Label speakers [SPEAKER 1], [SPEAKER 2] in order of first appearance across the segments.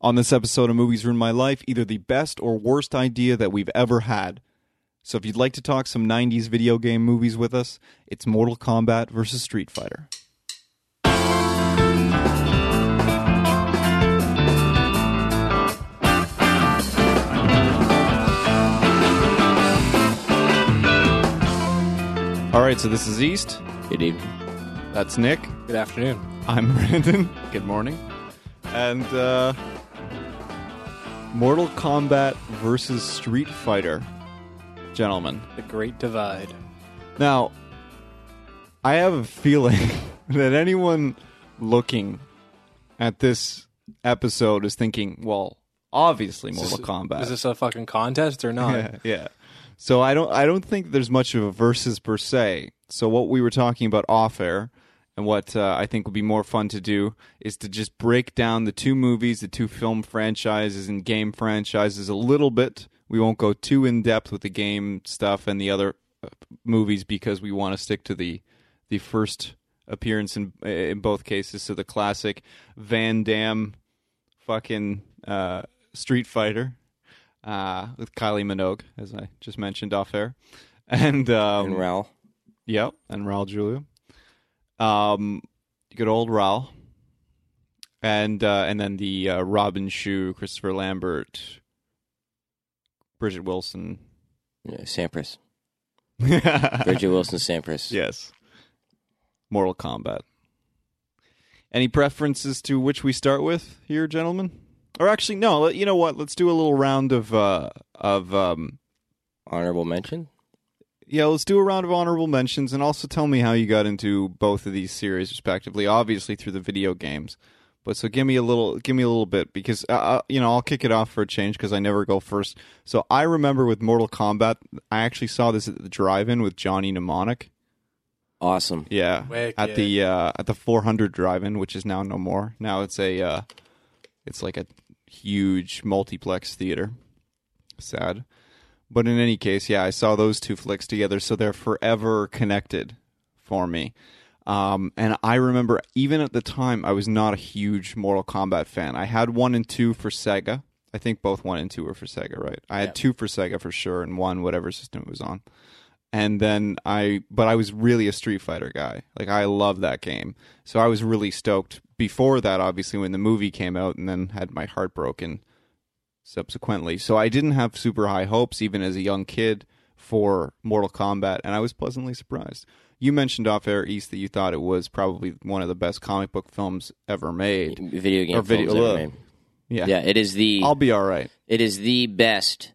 [SPEAKER 1] On this episode of Movies Ruin My Life, either the best or worst idea that we've ever had. So if you'd like to talk some 90s video game movies with us, it's Mortal Kombat versus Street Fighter. All right, so this is East.
[SPEAKER 2] Good evening.
[SPEAKER 1] That's Nick.
[SPEAKER 2] Good afternoon.
[SPEAKER 1] I'm Brandon.
[SPEAKER 2] Good morning.
[SPEAKER 1] And uh Mortal Kombat versus Street Fighter. Gentlemen.
[SPEAKER 2] The Great Divide.
[SPEAKER 1] Now, I have a feeling that anyone looking at this episode is thinking, well, obviously Mortal Kombat.
[SPEAKER 2] Is this a fucking contest or not?
[SPEAKER 1] yeah, yeah. So I don't I don't think there's much of a versus per se. So what we were talking about off air and what uh, I think would be more fun to do is to just break down the two movies, the two film franchises and game franchises a little bit. We won't go too in depth with the game stuff and the other uh, movies because we want to stick to the the first appearance in in both cases. So the classic Van Damme fucking uh, Street Fighter uh, with Kylie Minogue, as I just mentioned off air, and um,
[SPEAKER 3] and Raul.
[SPEAKER 1] Yep, and Raul Julia. Um, good old Raul, and uh, and then the uh, Robin Shu, Christopher Lambert, Bridget Wilson.
[SPEAKER 3] Yeah, Sampras. Bridget Wilson Sampras.
[SPEAKER 1] yes, Mortal Kombat. Any preferences to which we start with here, gentlemen? Or actually, no. let- You know what? Let's do a little round of uh, of um,
[SPEAKER 3] Honorable mention.
[SPEAKER 1] Yeah, let's do a round of honorable mentions and also tell me how you got into both of these series respectively, obviously through the video games. But so give me a little give me a little bit because uh, uh, you know, I'll kick it off for a change because I never go first. So I remember with Mortal Kombat, I actually saw this at the drive-in with Johnny Mnemonic.
[SPEAKER 3] Awesome.
[SPEAKER 1] Yeah. At
[SPEAKER 2] Wicked.
[SPEAKER 1] the uh at the 400 drive-in, which is now no more. Now it's a uh it's like a huge multiplex theater. Sad. But in any case, yeah, I saw those two flicks together, so they're forever connected for me. Um, and I remember even at the time, I was not a huge Mortal Kombat fan. I had one and two for Sega. I think both one and two were for Sega, right? I had two for Sega for sure, and one whatever system it was on. And then I, but I was really a Street Fighter guy. Like I love that game, so I was really stoked. Before that, obviously, when the movie came out, and then had my heart broken subsequently. So I didn't have super high hopes even as a young kid for Mortal Kombat, and I was pleasantly surprised. You mentioned off air East that you thought it was probably one of the best comic book films ever made.
[SPEAKER 3] Video game
[SPEAKER 1] Or video-
[SPEAKER 3] films ever
[SPEAKER 1] uh,
[SPEAKER 3] made.
[SPEAKER 1] Yeah,
[SPEAKER 3] Yeah, it is the
[SPEAKER 1] I'll be all right,
[SPEAKER 3] it is the best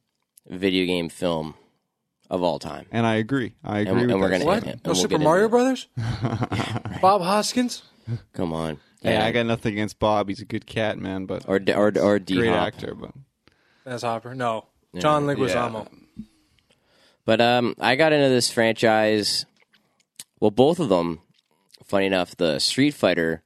[SPEAKER 3] video game film of all time.
[SPEAKER 1] and I agree. I agree
[SPEAKER 3] and
[SPEAKER 1] with
[SPEAKER 3] we're
[SPEAKER 1] that statement.
[SPEAKER 3] gonna-
[SPEAKER 2] What?
[SPEAKER 3] Yeah,
[SPEAKER 2] No
[SPEAKER 3] and we'll get
[SPEAKER 2] Super
[SPEAKER 3] into
[SPEAKER 2] Mario
[SPEAKER 3] that.
[SPEAKER 2] Brothers? Bob Hoskins?
[SPEAKER 3] Come on.
[SPEAKER 1] Hey, I got nothing against Bob. He's a good cat, man, but
[SPEAKER 3] or D- or or D
[SPEAKER 1] great
[SPEAKER 3] Hop.
[SPEAKER 1] actor. But
[SPEAKER 2] That's Hopper. No. John Leguizamo.
[SPEAKER 3] But um, I got into this franchise. Well, both of them. Funny enough, the Street Fighter.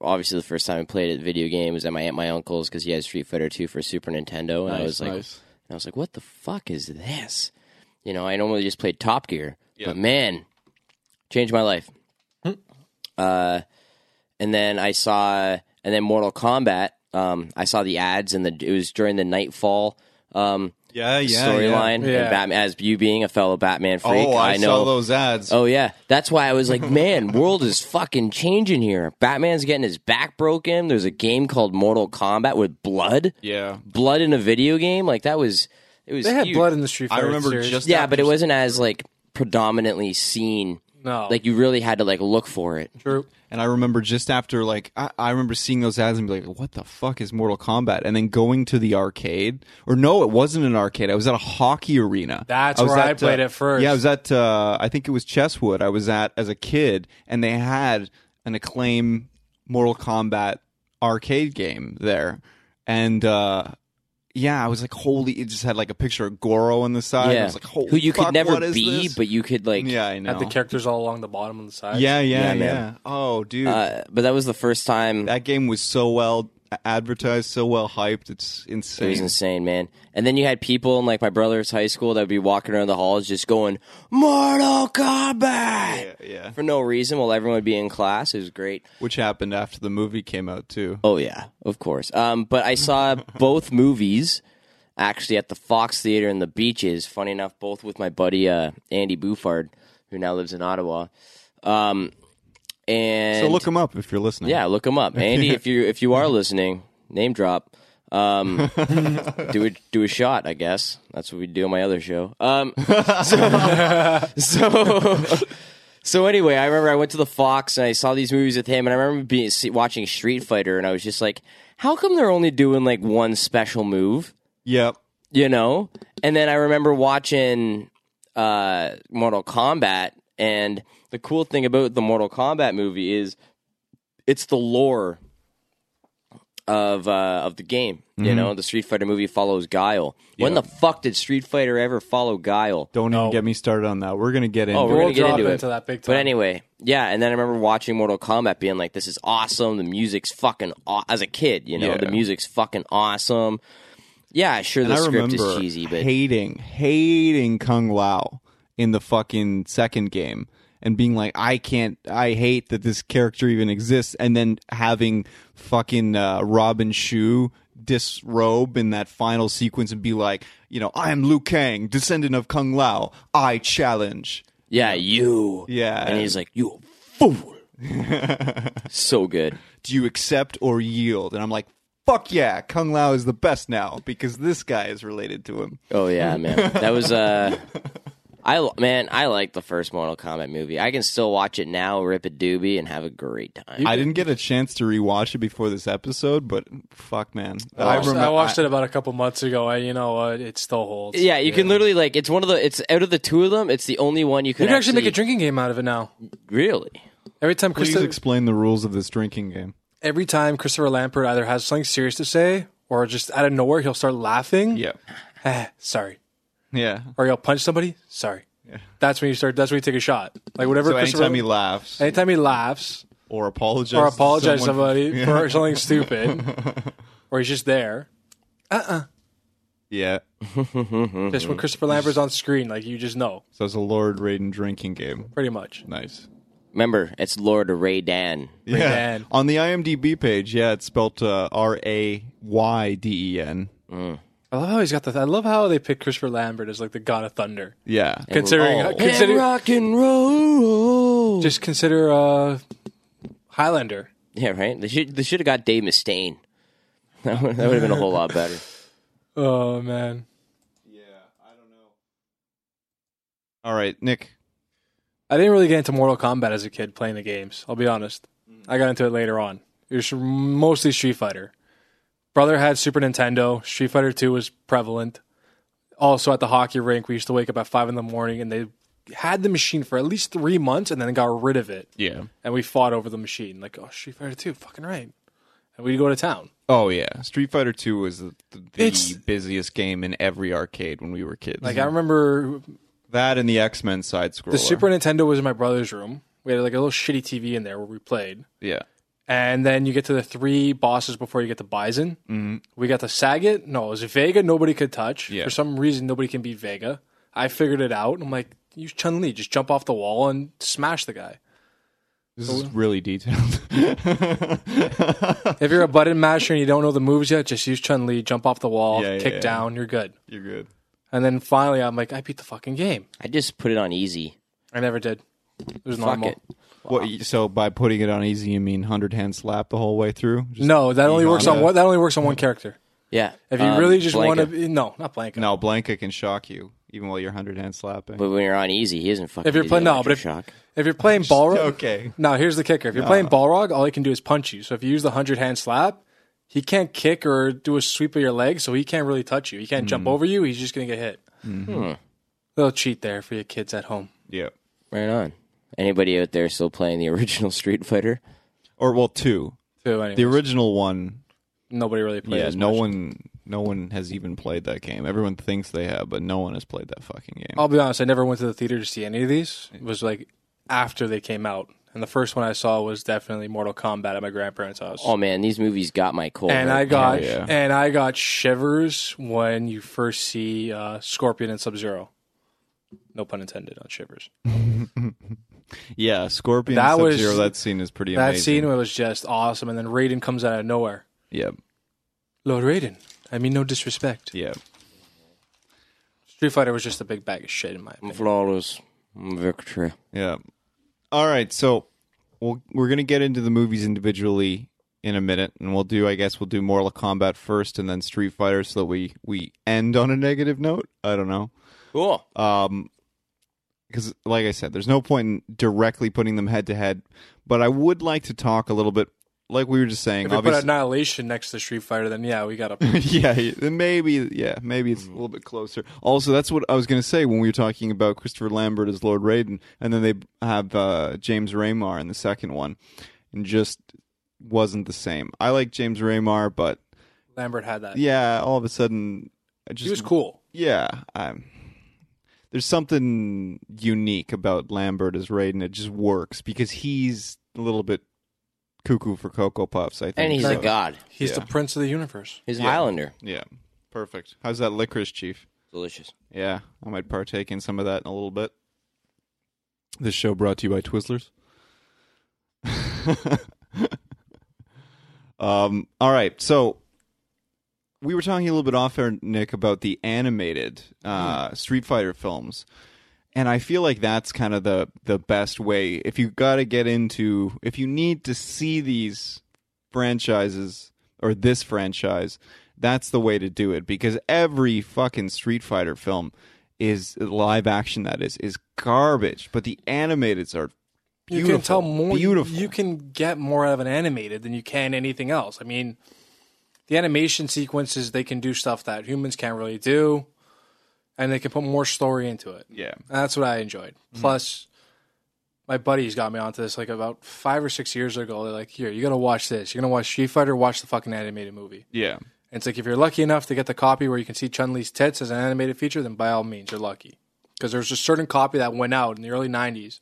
[SPEAKER 3] Obviously, the first time I played it video game was at my aunt my uncle's because he had Street Fighter Two for Super Nintendo, and I was like,
[SPEAKER 1] nice.
[SPEAKER 3] and I was like, what the fuck is this? You know, I normally just played Top Gear, but man, changed my life.
[SPEAKER 1] Hmm.
[SPEAKER 3] Uh, and then I saw, and then Mortal Kombat. Um, I saw the ads, and the it was during the Nightfall. Um,
[SPEAKER 1] yeah, yeah,
[SPEAKER 3] storyline
[SPEAKER 2] Yeah.
[SPEAKER 3] and Batman as you being a fellow Batman freak.
[SPEAKER 1] Oh, I,
[SPEAKER 3] I, know.
[SPEAKER 1] saw those ads.
[SPEAKER 3] Oh yeah, that's why I was like, man, world is fucking changing here. Batman's getting his back broken. There's a game called Mortal Kombat with blood,
[SPEAKER 1] Yeah,
[SPEAKER 3] blood in a video game. Like that was it was.
[SPEAKER 2] They had
[SPEAKER 3] huge.
[SPEAKER 2] blood in the Street
[SPEAKER 1] I
[SPEAKER 2] Fighter
[SPEAKER 1] remember
[SPEAKER 2] series.
[SPEAKER 1] just
[SPEAKER 3] Yeah,
[SPEAKER 1] after-
[SPEAKER 3] but it wasn't as like predominantly seen.
[SPEAKER 2] No.
[SPEAKER 3] Like you really had to like look for it.
[SPEAKER 2] True.
[SPEAKER 1] And I remember just after, like, I, I remember seeing those ads and be like, what the fuck is Mortal Kombat? And then going to the arcade. Or no, it wasn't an arcade. I was at a hockey arena.
[SPEAKER 2] That's
[SPEAKER 1] was
[SPEAKER 2] where I
[SPEAKER 1] at,
[SPEAKER 2] played
[SPEAKER 1] uh,
[SPEAKER 2] it first.
[SPEAKER 1] Yeah, I was at, uh, I think it was Chesswood. I was at as a kid, and they had an acclaim Mortal Kombat arcade game there. And, uh, yeah, I was like, holy, it just had like a picture of Goro on the side. I
[SPEAKER 3] yeah,
[SPEAKER 1] was like, holy
[SPEAKER 3] who you
[SPEAKER 1] fuck,
[SPEAKER 3] could never
[SPEAKER 1] what is
[SPEAKER 3] be,
[SPEAKER 1] this?
[SPEAKER 3] but you could like.
[SPEAKER 1] yeah, I know.
[SPEAKER 2] Had the characters all along the bottom and the sides.
[SPEAKER 1] yeah, yeah,
[SPEAKER 3] Yeah,
[SPEAKER 1] yeah,
[SPEAKER 3] man.
[SPEAKER 1] Oh, dude.
[SPEAKER 3] Uh, but that was the first time.
[SPEAKER 1] That game was so well advertised, so well hyped. It's
[SPEAKER 3] It was
[SPEAKER 1] insane.
[SPEAKER 3] insane, man. And then you had people in like my brother's high school that would be walking around the halls just going, Mortal Kombat!
[SPEAKER 1] yeah, yeah.
[SPEAKER 3] For no reason while everyone would be in class. It was great.
[SPEAKER 1] Which happened after the movie came out too.
[SPEAKER 3] Oh, yeah, of course. Um, but I saw both movies actually at the Fox Theater in the Beaches. Funny enough, both with my buddy uh, Andy Bouffard, who now lives in Ottawa. Um, and
[SPEAKER 1] So look him up if you're listening.
[SPEAKER 3] Yeah, look him up, Andy. if you if you are listening, name drop. Um, do a do a shot, I guess. That's what we do on my other show. Um, so, so, so anyway, I remember I went to the Fox and I saw these movies with him, and I remember being see- watching Street Fighter, and I was just like, how come they're only doing like one special move?
[SPEAKER 1] Yep.
[SPEAKER 3] you know and then i remember watching uh mortal kombat and the cool thing about the mortal kombat movie is it's the lore of uh of the game
[SPEAKER 1] Mm-hmm.
[SPEAKER 3] you know the street fighter movie follows guile when the fuck did street fighter ever follow guile
[SPEAKER 1] Don't even get me started on that. We're gonna get into.
[SPEAKER 3] Oh, we're
[SPEAKER 1] it.
[SPEAKER 3] gonna get
[SPEAKER 2] drop
[SPEAKER 3] into it.
[SPEAKER 2] into that big time.
[SPEAKER 3] but anyway yeah and then i remember watching mortal kombat being like this is awesome the music's fucking aw-. as a kid you know
[SPEAKER 1] Yeah.
[SPEAKER 3] the music's fucking awesome yeah sure
[SPEAKER 1] And
[SPEAKER 3] the
[SPEAKER 1] I
[SPEAKER 3] script
[SPEAKER 1] remember
[SPEAKER 3] is cheesy but
[SPEAKER 1] hating, hating Kung Lao in the fucking second game and being like, I can't, I hate that this character even exists. And then having fucking uh, Robin Shu disrobe in that final sequence and be like, you know, I am Liu Kang, descendant of Kung Lao. I challenge.
[SPEAKER 3] Yeah, you.
[SPEAKER 1] Yeah.
[SPEAKER 3] And he's like, you a fool. so good.
[SPEAKER 1] Do you accept or yield? And I'm like, fuck yeah, Kung Lao is the best now because this guy is related to him.
[SPEAKER 3] Oh yeah, man. That was uh I man, I like the first Mortal Kombat movie. I can still watch it now, rip a doobie, and have a great time.
[SPEAKER 1] I didn't get a chance to rewatch it before this episode, but fuck, man,
[SPEAKER 2] I watched, I watched it about a couple months ago, and you know what? It still holds.
[SPEAKER 3] yeah, you can literally like it's one of the it's out of the two of them, it's the only one you can,
[SPEAKER 2] You can actually make a drinking game out of it now.
[SPEAKER 3] Really?
[SPEAKER 2] Every time
[SPEAKER 1] Please
[SPEAKER 2] Christo-
[SPEAKER 1] explain the rules of this drinking game.
[SPEAKER 2] every time Christopher Lampert either has something serious to say or just out of nowhere he'll start laughing. Eh, sorry.
[SPEAKER 1] yeah.
[SPEAKER 2] Or he'll punch somebody. Sorry. That's when you start. That's when you take a shot. Like whatever.
[SPEAKER 1] So
[SPEAKER 2] Christopher-
[SPEAKER 1] anytime he laughs
[SPEAKER 2] anytime he laughs
[SPEAKER 1] or apologizes,
[SPEAKER 2] or apologizes to
[SPEAKER 1] someone-
[SPEAKER 2] somebody for something stupid, or he's just there.
[SPEAKER 1] yeah.
[SPEAKER 2] Just when Christopher Lambert's on screen, like you just know
[SPEAKER 1] So it's a Lord Raiden drinking game.
[SPEAKER 2] pretty much.
[SPEAKER 1] Nice.
[SPEAKER 3] Remember, it's Lord Ray Dan.
[SPEAKER 1] Yeah.
[SPEAKER 2] Raiden.
[SPEAKER 1] On the IMDb page, yeah, it's spelled uh, R A Y D E N.
[SPEAKER 2] I love how he's got the. I love how they pick Christopher Lambert as like the god of thunder.
[SPEAKER 1] Yeah. Oh.
[SPEAKER 2] Considering,
[SPEAKER 3] all-
[SPEAKER 2] consider,
[SPEAKER 3] rock and roll.
[SPEAKER 2] just consider uh, Highlander.
[SPEAKER 3] Yeah, right? They should they should have got Dave Mustaine. that would have been a whole lot better.
[SPEAKER 2] Oh man,
[SPEAKER 1] Yeah. I don't know. All right, Nick.
[SPEAKER 2] I didn't really get into Mortal Kombat as a kid playing the games. I'll be honest. I got into it later on. It was mostly Street Fighter. Brother had Super Nintendo. Street Fighter Two was prevalent. Also at the hockey rink, we used to wake up at five in the morning, and they had the machine for at least three months, and then got rid of it.
[SPEAKER 1] Yeah.
[SPEAKER 2] And we fought over the machine, like oh Street Fighter Two, fucking right. And we'd go to town.
[SPEAKER 1] Oh yeah, Street Fighter Two was the,
[SPEAKER 2] It's-
[SPEAKER 1] the busiest game in every arcade when we were kids.
[SPEAKER 2] Like I remember
[SPEAKER 1] that and the X Men side scroller.
[SPEAKER 2] The Super Nintendo was in my brother's room. We had like a little shitty TV in there where we played.
[SPEAKER 1] Yeah.
[SPEAKER 2] And then you get to the three bosses before you get to Bison. Mm-hmm. We got the Sagat. No, it was Vega. Nobody could touch.
[SPEAKER 1] Yeah.
[SPEAKER 2] For some reason, nobody can beat Vega. I figured it out. I'm like, use Chun Li. Just jump off the wall and smash the guy.
[SPEAKER 1] This is really detailed.
[SPEAKER 2] if you're a button masher and you don't know the moves yet, just use Chun Li. Jump off the wall,
[SPEAKER 1] Yeah, yeah,
[SPEAKER 2] kick
[SPEAKER 1] yeah.
[SPEAKER 2] down. You're good.
[SPEAKER 1] You're good.
[SPEAKER 2] And then finally, I'm like, I beat the fucking game.
[SPEAKER 3] I just put it on easy.
[SPEAKER 2] I never did. It was
[SPEAKER 3] Fuck
[SPEAKER 2] normal.
[SPEAKER 3] it.
[SPEAKER 1] What, you- so by putting it on easy, you mean hundred hand slap the whole way through? Just-
[SPEAKER 2] No, that only works on
[SPEAKER 1] Inanna.
[SPEAKER 2] one. That only works on one character.
[SPEAKER 3] Yeah.
[SPEAKER 2] If you
[SPEAKER 3] Um,
[SPEAKER 2] really just
[SPEAKER 3] Blanca.
[SPEAKER 2] want to, be no, not Blanca.
[SPEAKER 1] no, Blanca can shock you even while you're hundred hand slapping.
[SPEAKER 3] But when you're on easy, he isn't fucking.
[SPEAKER 2] If you're
[SPEAKER 3] do
[SPEAKER 2] playing-
[SPEAKER 3] the
[SPEAKER 2] no, but if-
[SPEAKER 3] electroshock.
[SPEAKER 2] If you're playing Balrog,
[SPEAKER 1] okay.
[SPEAKER 2] Now here's the kicker: if you're playing Balrog, all he can do is punch you. So if you use the hundred hand slap, he can't kick or do a sweep of your leg, so he can't really touch you. He can't
[SPEAKER 1] Hmm.
[SPEAKER 2] jump over you. He's just gonna get hit.
[SPEAKER 1] Mm-hmm.
[SPEAKER 2] Little cheat there for your kids at home.
[SPEAKER 1] Yeah.
[SPEAKER 3] right on. Anybody out there still playing the original Street Fighter?
[SPEAKER 1] Or well, two.
[SPEAKER 2] So anyway,
[SPEAKER 1] The original one.
[SPEAKER 2] nobody really plays.
[SPEAKER 1] Yeah.
[SPEAKER 2] as
[SPEAKER 1] No
[SPEAKER 2] much.
[SPEAKER 1] one. No one has even played that game. Everyone thinks they have, but no one has
[SPEAKER 2] Oh.
[SPEAKER 1] played that fucking game.
[SPEAKER 2] I'll be honest. I never went to the theater to see any of these. It was like after they came out, and the first one I saw was definitely Mortal Kombat at my grandparents' house.
[SPEAKER 3] Oh man, these movies got my cold.
[SPEAKER 2] and I got
[SPEAKER 1] yeah.
[SPEAKER 2] and I got shivers when you first see uh, Scorpion and Sub Zero. No pun intended on shivers.
[SPEAKER 1] Yeah, Scorpion
[SPEAKER 2] That
[SPEAKER 1] Sub
[SPEAKER 2] was-
[SPEAKER 1] Zero. That scene is pretty
[SPEAKER 2] That
[SPEAKER 1] amazing.
[SPEAKER 2] scene was just awesome, and then Raiden comes out of nowhere.
[SPEAKER 1] yeah,
[SPEAKER 2] Lord Raiden. I mean, no disrespect.
[SPEAKER 1] yeah.
[SPEAKER 2] Street Fighter was just a big bag of shit in my opinion.
[SPEAKER 3] flawless victory.
[SPEAKER 1] Yeah. All right. So we'll, we're going to get into the movies individually in a minute, and we'll do. I guess we'll do Mortal Kombat first, and then Street Fighter, so that we we end on a negative note. I don't know.
[SPEAKER 3] Cool.
[SPEAKER 1] Um, because like I said, there's no point in directly putting them head to head, but I would like to talk a little bit, like we were just saying.
[SPEAKER 2] If we put
[SPEAKER 1] obviously,
[SPEAKER 2] Annihilation next to Street Fighter, then yeah, we got a
[SPEAKER 1] yeah, yeah, then maybe, yeah, maybe
[SPEAKER 2] Mm-hmm.
[SPEAKER 1] it's a little bit closer. Also, that's what I was going to say when we were talking about Christopher Lambert as Lord Raiden, and then they have uh, James Raymar in the second one, and just wasn't the same. I like James Raymar, but
[SPEAKER 2] Lambert had that.
[SPEAKER 1] yeah, all of a sudden, I just
[SPEAKER 2] he was cool.
[SPEAKER 1] yeah, I'm, there's something unique about Lambert as Raiden. It just works because he's a little bit cuckoo for cocoa puffs. I think,
[SPEAKER 3] And he's
[SPEAKER 1] so-
[SPEAKER 3] a god.
[SPEAKER 2] He's
[SPEAKER 1] Yeah.
[SPEAKER 2] the prince of the universe.
[SPEAKER 3] He's Highlander.
[SPEAKER 1] Yeah, perfect. How's that licorice, Chief?
[SPEAKER 3] Delicious.
[SPEAKER 1] Yeah, I might partake in some of that in a little bit. This show brought to you by Twizzlers. um, all right, so we were talking a little bit off air, Nick, about the animated
[SPEAKER 2] Hmm.
[SPEAKER 1] uh, Street Fighter films, and I feel like that's kind of the the best way. If you got to get into, if you need to see these franchises or this franchise, that's the way to do it because every fucking Street Fighter film is live action that is is garbage, but the animateds are
[SPEAKER 2] You
[SPEAKER 1] beautiful.
[SPEAKER 2] can tell more.
[SPEAKER 1] beautiful.
[SPEAKER 2] You can get more out of an animated than you can anything else. I mean, the animation sequences they can do stuff that humans can't really do, and they can put more story into it.
[SPEAKER 1] yeah. Mm-hmm.
[SPEAKER 2] That's what I enjoyed. Plus, my buddies got me onto this like about five or six years ago. They're like, "Here, you gotta watch this. You're gonna watch Street Fighter. Watch the fucking animated movie."
[SPEAKER 1] Yeah.
[SPEAKER 2] And it's like if you're lucky enough to get the copy where you can see Chun Li's tits as an animated feature, then by all means, you're lucky. Because there's a certain copy that went out in the early '90s.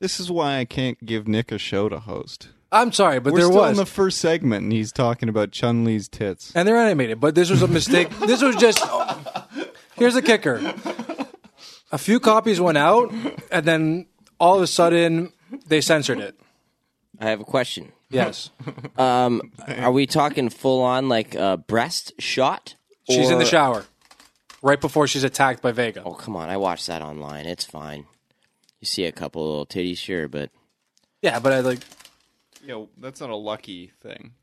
[SPEAKER 1] This is why I can't give Nick a show to host.
[SPEAKER 2] I'm sorry, but
[SPEAKER 1] We're
[SPEAKER 2] there
[SPEAKER 1] still
[SPEAKER 2] was
[SPEAKER 1] in the first segment, and he's talking about Chun Li's tits.
[SPEAKER 2] and they're animated. But this was a mistake. this was just. here's the kicker: a few copies went out, and then all of a sudden they censored it.
[SPEAKER 3] I have a question.
[SPEAKER 2] Yes,
[SPEAKER 3] Um, are we talking full on like uh, breast shot?
[SPEAKER 2] she's in the
[SPEAKER 3] Or-
[SPEAKER 2] shower right before she's attacked by Vega.
[SPEAKER 3] Oh come on! I watched that online. It's fine. You see a couple little titties, sure, but
[SPEAKER 2] Yeah, but I like,
[SPEAKER 1] Yeah, that's not a lucky thing.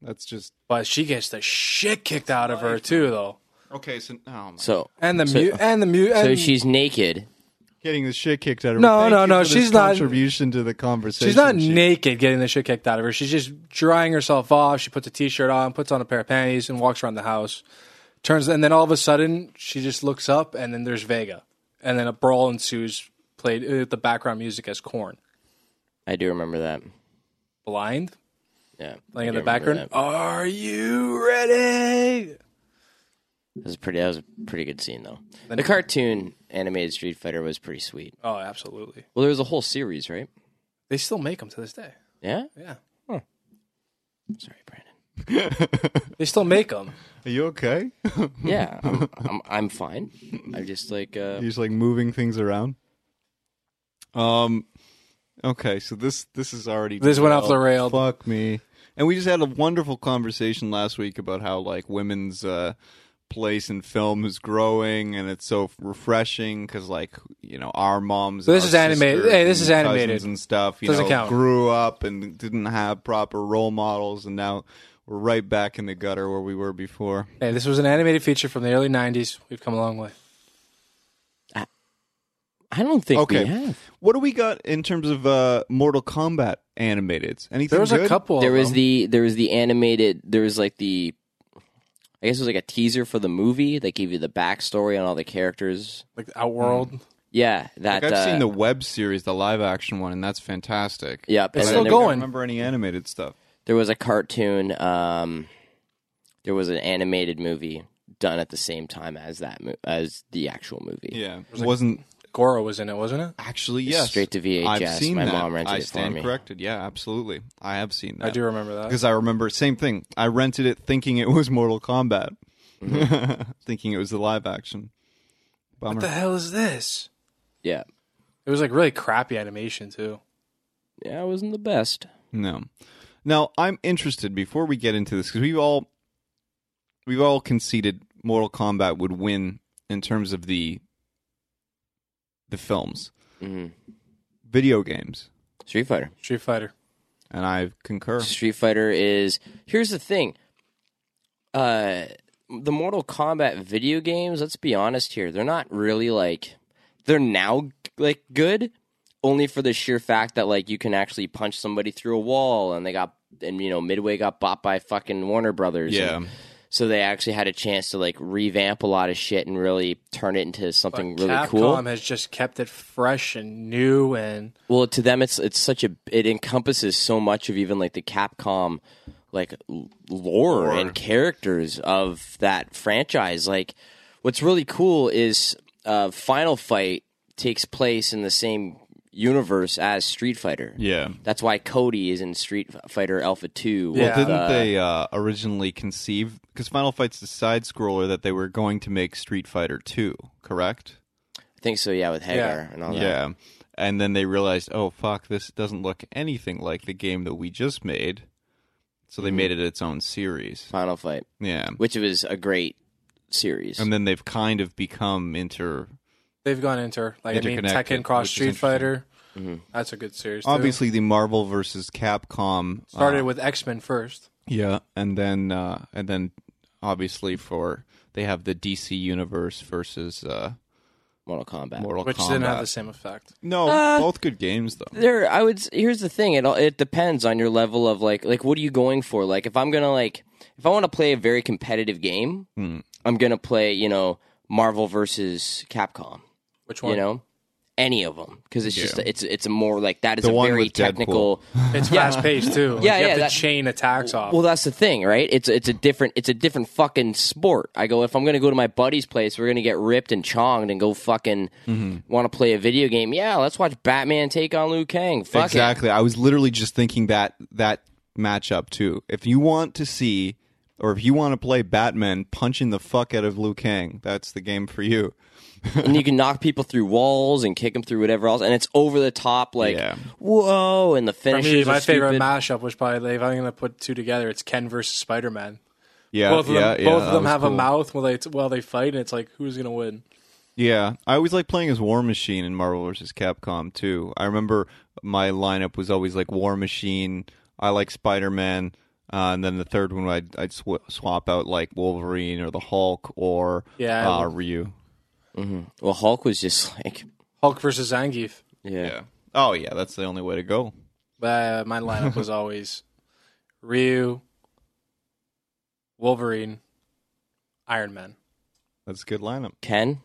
[SPEAKER 1] That's just
[SPEAKER 2] but she gets the shit kicked out of her too, though.
[SPEAKER 1] okay. So oh now I'm
[SPEAKER 3] so
[SPEAKER 2] And the mute, and the mute,
[SPEAKER 3] so
[SPEAKER 2] and
[SPEAKER 3] she's naked.
[SPEAKER 1] getting the shit kicked out of her.
[SPEAKER 2] No,
[SPEAKER 1] Thank
[SPEAKER 2] no,
[SPEAKER 1] you
[SPEAKER 2] no,
[SPEAKER 1] for this
[SPEAKER 2] she's not-
[SPEAKER 1] Contribution to the conversation.
[SPEAKER 2] She's not
[SPEAKER 1] Chief.
[SPEAKER 2] naked getting the shit kicked out of her. She's just drying herself off. She puts a t shirt on, puts on a pair of panties, and walks around the house. Turns and then all of a sudden she just looks up and then there's Vega. And then a brawl ensues played uh, with the background music as corn.
[SPEAKER 3] I do remember that.
[SPEAKER 2] Blind?
[SPEAKER 3] Yeah,
[SPEAKER 2] Like
[SPEAKER 3] I
[SPEAKER 2] in
[SPEAKER 3] do
[SPEAKER 2] the
[SPEAKER 3] remember
[SPEAKER 2] background.
[SPEAKER 3] That.
[SPEAKER 2] Are you ready?
[SPEAKER 3] That was pretty. That was a pretty good scene though. The cartoon animated Street Fighter was pretty sweet.
[SPEAKER 2] Oh, absolutely.
[SPEAKER 3] Well, there was a whole series, right?
[SPEAKER 2] They still make them to this day.
[SPEAKER 3] Yeah.
[SPEAKER 2] Yeah.
[SPEAKER 3] Sorry, Brandon.
[SPEAKER 2] They still make them.
[SPEAKER 1] Are you okay?
[SPEAKER 3] Yeah, I'm, I'm, I'm fine. I'm just like uh,
[SPEAKER 1] He's like moving things around. Um. Okay, so this this is already Oh,
[SPEAKER 2] This went off the rail.
[SPEAKER 1] Fuck me. And we just had a wonderful conversation last week about how like women's uh, place in film is growing, and it's so refreshing because like you know our moms. and
[SPEAKER 2] This
[SPEAKER 1] our
[SPEAKER 2] is animated.
[SPEAKER 1] sisters
[SPEAKER 2] Hey, this
[SPEAKER 1] and
[SPEAKER 2] is animated.
[SPEAKER 1] cousins and stuff. You
[SPEAKER 2] Doesn't
[SPEAKER 1] know,
[SPEAKER 2] count.
[SPEAKER 1] grew up and didn't have proper role models, and now we're right back in the gutter where we were before.
[SPEAKER 2] Hey, this was an animated feature from the early 90s. We've come a long way.
[SPEAKER 3] I don't think
[SPEAKER 1] Okay.
[SPEAKER 3] we have.
[SPEAKER 1] What do we got in terms of uh, Mortal Kombat animated? Anything?
[SPEAKER 2] There was
[SPEAKER 1] good?
[SPEAKER 2] a couple.
[SPEAKER 3] There
[SPEAKER 2] of
[SPEAKER 3] was
[SPEAKER 2] them.
[SPEAKER 3] the there was the animated. There was like the, I guess it was like a teaser for the movie. They gave you the backstory on all the Mm. characters.
[SPEAKER 2] like Outworld.
[SPEAKER 3] Yeah, that.
[SPEAKER 1] Like, I've
[SPEAKER 3] uh,
[SPEAKER 1] seen the web series, the live action one, and that's fantastic.
[SPEAKER 3] Yeah,
[SPEAKER 2] It's
[SPEAKER 3] and
[SPEAKER 2] still
[SPEAKER 3] then there,
[SPEAKER 1] I don't
[SPEAKER 2] going.
[SPEAKER 1] remember any animated stuff.
[SPEAKER 3] there was a cartoon. Um, there was an animated movie done at the same time as that mo- as the actual movie.
[SPEAKER 1] Yeah, it wasn't
[SPEAKER 2] Goro was in it, wasn't it?
[SPEAKER 1] Actually, yes.
[SPEAKER 3] straight to VHS.
[SPEAKER 1] I've seen
[SPEAKER 3] My
[SPEAKER 1] that.
[SPEAKER 3] mom rented
[SPEAKER 1] I
[SPEAKER 3] it for
[SPEAKER 1] stand
[SPEAKER 3] me.
[SPEAKER 1] corrected. Yeah, absolutely. I have seen that.
[SPEAKER 2] I do remember that.
[SPEAKER 1] because I remember same thing. I rented it thinking it was Mortal Kombat,
[SPEAKER 3] Mm-hmm.
[SPEAKER 1] thinking it was the live action. Bummer.
[SPEAKER 2] What the hell is this?
[SPEAKER 3] Yeah.
[SPEAKER 2] It was like really crappy animation too.
[SPEAKER 3] Yeah, it wasn't the best.
[SPEAKER 1] No. Now I'm interested before we get into this because we've all we've all conceded Mortal Kombat would win in terms of the the films,
[SPEAKER 3] hmm
[SPEAKER 1] video games,
[SPEAKER 3] Street Fighter.
[SPEAKER 2] Street Fighter.
[SPEAKER 1] and I concur.
[SPEAKER 3] Street Fighter is. Here's the thing. Uh, the Mortal Kombat video games. Let's be honest here. They're not really like. They're now like good, only for the sheer fact that like you can actually punch somebody through a wall, and they got and you know Midway got bought by fucking Warner Brothers.
[SPEAKER 1] Yeah.
[SPEAKER 3] And so they actually had a chance to like revamp a lot of shit and really turn it into something really
[SPEAKER 2] Capcom
[SPEAKER 3] cool.
[SPEAKER 2] has just kept it fresh and new and
[SPEAKER 3] Well, to them, it's it's such a it encompasses so much of even like the Capcom like l- lore, and characters of that franchise. Like, what's really cool is uh, Final Fight takes place in the same universe as Street Fighter.
[SPEAKER 1] Yeah.
[SPEAKER 3] That's why Cody is in Street Fighter Alpha Two.
[SPEAKER 2] Well,
[SPEAKER 3] with,
[SPEAKER 1] Didn't
[SPEAKER 3] uh,
[SPEAKER 1] they uh, originally conceive because Final Fight's the side scroller that they were going to make Street Fighter Two, correct?
[SPEAKER 3] I think so. Yeah, with Hagar and all that.
[SPEAKER 1] Yeah. And then they realized, oh fuck, this doesn't look anything like the game that we just made. So
[SPEAKER 2] Mm-hmm.
[SPEAKER 1] they made it its own series.
[SPEAKER 3] Final Fight,
[SPEAKER 1] Yeah.
[SPEAKER 3] which was a great series.
[SPEAKER 1] And then they've kind of become inter
[SPEAKER 2] they've gone into like I mean
[SPEAKER 1] Interconnected,
[SPEAKER 2] Tekken Cross
[SPEAKER 1] which is
[SPEAKER 2] Street
[SPEAKER 1] interesting.
[SPEAKER 2] Fighter.
[SPEAKER 3] Mm-hmm.
[SPEAKER 2] That's a good series. too.
[SPEAKER 1] obviously the Marvel versus Capcom uh,
[SPEAKER 2] started with X Men first.
[SPEAKER 1] yeah, and then uh and then obviously for they have the DC universe versus uh
[SPEAKER 3] Mortal Kombat.
[SPEAKER 1] Mortal
[SPEAKER 2] which
[SPEAKER 1] Kombat.
[SPEAKER 2] didn't have the Uh, same effect.
[SPEAKER 1] no, both good games though.
[SPEAKER 3] there i would s- here's the thing it all it depends on your level of like like what are you going for like if i'm gonna like if i want to play a very competitive game
[SPEAKER 1] Hmm.
[SPEAKER 3] i'm gonna play you know marvel versus capcom
[SPEAKER 2] Which one?
[SPEAKER 3] you know any of them because it's just it's it's a more like that is
[SPEAKER 1] The
[SPEAKER 3] a
[SPEAKER 1] one
[SPEAKER 3] very
[SPEAKER 1] with Deadpool.
[SPEAKER 3] technical
[SPEAKER 2] it's fast paced too. Like,
[SPEAKER 3] Yeah,
[SPEAKER 2] you
[SPEAKER 3] yeah,
[SPEAKER 2] have to
[SPEAKER 3] that-
[SPEAKER 2] chain attacks off.
[SPEAKER 3] well, that's the thing, right? It's it's a different it's a different fucking sport. I go if I'm going to go to my buddy's place, we're going to get ripped and chonged and go fucking
[SPEAKER 1] Mm-hmm.
[SPEAKER 3] want to play a video game. Yeah, let's watch Batman take on Liu Kang. Fuck it.
[SPEAKER 1] exactly. I was literally just thinking that that matchup too. If you want to see or if you want to play Batman punching the fuck out of Liu Kang, that's the game for you.
[SPEAKER 3] and you can knock people through walls and kick them through whatever else, and it's over the top, like
[SPEAKER 1] Yeah.
[SPEAKER 3] whoa, and the
[SPEAKER 2] For
[SPEAKER 3] finishes.
[SPEAKER 2] me,
[SPEAKER 3] are
[SPEAKER 2] my favorite
[SPEAKER 3] stupid.
[SPEAKER 2] mashup was probably if I'm gonna put two together, it's Ken versus Spider Man.
[SPEAKER 1] Yeah,
[SPEAKER 2] Both of them,
[SPEAKER 1] yeah, yeah,
[SPEAKER 2] both of
[SPEAKER 1] that
[SPEAKER 2] them
[SPEAKER 1] was
[SPEAKER 2] have a
[SPEAKER 1] cool.
[SPEAKER 2] mouth while they while they fight, and it's like who's gonna win?
[SPEAKER 1] Yeah, I always like playing as War Machine in Marvel vs. Capcom too. I remember my lineup was always like War Machine. I like Spider Man, uh, and then the third one I'd, I'd sw- swap out like Wolverine or the Hulk or
[SPEAKER 2] Yeah, I
[SPEAKER 1] uh,
[SPEAKER 2] would-
[SPEAKER 1] Ryu.
[SPEAKER 3] Well, Hulk was just like,
[SPEAKER 2] Hulk versus Zangief.
[SPEAKER 3] yeah,
[SPEAKER 1] Oh yeah, that's the only way to go.
[SPEAKER 2] Uh, my lineup was always Ryu, Wolverine, Iron Man.
[SPEAKER 1] That's a good lineup.
[SPEAKER 3] Ken,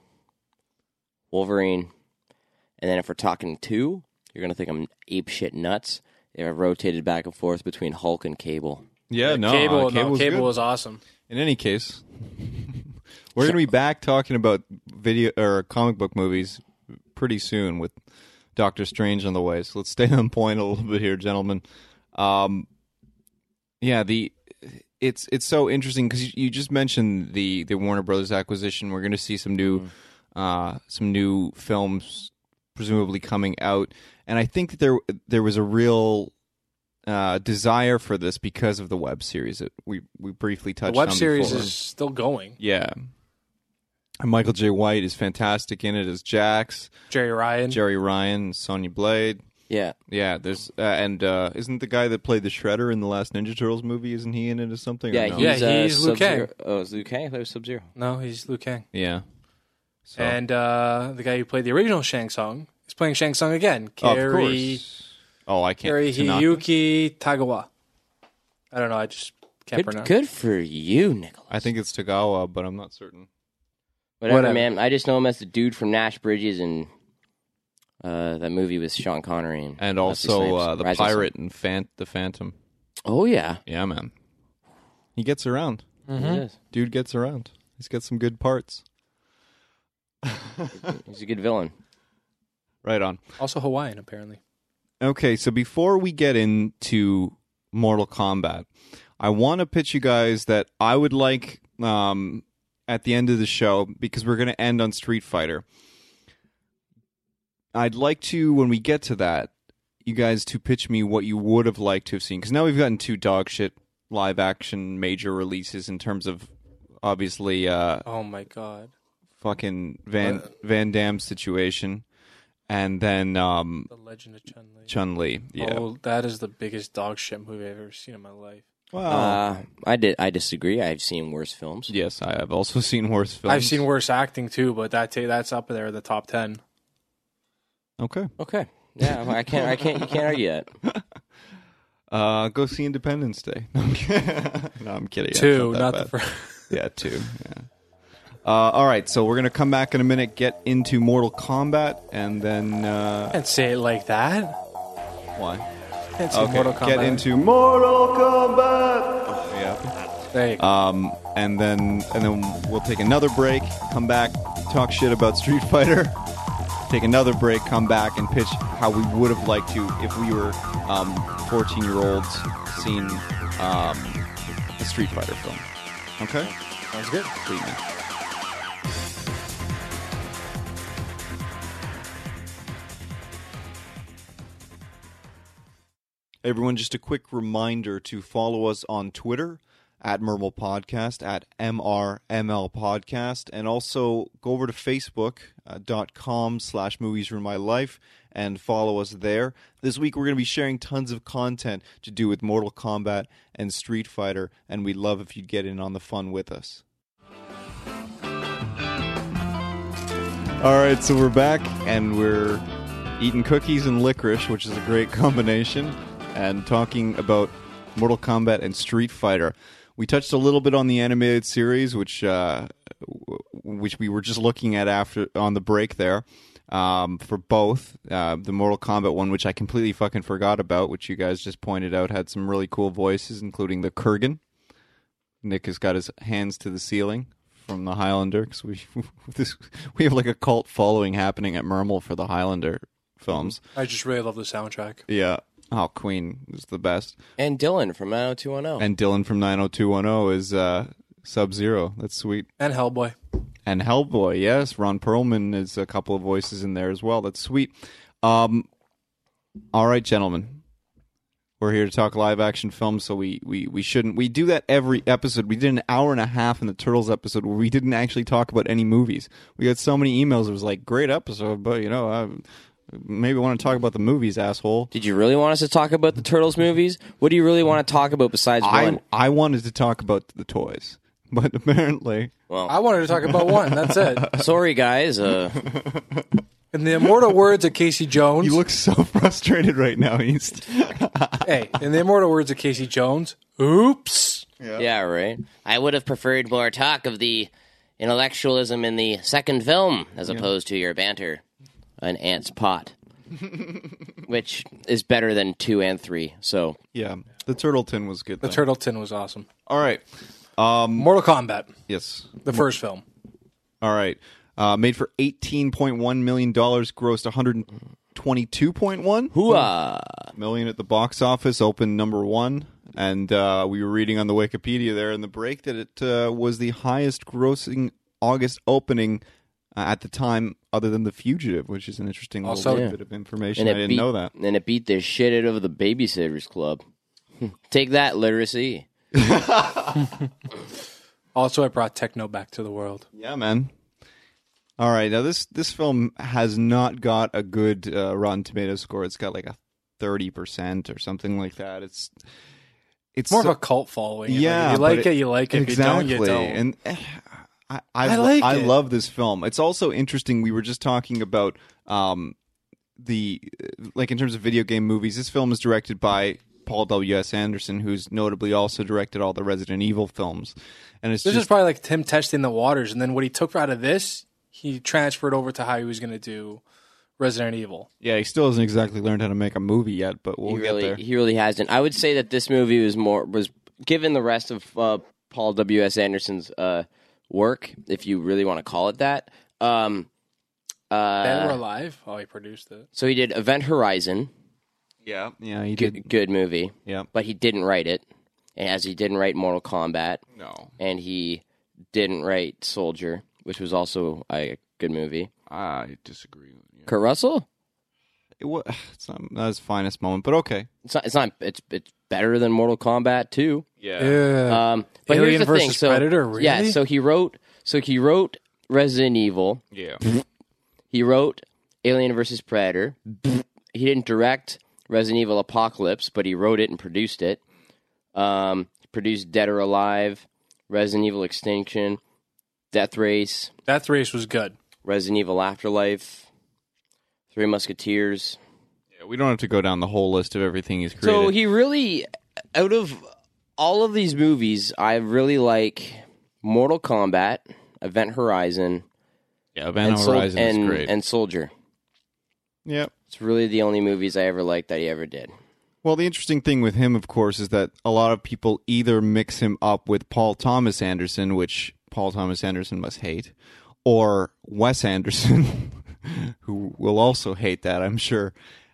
[SPEAKER 3] Wolverine, and then if we're talking two, you're gonna think I'm ape shit nuts. They have rotated back and forth between Hulk and Cable.
[SPEAKER 1] Yeah, no,
[SPEAKER 2] Cable,
[SPEAKER 1] uh,
[SPEAKER 2] no,
[SPEAKER 1] Cable's
[SPEAKER 2] Cable
[SPEAKER 1] good.
[SPEAKER 2] was awesome.
[SPEAKER 1] In any case, we're going to be back talking about video or comic book movies pretty soon with Doctor Strange on the way. So let's stay on point a little bit here, gentlemen. Um, yeah, the it's it's so interesting because you, you just mentioned the the Warner Brothers acquisition. We're going to see some new
[SPEAKER 2] Mm-hmm.
[SPEAKER 1] uh, some new films presumably coming out, and I think that there there was a real uh, desire for this because of the web series that we we briefly touched.
[SPEAKER 2] The web
[SPEAKER 1] on
[SPEAKER 2] series
[SPEAKER 1] before.
[SPEAKER 2] is still going.
[SPEAKER 1] yeah. And Michael J. White is fantastic in it as Jax,
[SPEAKER 2] Jerry Ryan.
[SPEAKER 1] Jerry Ryan, Sonya Blade.
[SPEAKER 3] Yeah,
[SPEAKER 1] Yeah, there's uh, and uh, isn't the guy that played the Shredder in the last Ninja Turtles movie? Isn't he in it as something? or
[SPEAKER 3] yeah,
[SPEAKER 1] no?
[SPEAKER 3] he's,
[SPEAKER 2] Yeah,
[SPEAKER 3] uh,
[SPEAKER 2] he's Liu Kang.
[SPEAKER 3] Sub-Zero- Oh, it's Liu Kang. I thought it was Sub Zero.
[SPEAKER 2] no, he's Liu Kang.
[SPEAKER 1] yeah. So,
[SPEAKER 2] And uh, the guy who played the original Shang Tsung is playing Shang Tsung again.
[SPEAKER 1] oh, of
[SPEAKER 2] Kerry,
[SPEAKER 1] course. Oh, I can't.
[SPEAKER 2] Kerry
[SPEAKER 1] Tanaka.
[SPEAKER 2] Hiyuki Tagawa. I don't know. I just can't
[SPEAKER 3] Good,
[SPEAKER 2] pronounce.
[SPEAKER 3] good for you, Nicholas.
[SPEAKER 1] I think it's Tagawa, but I'm not certain.
[SPEAKER 3] Whatever,
[SPEAKER 2] Whatever.
[SPEAKER 3] man. I just know him as the dude from Nash Bridges and uh, that movie with Sean Connery and,
[SPEAKER 1] And
[SPEAKER 3] Wesley
[SPEAKER 1] also
[SPEAKER 3] Snipes.
[SPEAKER 1] uh, the
[SPEAKER 3] Rise of
[SPEAKER 1] pirate and fan- the Phantom.
[SPEAKER 3] Sun. Oh yeah,
[SPEAKER 1] Yeah, man. He gets around.
[SPEAKER 3] He does.
[SPEAKER 1] Dude gets around. He's got some good parts.
[SPEAKER 3] he's a good villain.
[SPEAKER 1] Right on.
[SPEAKER 2] Also Hawaiian, apparently.
[SPEAKER 1] Okay, so before we get into Mortal Kombat, I want to pitch you guys that I would like um, at the end of the show because we're going to end on Street Fighter. I'd like to, when we get to that, you guys to pitch me what you would have liked to have seen because now we've gotten two dog shit live action major releases in terms of obviously uh,
[SPEAKER 2] Oh my god.
[SPEAKER 1] fucking Van Van Damme situation, and then um,
[SPEAKER 2] The Legend of Chun Li.
[SPEAKER 1] Chun Li. Yeah.
[SPEAKER 2] Oh, that is the biggest dog shit movie I've ever seen in my life.
[SPEAKER 1] Well,
[SPEAKER 3] Uh, I did. I disagree. I've seen worse films.
[SPEAKER 1] yes, I have also seen worse films.
[SPEAKER 2] I've seen worse acting too, but that ta- that's up there in the top ten.
[SPEAKER 1] Okay.
[SPEAKER 3] Okay. Yeah, I can't. I can't. You can't argue that.
[SPEAKER 1] Uh, go see Independence Day. no, I'm kidding. No, I'm kidding. It's
[SPEAKER 2] two,
[SPEAKER 1] that
[SPEAKER 2] not
[SPEAKER 1] bad.
[SPEAKER 2] the first.
[SPEAKER 1] Yeah, two. Yeah. Uh, all right, so we're gonna come back in a minute, get into Mortal Kombat, and then uh,
[SPEAKER 2] Can't say it like that.
[SPEAKER 1] why?
[SPEAKER 2] Can't say
[SPEAKER 1] Okay,
[SPEAKER 2] Mortal Kombat.
[SPEAKER 1] get into Mortal Kombat. Oh, Yeah.
[SPEAKER 2] There you go.
[SPEAKER 1] Um, and then and then we'll take another break, come back, talk shit about Street Fighter, take another break, come back, and pitch how we would have liked to if we were um, 14 year olds seeing um, a Street Fighter film. Okay,
[SPEAKER 2] Sounds good.
[SPEAKER 1] Sweet, man. Everyone, just a quick reminder to follow us on Twitter at Mermal Podcast, at MRML Podcast, and also go over to Facebook.com slash movies ruin my life and follow us there. This week, we're going to be sharing tons of content to do with Mortal Kombat and Street Fighter, and we'd love if you'd get in on the fun with us. All right, so we're back and we're eating cookies and licorice, which is a great combination, and talking about Mortal Kombat and Street Fighter. We touched a little bit on the animated series, which uh, w- which we were just looking at after on the break there um, for both uh, the Mortal Kombat one, which I completely fucking forgot about, which you guys just pointed out had some really cool voices, including the Kurgan. Nick has got his hands to the ceiling from the Highlander because we this, we have like a cult following happening at Mermal for the Highlander films.
[SPEAKER 2] I just really love the soundtrack.
[SPEAKER 1] Yeah. Oh, Queen is the best.
[SPEAKER 3] And Dylan from 90210.
[SPEAKER 1] And Dylan from 90210 is uh, Sub Zero. That's sweet.
[SPEAKER 2] And Hellboy.
[SPEAKER 1] And Hellboy, yes. Ron Perlman is a couple of voices in there as well. That's sweet. Um, all right, gentlemen. We're here to talk live action films, so we, we, we shouldn't. We do that every episode. We did an hour and a half in the Turtles episode where we didn't actually talk about any movies. We got so many emails. It was like, great episode, but, you know, I maybe want to talk about the movies, asshole.
[SPEAKER 3] Did you really want us to talk about the Turtles movies? What do you really want to talk about besides
[SPEAKER 1] I,
[SPEAKER 3] one?
[SPEAKER 1] I wanted to talk about the toys, but apparently.
[SPEAKER 2] I wanted to talk about one. That's it.
[SPEAKER 3] Sorry, guys. Uh,
[SPEAKER 2] In the immortal words of Casey Jones,
[SPEAKER 1] You look so frustrated right now, East.
[SPEAKER 2] hey, in the immortal words of Casey Jones, oops.
[SPEAKER 3] yeah, right. I would have preferred more talk of the intellectualism in the second film as opposed to your banter, an ant's pot, which is better than two and three. So
[SPEAKER 1] Yeah, the Turtleton was good.
[SPEAKER 2] The
[SPEAKER 1] then.
[SPEAKER 2] Turtleton was awesome.
[SPEAKER 1] All right.
[SPEAKER 2] Mortal Kombat,
[SPEAKER 1] Yes.
[SPEAKER 2] the first film.
[SPEAKER 1] All right. Uh, made for eighteen point one million dollars, grossed one hundred twenty-two point one
[SPEAKER 3] hooah!
[SPEAKER 1] million at the box office, opened number one. And uh, we were reading on the Wikipedia there in the break that it uh, was the highest-grossing August opening uh, at the time, other than The Fugitive, which is an interesting
[SPEAKER 2] Also-
[SPEAKER 1] little
[SPEAKER 2] Yeah.
[SPEAKER 1] bit of information. I didn't
[SPEAKER 3] beat,
[SPEAKER 1] know that.
[SPEAKER 3] And it beat the shit out of the Babysitters Club. Take that literacy.
[SPEAKER 2] Also, I brought techno back to the world.
[SPEAKER 1] Yeah, man. All right, now this this film has not got a good uh, Rotten Tomato score. It's got like a thirty percent or something like that. It's it's
[SPEAKER 2] More
[SPEAKER 1] so-
[SPEAKER 2] of a cult following. Like,
[SPEAKER 1] yeah.
[SPEAKER 2] if you like
[SPEAKER 1] but
[SPEAKER 2] it, you like it.
[SPEAKER 1] Exactly.
[SPEAKER 2] If you don't, you don't.
[SPEAKER 1] And eh, I I,
[SPEAKER 2] I
[SPEAKER 1] lo-
[SPEAKER 2] like
[SPEAKER 1] I
[SPEAKER 2] it.
[SPEAKER 1] love this film. It's also interesting. We were just talking about um the like in terms of video game movies. This film is directed by Paul W S Anderson, who's notably also directed all the Resident Evil films. And it's
[SPEAKER 2] This
[SPEAKER 1] just
[SPEAKER 2] is probably like him testing the waters, and then what he took out of this, he transferred over to how he was going to do Resident Evil.
[SPEAKER 1] Yeah, he still hasn't exactly learned how to make a movie yet, but we'll
[SPEAKER 3] he
[SPEAKER 1] get
[SPEAKER 3] really
[SPEAKER 1] there.
[SPEAKER 3] he really hasn't. I would say that this movie was more was given the rest of uh, Paul W S Anderson's uh, work, if you really want to call it that. Um,
[SPEAKER 2] Dead or Alive? Oh, he produced it.
[SPEAKER 3] So he did Event Horizon,
[SPEAKER 1] Yeah. Yeah, he
[SPEAKER 3] good,
[SPEAKER 1] did.
[SPEAKER 3] good movie,
[SPEAKER 1] Yeah.
[SPEAKER 3] but he didn't write it. As he didn't write Mortal Kombat,
[SPEAKER 1] No.
[SPEAKER 3] and he didn't write Soldier, which was also a good movie.
[SPEAKER 1] I disagree with you.
[SPEAKER 3] Kurt Russell?
[SPEAKER 1] It wa- it's not, not his finest moment, but okay.
[SPEAKER 3] It's not. It's not. It's it's better than Mortal Kombat 2.
[SPEAKER 2] Yeah.
[SPEAKER 3] Um, but
[SPEAKER 2] Alien
[SPEAKER 3] here's the thing.
[SPEAKER 2] versus
[SPEAKER 3] So
[SPEAKER 2] Predator,
[SPEAKER 3] yeah.
[SPEAKER 2] really?
[SPEAKER 3] So he wrote. So he wrote Resident Evil.
[SPEAKER 1] Yeah.
[SPEAKER 3] He wrote Alien versus Predator. he didn't direct Resident Evil Apocalypse, but he wrote it and produced it. Um, produced Dead or Alive, Resident Evil Extinction, Death Race,
[SPEAKER 2] Death Race was good.
[SPEAKER 3] Resident Evil Afterlife, Three Musketeers.
[SPEAKER 1] Yeah, we don't have to go down the whole list of everything he's created.
[SPEAKER 3] So he really, out of all of these movies, I really like Mortal Kombat, Event Horizon,
[SPEAKER 1] yeah, Van
[SPEAKER 3] Sol-
[SPEAKER 1] Horizon is
[SPEAKER 3] and-
[SPEAKER 1] great.
[SPEAKER 3] and Soldier.
[SPEAKER 1] yeah.
[SPEAKER 3] It's really the only movies I ever liked that he ever did.
[SPEAKER 1] Well, the interesting thing with him, of course, is that a lot of people either mix him up with Paul Thomas Anderson, which Paul Thomas Anderson must hate, or Wes Anderson, who will also hate that, I'm sure.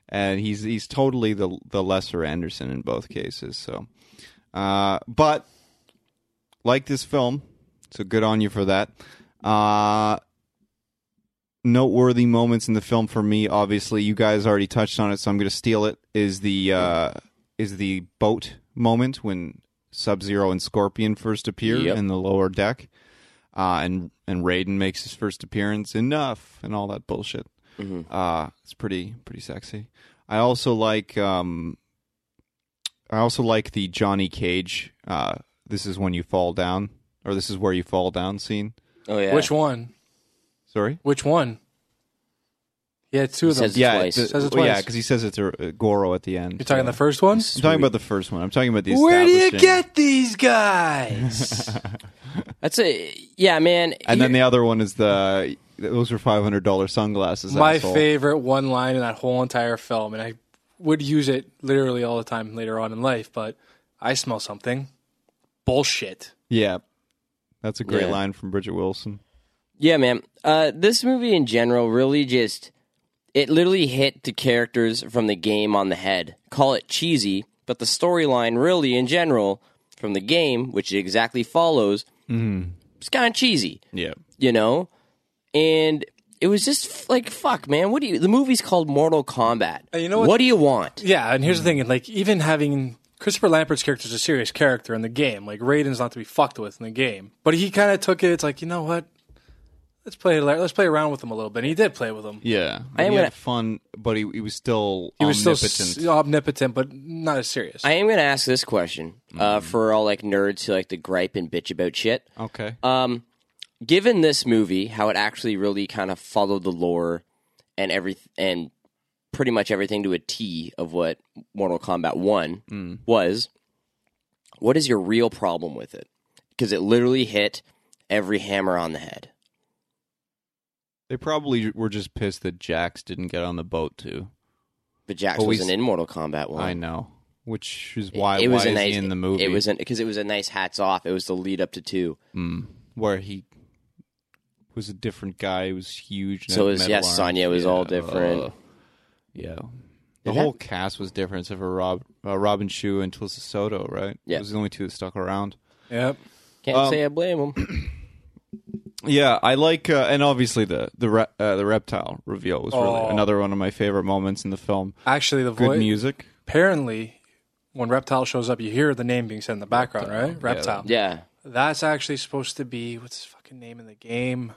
[SPEAKER 1] And he's he's totally the the lesser Anderson in both cases. So, uh, but like this film, so good on you for that. Uh, noteworthy moments in the film for me obviously you guys already touched on it so i'm going to steal it is the uh is the boat moment when sub-zero and scorpion first appear
[SPEAKER 3] Yep.
[SPEAKER 1] in the lower deck uh and and raiden makes his first appearance enough and all that bullshit uh it's pretty pretty sexy i also like um i also like the johnny cage uh this is when you fall down or this is where you fall down scene
[SPEAKER 3] Oh yeah,
[SPEAKER 2] Which one?
[SPEAKER 1] sorry
[SPEAKER 2] Which one? He had two of them.
[SPEAKER 3] says-
[SPEAKER 2] You're
[SPEAKER 1] yeah,
[SPEAKER 3] twice.
[SPEAKER 1] the-
[SPEAKER 2] Says it
[SPEAKER 1] well, yeah,
[SPEAKER 2] twice.
[SPEAKER 1] because he says it to uh, Goro at the end.
[SPEAKER 2] talking
[SPEAKER 1] Yeah.
[SPEAKER 2] the first one?
[SPEAKER 1] I'm talking about the first one. I'm talking about the.
[SPEAKER 2] Where do you
[SPEAKER 1] establishing-
[SPEAKER 2] get these guys?
[SPEAKER 3] that's a yeah, man.
[SPEAKER 1] And then
[SPEAKER 3] Here-
[SPEAKER 1] the other one is the. Those were five hundred dollar sunglasses.
[SPEAKER 2] My
[SPEAKER 1] asshole.
[SPEAKER 2] favorite one line in that whole entire film, and I would use it literally all the time later on in life, but I smell something. Bullshit.
[SPEAKER 1] Yeah, that's a great
[SPEAKER 3] Yeah.
[SPEAKER 1] line from Bridget Wilson.
[SPEAKER 3] yeah, man. Uh, this movie in general really just it literally hit the characters from the game on the head. Call it cheesy, but the storyline really in general from the game, which it exactly follows,
[SPEAKER 1] Mm-hmm.
[SPEAKER 3] it's kind of cheesy.
[SPEAKER 1] Yeah,
[SPEAKER 3] you know? And it was just f- like, fuck, man, what do you, the movie's called Mortal Kombat.
[SPEAKER 2] you know
[SPEAKER 3] what?
[SPEAKER 2] what-
[SPEAKER 3] do you want?
[SPEAKER 2] Yeah, and here's the
[SPEAKER 3] Hmm.
[SPEAKER 2] thing: like even having Christopher Lampert's character is a serious character in the game. Like Raiden's not to be fucked with in the game, but he kind of took it. It's like you know what? Let's play. Let's play around with him a little bit. And he did play with him.
[SPEAKER 1] yeah.
[SPEAKER 3] am
[SPEAKER 1] he
[SPEAKER 3] gonna-
[SPEAKER 1] had fun, but he, he was still
[SPEAKER 2] He was
[SPEAKER 1] omnipotent.
[SPEAKER 2] still s- omnipotent, but not as serious.
[SPEAKER 3] I am going to ask this question uh, for all like nerds who like to gripe and bitch about shit.
[SPEAKER 1] okay.
[SPEAKER 3] Um, given this movie, how it actually really kind of followed the lore and every and pretty much everything to a T of what Mortal Kombat One
[SPEAKER 2] Mm.
[SPEAKER 3] was, what is your real problem with it? Because it literally hit every hammer on the head.
[SPEAKER 1] they probably were just pissed that Jax didn't get on the boat too.
[SPEAKER 3] But Jax
[SPEAKER 1] Always-
[SPEAKER 3] wasn't in Mortal Kombat one.
[SPEAKER 1] I know, which is why
[SPEAKER 3] it
[SPEAKER 1] why
[SPEAKER 3] was
[SPEAKER 1] is
[SPEAKER 3] a nice
[SPEAKER 1] he in the movie?
[SPEAKER 3] It was because it was a nice hats off. It was the lead up to two.
[SPEAKER 1] Mm. where he was a different guy. He was huge. and
[SPEAKER 3] So
[SPEAKER 1] had
[SPEAKER 3] it was-
[SPEAKER 1] metal
[SPEAKER 3] yeah,
[SPEAKER 1] arms. Oh,
[SPEAKER 3] Sonya was all different.
[SPEAKER 1] yeah, the
[SPEAKER 3] It
[SPEAKER 1] whole cast was different except for Rob, uh, Robin Shu and Tulsa Soto. Right?
[SPEAKER 3] Yeah.
[SPEAKER 1] it was the only two that stuck around.
[SPEAKER 2] yep.
[SPEAKER 3] Can't
[SPEAKER 1] Um,
[SPEAKER 3] say I blame him.
[SPEAKER 1] Yeah, I like, uh, and obviously the the re- uh, the reptile reveal was
[SPEAKER 2] Oh.
[SPEAKER 1] really another one of my favorite moments in the film.
[SPEAKER 2] Actually, the
[SPEAKER 1] Good
[SPEAKER 2] voice.
[SPEAKER 1] music.
[SPEAKER 2] Apparently, when Reptile shows up, you hear the name being said in the background, right? Reptile.
[SPEAKER 3] Yeah,
[SPEAKER 2] That's actually supposed to be what's his fucking name in the game.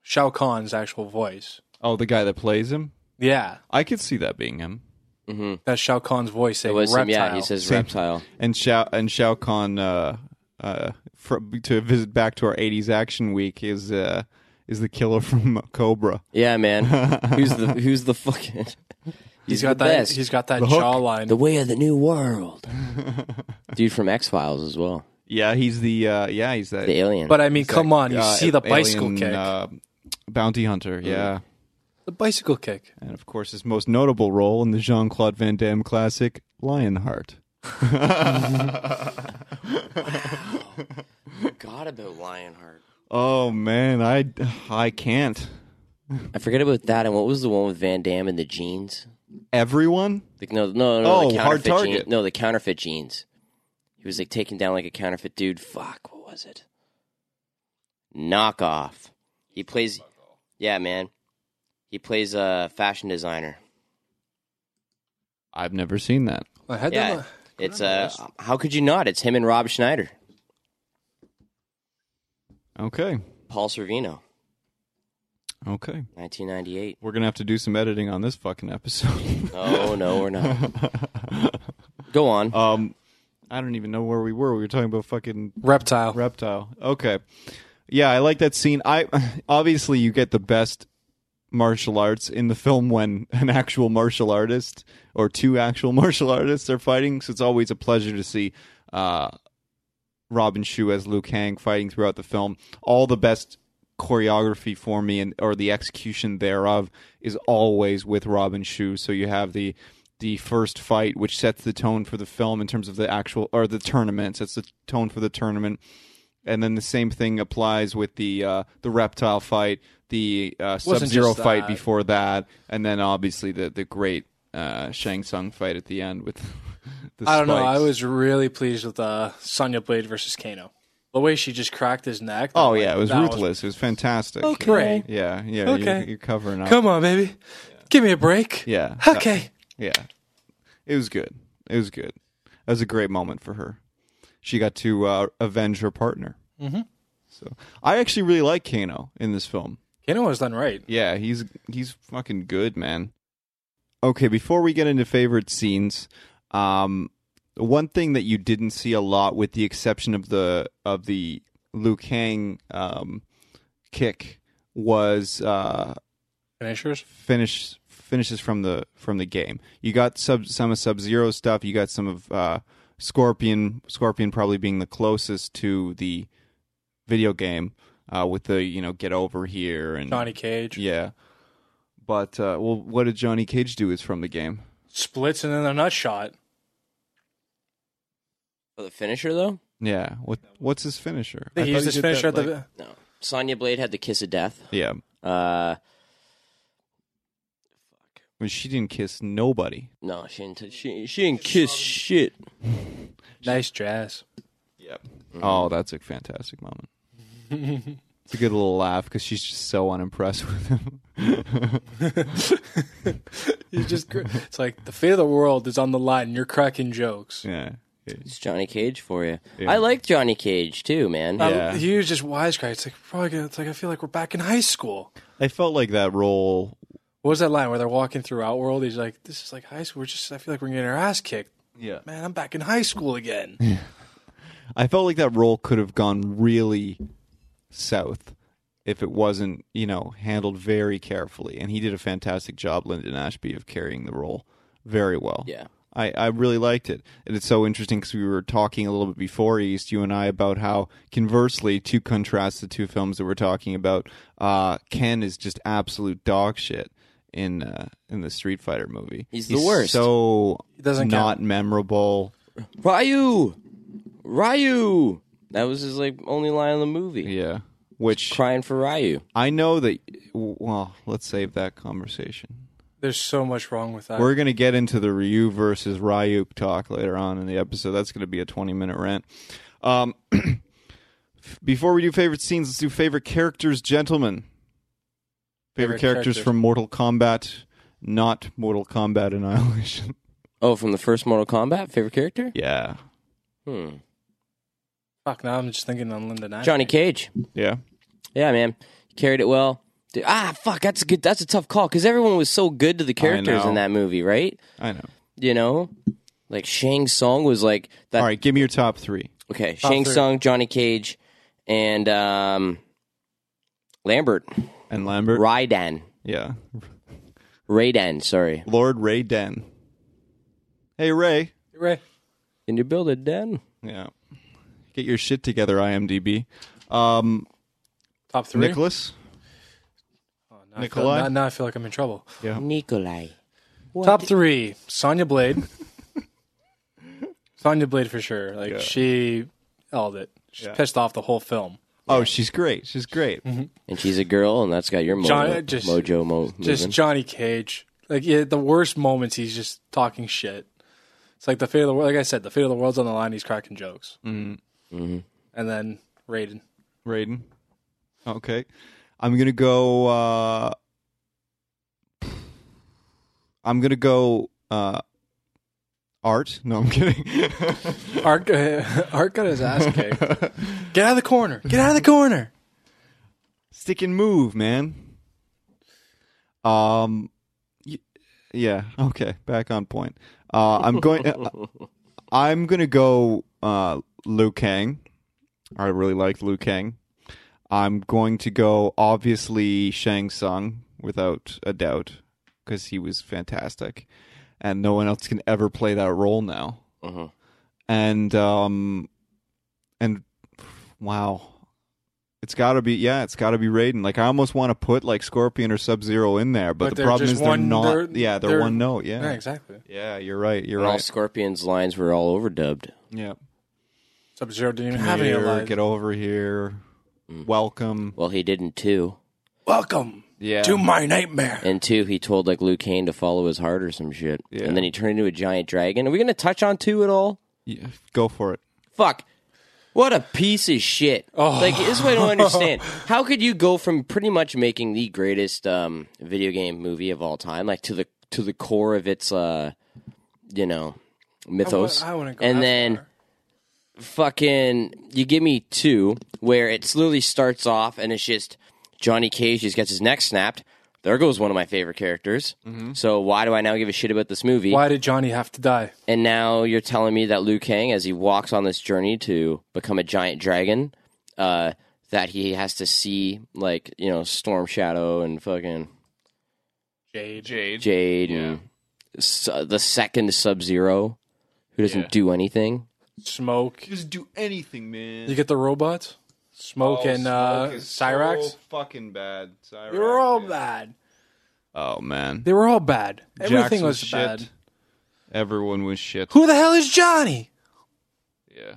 [SPEAKER 2] Shao Kahn's actual voice.
[SPEAKER 1] Oh, the guy that plays him.
[SPEAKER 2] Yeah,
[SPEAKER 1] I could see that being him.
[SPEAKER 3] Hmm.
[SPEAKER 2] that's Shao Kahn's voice
[SPEAKER 3] it
[SPEAKER 2] saying
[SPEAKER 3] was him.
[SPEAKER 2] reptile.
[SPEAKER 3] Yeah, he says reptile.
[SPEAKER 1] and Shao and Shao Kahn uh, uh, fr to visit back to our '80s action week is uh, is the killer from Cobra.
[SPEAKER 3] Yeah, man. who's the who's the fucking?
[SPEAKER 2] He's got
[SPEAKER 3] the
[SPEAKER 2] that.
[SPEAKER 3] best.
[SPEAKER 2] He's got that
[SPEAKER 1] hook.
[SPEAKER 2] jawline.
[SPEAKER 3] the way of the new world. Dude from X Files as well.
[SPEAKER 1] Yeah, he's the uh, yeah he's that.
[SPEAKER 3] The alien.
[SPEAKER 2] but I mean, come on, you
[SPEAKER 1] uh,
[SPEAKER 2] see the bicycle
[SPEAKER 1] alien,
[SPEAKER 2] kick.
[SPEAKER 1] uh, bounty hunter. Yeah,
[SPEAKER 2] the bicycle kick.
[SPEAKER 1] and of course his most notable role in the Jean Claude Van Damme classic Lionheart.
[SPEAKER 3] God about Lionheart.
[SPEAKER 1] Oh man, I I can't.
[SPEAKER 3] I forget about that. And what was the one with Van Damme and the jeans?
[SPEAKER 1] Everyone?
[SPEAKER 3] Like no, no, no.
[SPEAKER 1] Oh,
[SPEAKER 3] the
[SPEAKER 1] Hard
[SPEAKER 3] counterfeit
[SPEAKER 1] Target.
[SPEAKER 3] jean- No, the counterfeit jeans. He was like taking down like a counterfeit dude. Fuck, what was it? Knockoff. He plays. Yeah, man. He plays a fashion designer.
[SPEAKER 1] I've never seen that.
[SPEAKER 2] I had
[SPEAKER 3] yeah,
[SPEAKER 2] that.
[SPEAKER 3] it's uh, how could you not? It's him and Rob Schneider,
[SPEAKER 1] Okay.
[SPEAKER 3] Paul Servino,
[SPEAKER 1] Okay.
[SPEAKER 3] 1998.
[SPEAKER 1] We're going to have to do some editing on this fucking episode.
[SPEAKER 3] No, no, we're not. Go on.
[SPEAKER 1] um I don't even know where we were. We were talking about fucking
[SPEAKER 2] Reptile.
[SPEAKER 1] reptile. Okay. Yeah, I like that scene. I obviously you get the best martial arts in the film when an actual martial artist or two actual martial artists are fighting. So it's always a pleasure to see uh, Robin Shu as Liu Kang fighting throughout the film. All the best choreography for me and or the execution thereof is always with Robin Shu. So you have the the first fight which sets the tone for the film in terms of the actual or the tournament sets the tone for the tournament and then the same thing applies with the uh, the reptile fight, the uh, Sub
[SPEAKER 2] Wasn't
[SPEAKER 1] Zero
[SPEAKER 2] just
[SPEAKER 1] fight
[SPEAKER 2] that.
[SPEAKER 1] before that, and then obviously the the great uh, Shang Tsung fight at the end with. the
[SPEAKER 2] I don't know. I
[SPEAKER 1] spikes.
[SPEAKER 2] was really pleased with uh, Sonya Blade versus Kano. The way she just cracked his neck.
[SPEAKER 1] Oh
[SPEAKER 2] like,
[SPEAKER 1] yeah, it was
[SPEAKER 2] that
[SPEAKER 1] ruthless. It was fantastic.
[SPEAKER 2] Okay.
[SPEAKER 1] Yeah, yeah. You're,
[SPEAKER 2] Okay.
[SPEAKER 1] you're covering up.
[SPEAKER 2] Come on, baby. Give me a break.
[SPEAKER 1] Yeah.
[SPEAKER 2] Okay.
[SPEAKER 1] Yeah. It was good. It was good. That was a great moment for her. She got to uh, avenge her partner. Mm-hmm. So I actually really like Kano in this film.
[SPEAKER 2] Kano was done right.
[SPEAKER 1] Yeah, he's he's fucking good, man. Okay, before we get into favorite scenes, um, one thing that you didn't see a lot, with the exception of the of the Liu Kang um, kick, was uh,
[SPEAKER 2] Finishers.
[SPEAKER 1] finish finishes from the from the game. You got sub, some of Sub Zero stuff. You got some of uh, Scorpion. Scorpion probably being the closest to the video game uh, with the you know get over here and
[SPEAKER 2] Johnny Cage.
[SPEAKER 1] yeah. But uh, well, what did Johnny Cage do? Is from the game.
[SPEAKER 2] Splits and then a nut shot.
[SPEAKER 3] For the finisher though,
[SPEAKER 1] Yeah. What What's his finisher?
[SPEAKER 2] I think he
[SPEAKER 1] thought
[SPEAKER 2] used his
[SPEAKER 1] did
[SPEAKER 2] finisher
[SPEAKER 1] that,
[SPEAKER 2] at the.
[SPEAKER 1] like-
[SPEAKER 3] no. Sonya Blade had the kiss of death.
[SPEAKER 1] Yeah.
[SPEAKER 3] Uh,
[SPEAKER 1] When she didn't kiss nobody.
[SPEAKER 3] no, she didn't. T- she she didn't kiss shit.
[SPEAKER 2] nice jazz.
[SPEAKER 1] Yep. Oh, that's a fantastic moment. it's a good little laugh because she's just so unimpressed with him.
[SPEAKER 2] You just. gr- it's like the fate of the world is on the line. and You're cracking jokes.
[SPEAKER 1] yeah.
[SPEAKER 3] It's Johnny Cage for you. I like Johnny Cage too, man. Um,
[SPEAKER 2] I-
[SPEAKER 1] Yeah.
[SPEAKER 2] Um, he was just wisecrack. It's like probably. Gonna, it's like I feel like we're back in high school.
[SPEAKER 1] I felt like that role.
[SPEAKER 2] What was that line where they're walking through Outworld? He's like, "This is like high school. We're just. I feel like we're getting our ass kicked."
[SPEAKER 1] Yeah.
[SPEAKER 2] Man, I'm back in high school again.
[SPEAKER 1] I felt like that role could have gone really south if it wasn't, you know, handled very carefully. And he did a fantastic job, Lyndon Ashby, of carrying the role very well.
[SPEAKER 3] Yeah.
[SPEAKER 1] I, I really liked it. And it's so interesting because we were talking a little bit before East, you and I, about how, conversely, to contrast the two films that we're talking about, uh, Ken is just absolute dog shit in uh, in the Street Fighter movie.
[SPEAKER 3] He's the worst.
[SPEAKER 1] So
[SPEAKER 2] doesn't
[SPEAKER 1] not memorable.
[SPEAKER 3] Ryu, Ryu. That was his like only line in the movie.
[SPEAKER 1] Yeah. Which
[SPEAKER 3] Crying for Ryu.
[SPEAKER 1] I know that. Well, let's save that conversation.
[SPEAKER 2] There's so much wrong with that.
[SPEAKER 1] We're going to get into the Ryu versus Ryuk talk later on in the episode. That's going to be a 20 minute rant. Um, before we do favorite scenes, let's do favorite characters, gentlemen. Favorite,
[SPEAKER 2] Favorite
[SPEAKER 1] characters,
[SPEAKER 2] characters.
[SPEAKER 1] from Mortal Kombat, not Mortal Kombat Annihilation.
[SPEAKER 3] Oh, from the first Mortal Kombat, favorite character?
[SPEAKER 1] yeah.
[SPEAKER 3] Hmm.
[SPEAKER 2] Fuck, now I'm just thinking on Linda Nash.
[SPEAKER 3] Johnny Cage.
[SPEAKER 1] Yeah.
[SPEAKER 3] Yeah, man, carried it well. Dude, ah, fuck, that's a good. That's a tough call because everyone was so good to the characters
[SPEAKER 1] know.
[SPEAKER 3] in that movie, right?
[SPEAKER 1] I know.
[SPEAKER 3] You know, like Shang Tsung was like that.
[SPEAKER 1] All right. Give me your top three.
[SPEAKER 3] Okay, Shang
[SPEAKER 2] three.
[SPEAKER 3] Tsung, Johnny Cage, and um, Lambert,
[SPEAKER 1] And Lambert.
[SPEAKER 3] Raiden,
[SPEAKER 1] Yeah.
[SPEAKER 3] Raiden. Sorry,
[SPEAKER 1] Lord Ray Den. Hey, Ray.
[SPEAKER 2] Right.
[SPEAKER 3] can you build it then?
[SPEAKER 1] Yeah. Get your shit together, IMDb. Um,
[SPEAKER 2] Top three.
[SPEAKER 1] Nicholas.
[SPEAKER 2] Oh, now I feel-
[SPEAKER 1] Nikolai?
[SPEAKER 2] now- now I feel like I'm in trouble.
[SPEAKER 3] Nikolai.
[SPEAKER 2] Top three: Sonya Blade. Sonya Blade for sure. Like she held it. She pissed off the whole film.
[SPEAKER 1] Oh, she's great. She's great.
[SPEAKER 3] and she's a girl, and that's got your mo-
[SPEAKER 2] John- just-
[SPEAKER 3] mojo mo-
[SPEAKER 2] Just
[SPEAKER 3] moving.
[SPEAKER 2] Johnny Cage. Like yeah, the worst moments, he's just talking shit. It's like the fate of the world. Like I said, the fate of the world's on the line. He's cracking jokes, mm-hmm. and then Raiden.
[SPEAKER 1] Raiden. Okay. I'm gonna go uh I'm gonna go uh art. No, I'm kidding.
[SPEAKER 2] Art, Art got his ass kicked. Get out of the corner. Get out of the corner.
[SPEAKER 1] Stick and move, man. Um y- yeah, okay, back on point. Uh I'm going I'm gonna go uh Liu Kang. I really like Liu Kang. I'm going to go obviously Shang Tsung without a doubt because he was fantastic, and no one else can ever play that role now.
[SPEAKER 2] Uh-huh.
[SPEAKER 3] Mhm.
[SPEAKER 1] And um, and wow, it's got to be yeah, it's got to be Raiden. Like I almost want to put like Scorpion or Sub Zero in there, but,
[SPEAKER 2] But
[SPEAKER 1] the
[SPEAKER 2] they're
[SPEAKER 1] problem
[SPEAKER 2] just
[SPEAKER 1] is they're
[SPEAKER 2] one-
[SPEAKER 1] not.
[SPEAKER 2] they're-
[SPEAKER 1] yeah, they're,
[SPEAKER 2] they're-
[SPEAKER 1] one note. Yeah,
[SPEAKER 2] Yeah, exactly.
[SPEAKER 1] yeah, you're right. You're
[SPEAKER 3] And all
[SPEAKER 1] right.
[SPEAKER 3] Scorpion's lines were all overdubbed.
[SPEAKER 1] Yeah,
[SPEAKER 2] Sub Zero didn't even
[SPEAKER 1] Come
[SPEAKER 2] have any
[SPEAKER 1] here,
[SPEAKER 2] alive.
[SPEAKER 1] get over here.
[SPEAKER 2] Mm.
[SPEAKER 1] Welcome.
[SPEAKER 3] Well, he didn't too.
[SPEAKER 2] Welcome
[SPEAKER 1] Yeah,
[SPEAKER 2] to my nightmare.
[SPEAKER 3] And two, he told like Luke Kane to follow his heart or some shit.
[SPEAKER 1] Yeah.
[SPEAKER 3] And then he turned into a giant dragon. Are we gonna touch on two at all?
[SPEAKER 1] yeah, go for it.
[SPEAKER 3] Fuck. What a piece of shit.
[SPEAKER 2] Oh.
[SPEAKER 3] Like this is what I don't understand. How could you go from pretty much making the greatest um, video game movie of all time, like to the to the core of its uh you know mythos.
[SPEAKER 2] I wouldn't go that
[SPEAKER 3] and then
[SPEAKER 2] far.
[SPEAKER 3] fucking you give me two where it slowly starts off and it's just Johnny Cage just gets his neck snapped. There goes one of my favorite characters. So why do I now give a shit about this movie?
[SPEAKER 2] Mm-hmm. Why did Johnny have to die?
[SPEAKER 3] And now you're telling me that Liu Kang, as he walks on this journey to become a giant dragon, uh, that he has to see like you know Storm Shadow and fucking
[SPEAKER 2] Jade.
[SPEAKER 3] Jade and s- uh, the second Sub Zero, who doesn't do anything.
[SPEAKER 2] Smoke.
[SPEAKER 1] Just do anything, man. Oh,
[SPEAKER 2] You get the robots. Smoke and uh, Cyrax.
[SPEAKER 1] fucking bad. Cyrax.
[SPEAKER 2] they were all bad.
[SPEAKER 1] Oh man.
[SPEAKER 2] They were all bad. Everything
[SPEAKER 1] Jackson
[SPEAKER 2] was
[SPEAKER 1] shit.
[SPEAKER 2] bad.
[SPEAKER 1] Everyone was shit.
[SPEAKER 2] Who the hell is Johnny?
[SPEAKER 1] Yeah.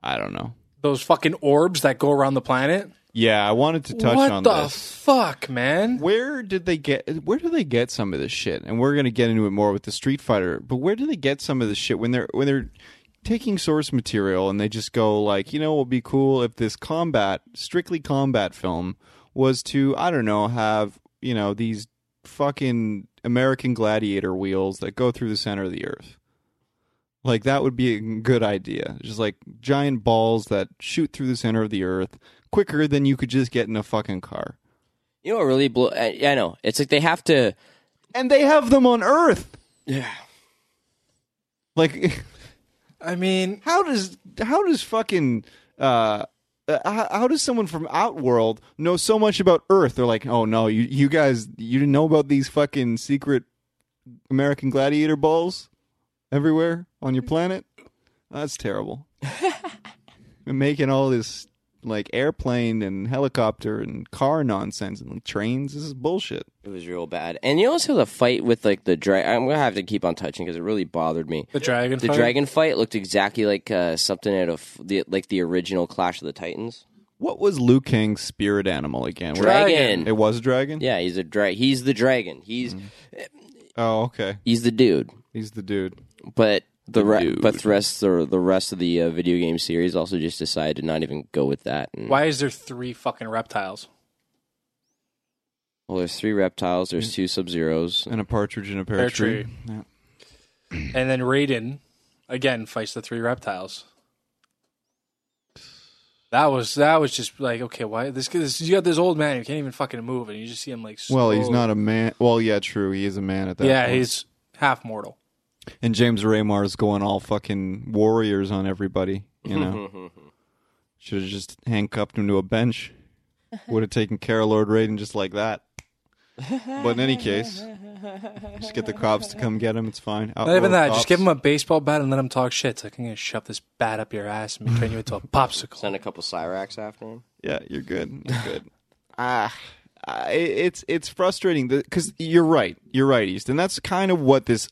[SPEAKER 1] I don't know.
[SPEAKER 2] Those fucking orbs that go around the planet.
[SPEAKER 1] Yeah, I wanted to touch
[SPEAKER 2] what
[SPEAKER 1] on
[SPEAKER 2] the
[SPEAKER 1] this.
[SPEAKER 2] fuck, man?
[SPEAKER 1] Where did they get? Where do they get some of this shit? And we're gonna get into it more with the Street Fighter. But where do they get some of this shit when they're when they're taking source material and they just go like, you know, it would be cool if this combat, strictly combat film, was to I don't know have you know these fucking American Gladiator wheels that go through the center of the earth. Like that would be a good idea. Just like giant balls that shoot through the center of the earth quicker than you could just get in a fucking car.
[SPEAKER 3] You know what really blow? I, I know it's like they have to.
[SPEAKER 1] and they have them on Earth.
[SPEAKER 3] Yeah.
[SPEAKER 1] Like,
[SPEAKER 2] I mean,
[SPEAKER 1] how does how does fucking uh, uh, how, how does someone from Outworld know so much about Earth? They're like, oh no, you you guys, you didn't know about these fucking secret American gladiator balls everywhere on your planet. That's terrible. We're making all this like airplane and helicopter and car nonsense and trains. This is bullshit.
[SPEAKER 3] It was real bad, and you also the fight with like the dragon. I'm gonna have to keep on touching because it really bothered me.
[SPEAKER 2] the dragon.
[SPEAKER 3] The
[SPEAKER 2] fight?
[SPEAKER 3] dragon fight looked exactly like uh, something out of the like the original Clash of the Titans.
[SPEAKER 1] What was Liu Kang's spirit animal again?
[SPEAKER 3] Dragon.
[SPEAKER 1] It was a dragon.
[SPEAKER 3] Yeah, he's a dra- He's the dragon. He's
[SPEAKER 1] Mm-hmm. Oh, okay.
[SPEAKER 3] he's the dude.
[SPEAKER 1] He's the dude.
[SPEAKER 3] But the, re-
[SPEAKER 1] dude.
[SPEAKER 3] but the rest the, the rest of the uh, video game series also just decided to not even go with that. And,
[SPEAKER 2] Why is there three fucking reptiles?
[SPEAKER 3] Well, there's three reptiles.
[SPEAKER 1] Mm.
[SPEAKER 3] There's two Sub Zeros.
[SPEAKER 1] And a partridge in a pear,
[SPEAKER 2] Pear
[SPEAKER 1] tree.
[SPEAKER 2] tree.
[SPEAKER 1] Yeah.
[SPEAKER 2] And then Raiden again fights the three reptiles. That was that was just like okay, why this? this you got this old man who can't even fucking move, and you just see him like.
[SPEAKER 1] Well, he's
[SPEAKER 2] slowly-
[SPEAKER 1] not a man. Well, yeah, true. He is a man at that.
[SPEAKER 2] Yeah,
[SPEAKER 1] point.
[SPEAKER 2] he's half mortal.
[SPEAKER 1] and James Raymar's going all fucking warriors on everybody. You know, should have just handcuffed him to a bench. Would have taken care of Lord Raiden just like that. But in any case, just get the cops to come get him. It's fine.
[SPEAKER 2] Not even that. Just give him a baseball bat and let him talk shit. It's like I'm gonna shove this bat up your ass and turn you into a popsicle.
[SPEAKER 3] Send a couple Cyrax after him.
[SPEAKER 1] Yeah, you're good. You're good. ah, I- it's it's frustrating because you're right. You're right, East, and that's kind of what this.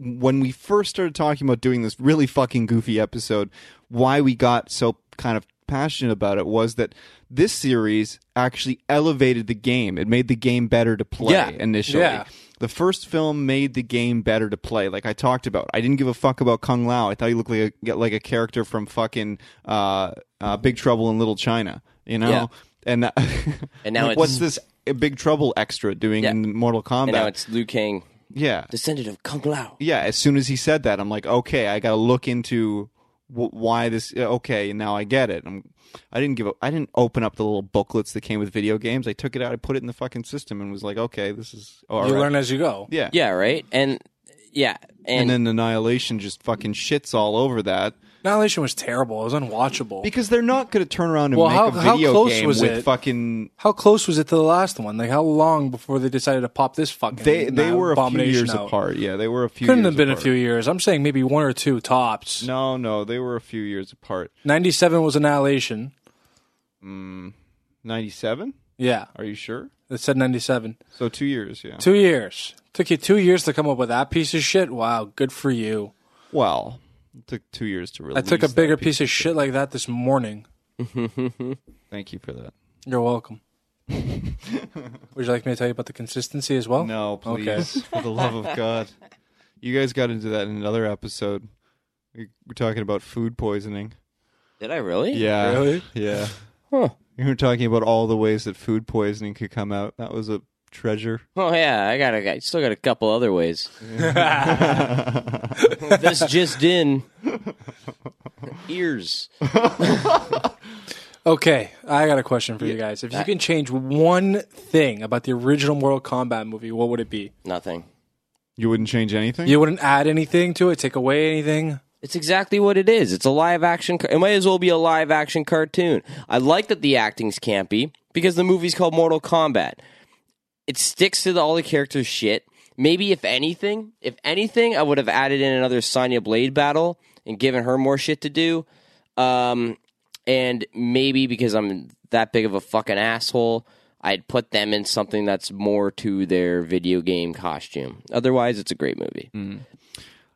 [SPEAKER 1] When we first started talking about doing this really fucking goofy episode, why we got so kind of passionate about it was that this series actually elevated the game. It made the game better to play
[SPEAKER 3] Yeah.
[SPEAKER 1] initially.
[SPEAKER 2] Yeah.
[SPEAKER 1] The first film made the game better to play, like I talked about. I didn't give a fuck about Kung Lao. I thought he looked like a, like a character from fucking uh, uh, Big Trouble in Little China, you know?
[SPEAKER 3] Yeah.
[SPEAKER 1] And, that-
[SPEAKER 3] And now
[SPEAKER 1] like,
[SPEAKER 3] it's-
[SPEAKER 1] what's this Big Trouble extra doing
[SPEAKER 3] Yeah.
[SPEAKER 1] in Mortal Kombat?
[SPEAKER 3] And now it's Liu Kang,
[SPEAKER 1] yeah.
[SPEAKER 3] descendant of Kung Lao.
[SPEAKER 1] yeah, as soon as he said that, I'm like, okay, I got to look into wh- why this. Okay, now I get it. I'm, I didn't give. A, I didn't open up the little booklets that came with video games. I took it out, I put it in the fucking system, and was like, okay, this is all
[SPEAKER 2] you
[SPEAKER 1] right.
[SPEAKER 2] learn as you go.
[SPEAKER 1] yeah,
[SPEAKER 3] Yeah, right? And yeah. And,
[SPEAKER 1] And then Annihilation just fucking shits all over that
[SPEAKER 2] Annihilation was terrible. It was unwatchable.
[SPEAKER 1] because they're not going to turn around and
[SPEAKER 2] Well,
[SPEAKER 1] make
[SPEAKER 2] how-
[SPEAKER 1] a
[SPEAKER 2] how
[SPEAKER 1] video
[SPEAKER 2] close
[SPEAKER 1] game
[SPEAKER 2] was
[SPEAKER 1] with
[SPEAKER 2] it?
[SPEAKER 1] fucking.
[SPEAKER 2] how close was it to the last one? Like how long before they decided to pop this fucking
[SPEAKER 1] They they
[SPEAKER 2] uh,
[SPEAKER 1] were a few
[SPEAKER 2] abomination
[SPEAKER 1] years
[SPEAKER 2] out?
[SPEAKER 1] apart. Yeah, they were a few.
[SPEAKER 2] Couldn't
[SPEAKER 1] years
[SPEAKER 2] have been
[SPEAKER 1] apart.
[SPEAKER 2] a few years. I'm saying maybe one or two tops.
[SPEAKER 1] No, no, they were a few years apart.
[SPEAKER 2] 97 was Annihilation.
[SPEAKER 1] Ninety seven.
[SPEAKER 2] Yeah,
[SPEAKER 1] Are you sure?
[SPEAKER 2] it said 97.
[SPEAKER 1] So two years. Yeah.
[SPEAKER 2] Two years. Took you two years to come up with that piece of shit. Wow, good for you.
[SPEAKER 1] Well, it took two years to
[SPEAKER 2] I
[SPEAKER 1] release.
[SPEAKER 2] took a
[SPEAKER 1] that
[SPEAKER 2] bigger piece of shit like that this morning.
[SPEAKER 1] Thank you for that.
[SPEAKER 2] You're welcome. Would you like me to tell you about the consistency as well?
[SPEAKER 1] No, please,
[SPEAKER 2] Oh, Okay.
[SPEAKER 1] for the love of God, you guys got into that in another episode. We were talking about food poisoning.
[SPEAKER 3] did I really?
[SPEAKER 1] Yeah,
[SPEAKER 2] Really?
[SPEAKER 1] yeah.
[SPEAKER 3] Huh.
[SPEAKER 1] You were talking about all the ways that food poisoning could come out. That was a treasure.
[SPEAKER 3] Oh yeah, I got a guy. Still got a couple other ways. this just in. Ears.
[SPEAKER 2] Okay, I got a question for you guys.
[SPEAKER 1] Uh,
[SPEAKER 2] If you can change one thing about the original Mortal Kombat movie, what would it be?
[SPEAKER 3] Nothing.
[SPEAKER 1] You wouldn't change anything.
[SPEAKER 2] You wouldn't add anything to it, take away anything?
[SPEAKER 3] It's exactly what it is. It's a live action. It might as well be a live action cartoon. I like that the acting's campy because the movie's called Mortal Kombat. It sticks to the, all the characters' shit. Maybe if anything, if anything, I would have added in another Sonya Blade battle and given her more shit to do. Um, and maybe because I'm that big of a fucking asshole, I'd put them in something that's more to their video game costume. Otherwise, it's a great movie.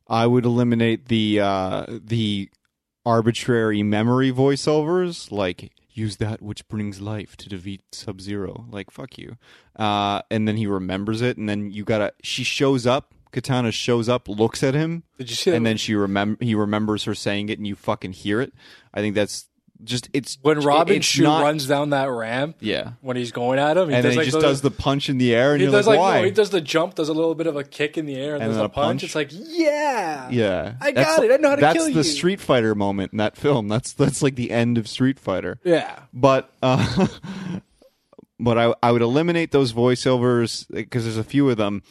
[SPEAKER 1] I would eliminate the uh, the arbitrary memory voiceovers, like use that which brings life to defeat Sub Zero. Like fuck you, uh, and then he remembers it, and then you gotta. She shows up. Katana shows up, looks at him,
[SPEAKER 2] Did you see that
[SPEAKER 1] and then she remember he remembers her saying it, and you fucking hear it. I think that's just it's
[SPEAKER 2] when Robin
[SPEAKER 1] it's
[SPEAKER 2] Shu
[SPEAKER 1] not-
[SPEAKER 2] runs down that ramp
[SPEAKER 1] yeah,
[SPEAKER 2] when he's going at him? He
[SPEAKER 1] and then
[SPEAKER 2] does
[SPEAKER 1] he
[SPEAKER 2] like
[SPEAKER 1] just
[SPEAKER 2] those-
[SPEAKER 1] does the punch in the air, and
[SPEAKER 2] He
[SPEAKER 1] you're
[SPEAKER 2] does
[SPEAKER 1] like,
[SPEAKER 2] like,
[SPEAKER 1] why?
[SPEAKER 2] no, he does the jump, does a little bit of a kick in the air, and,
[SPEAKER 1] And
[SPEAKER 2] does
[SPEAKER 1] then
[SPEAKER 2] a
[SPEAKER 1] a
[SPEAKER 2] punch.
[SPEAKER 1] punch.
[SPEAKER 2] It's like, yeah,
[SPEAKER 1] Yeah,
[SPEAKER 2] I got it. I know how to
[SPEAKER 1] that's
[SPEAKER 2] kill
[SPEAKER 1] the
[SPEAKER 2] you.
[SPEAKER 1] Street Fighter moment in that film. That's that's like the end of Street Fighter.
[SPEAKER 2] yeah.
[SPEAKER 1] But uh, but I I would eliminate those voiceovers because there's a few of them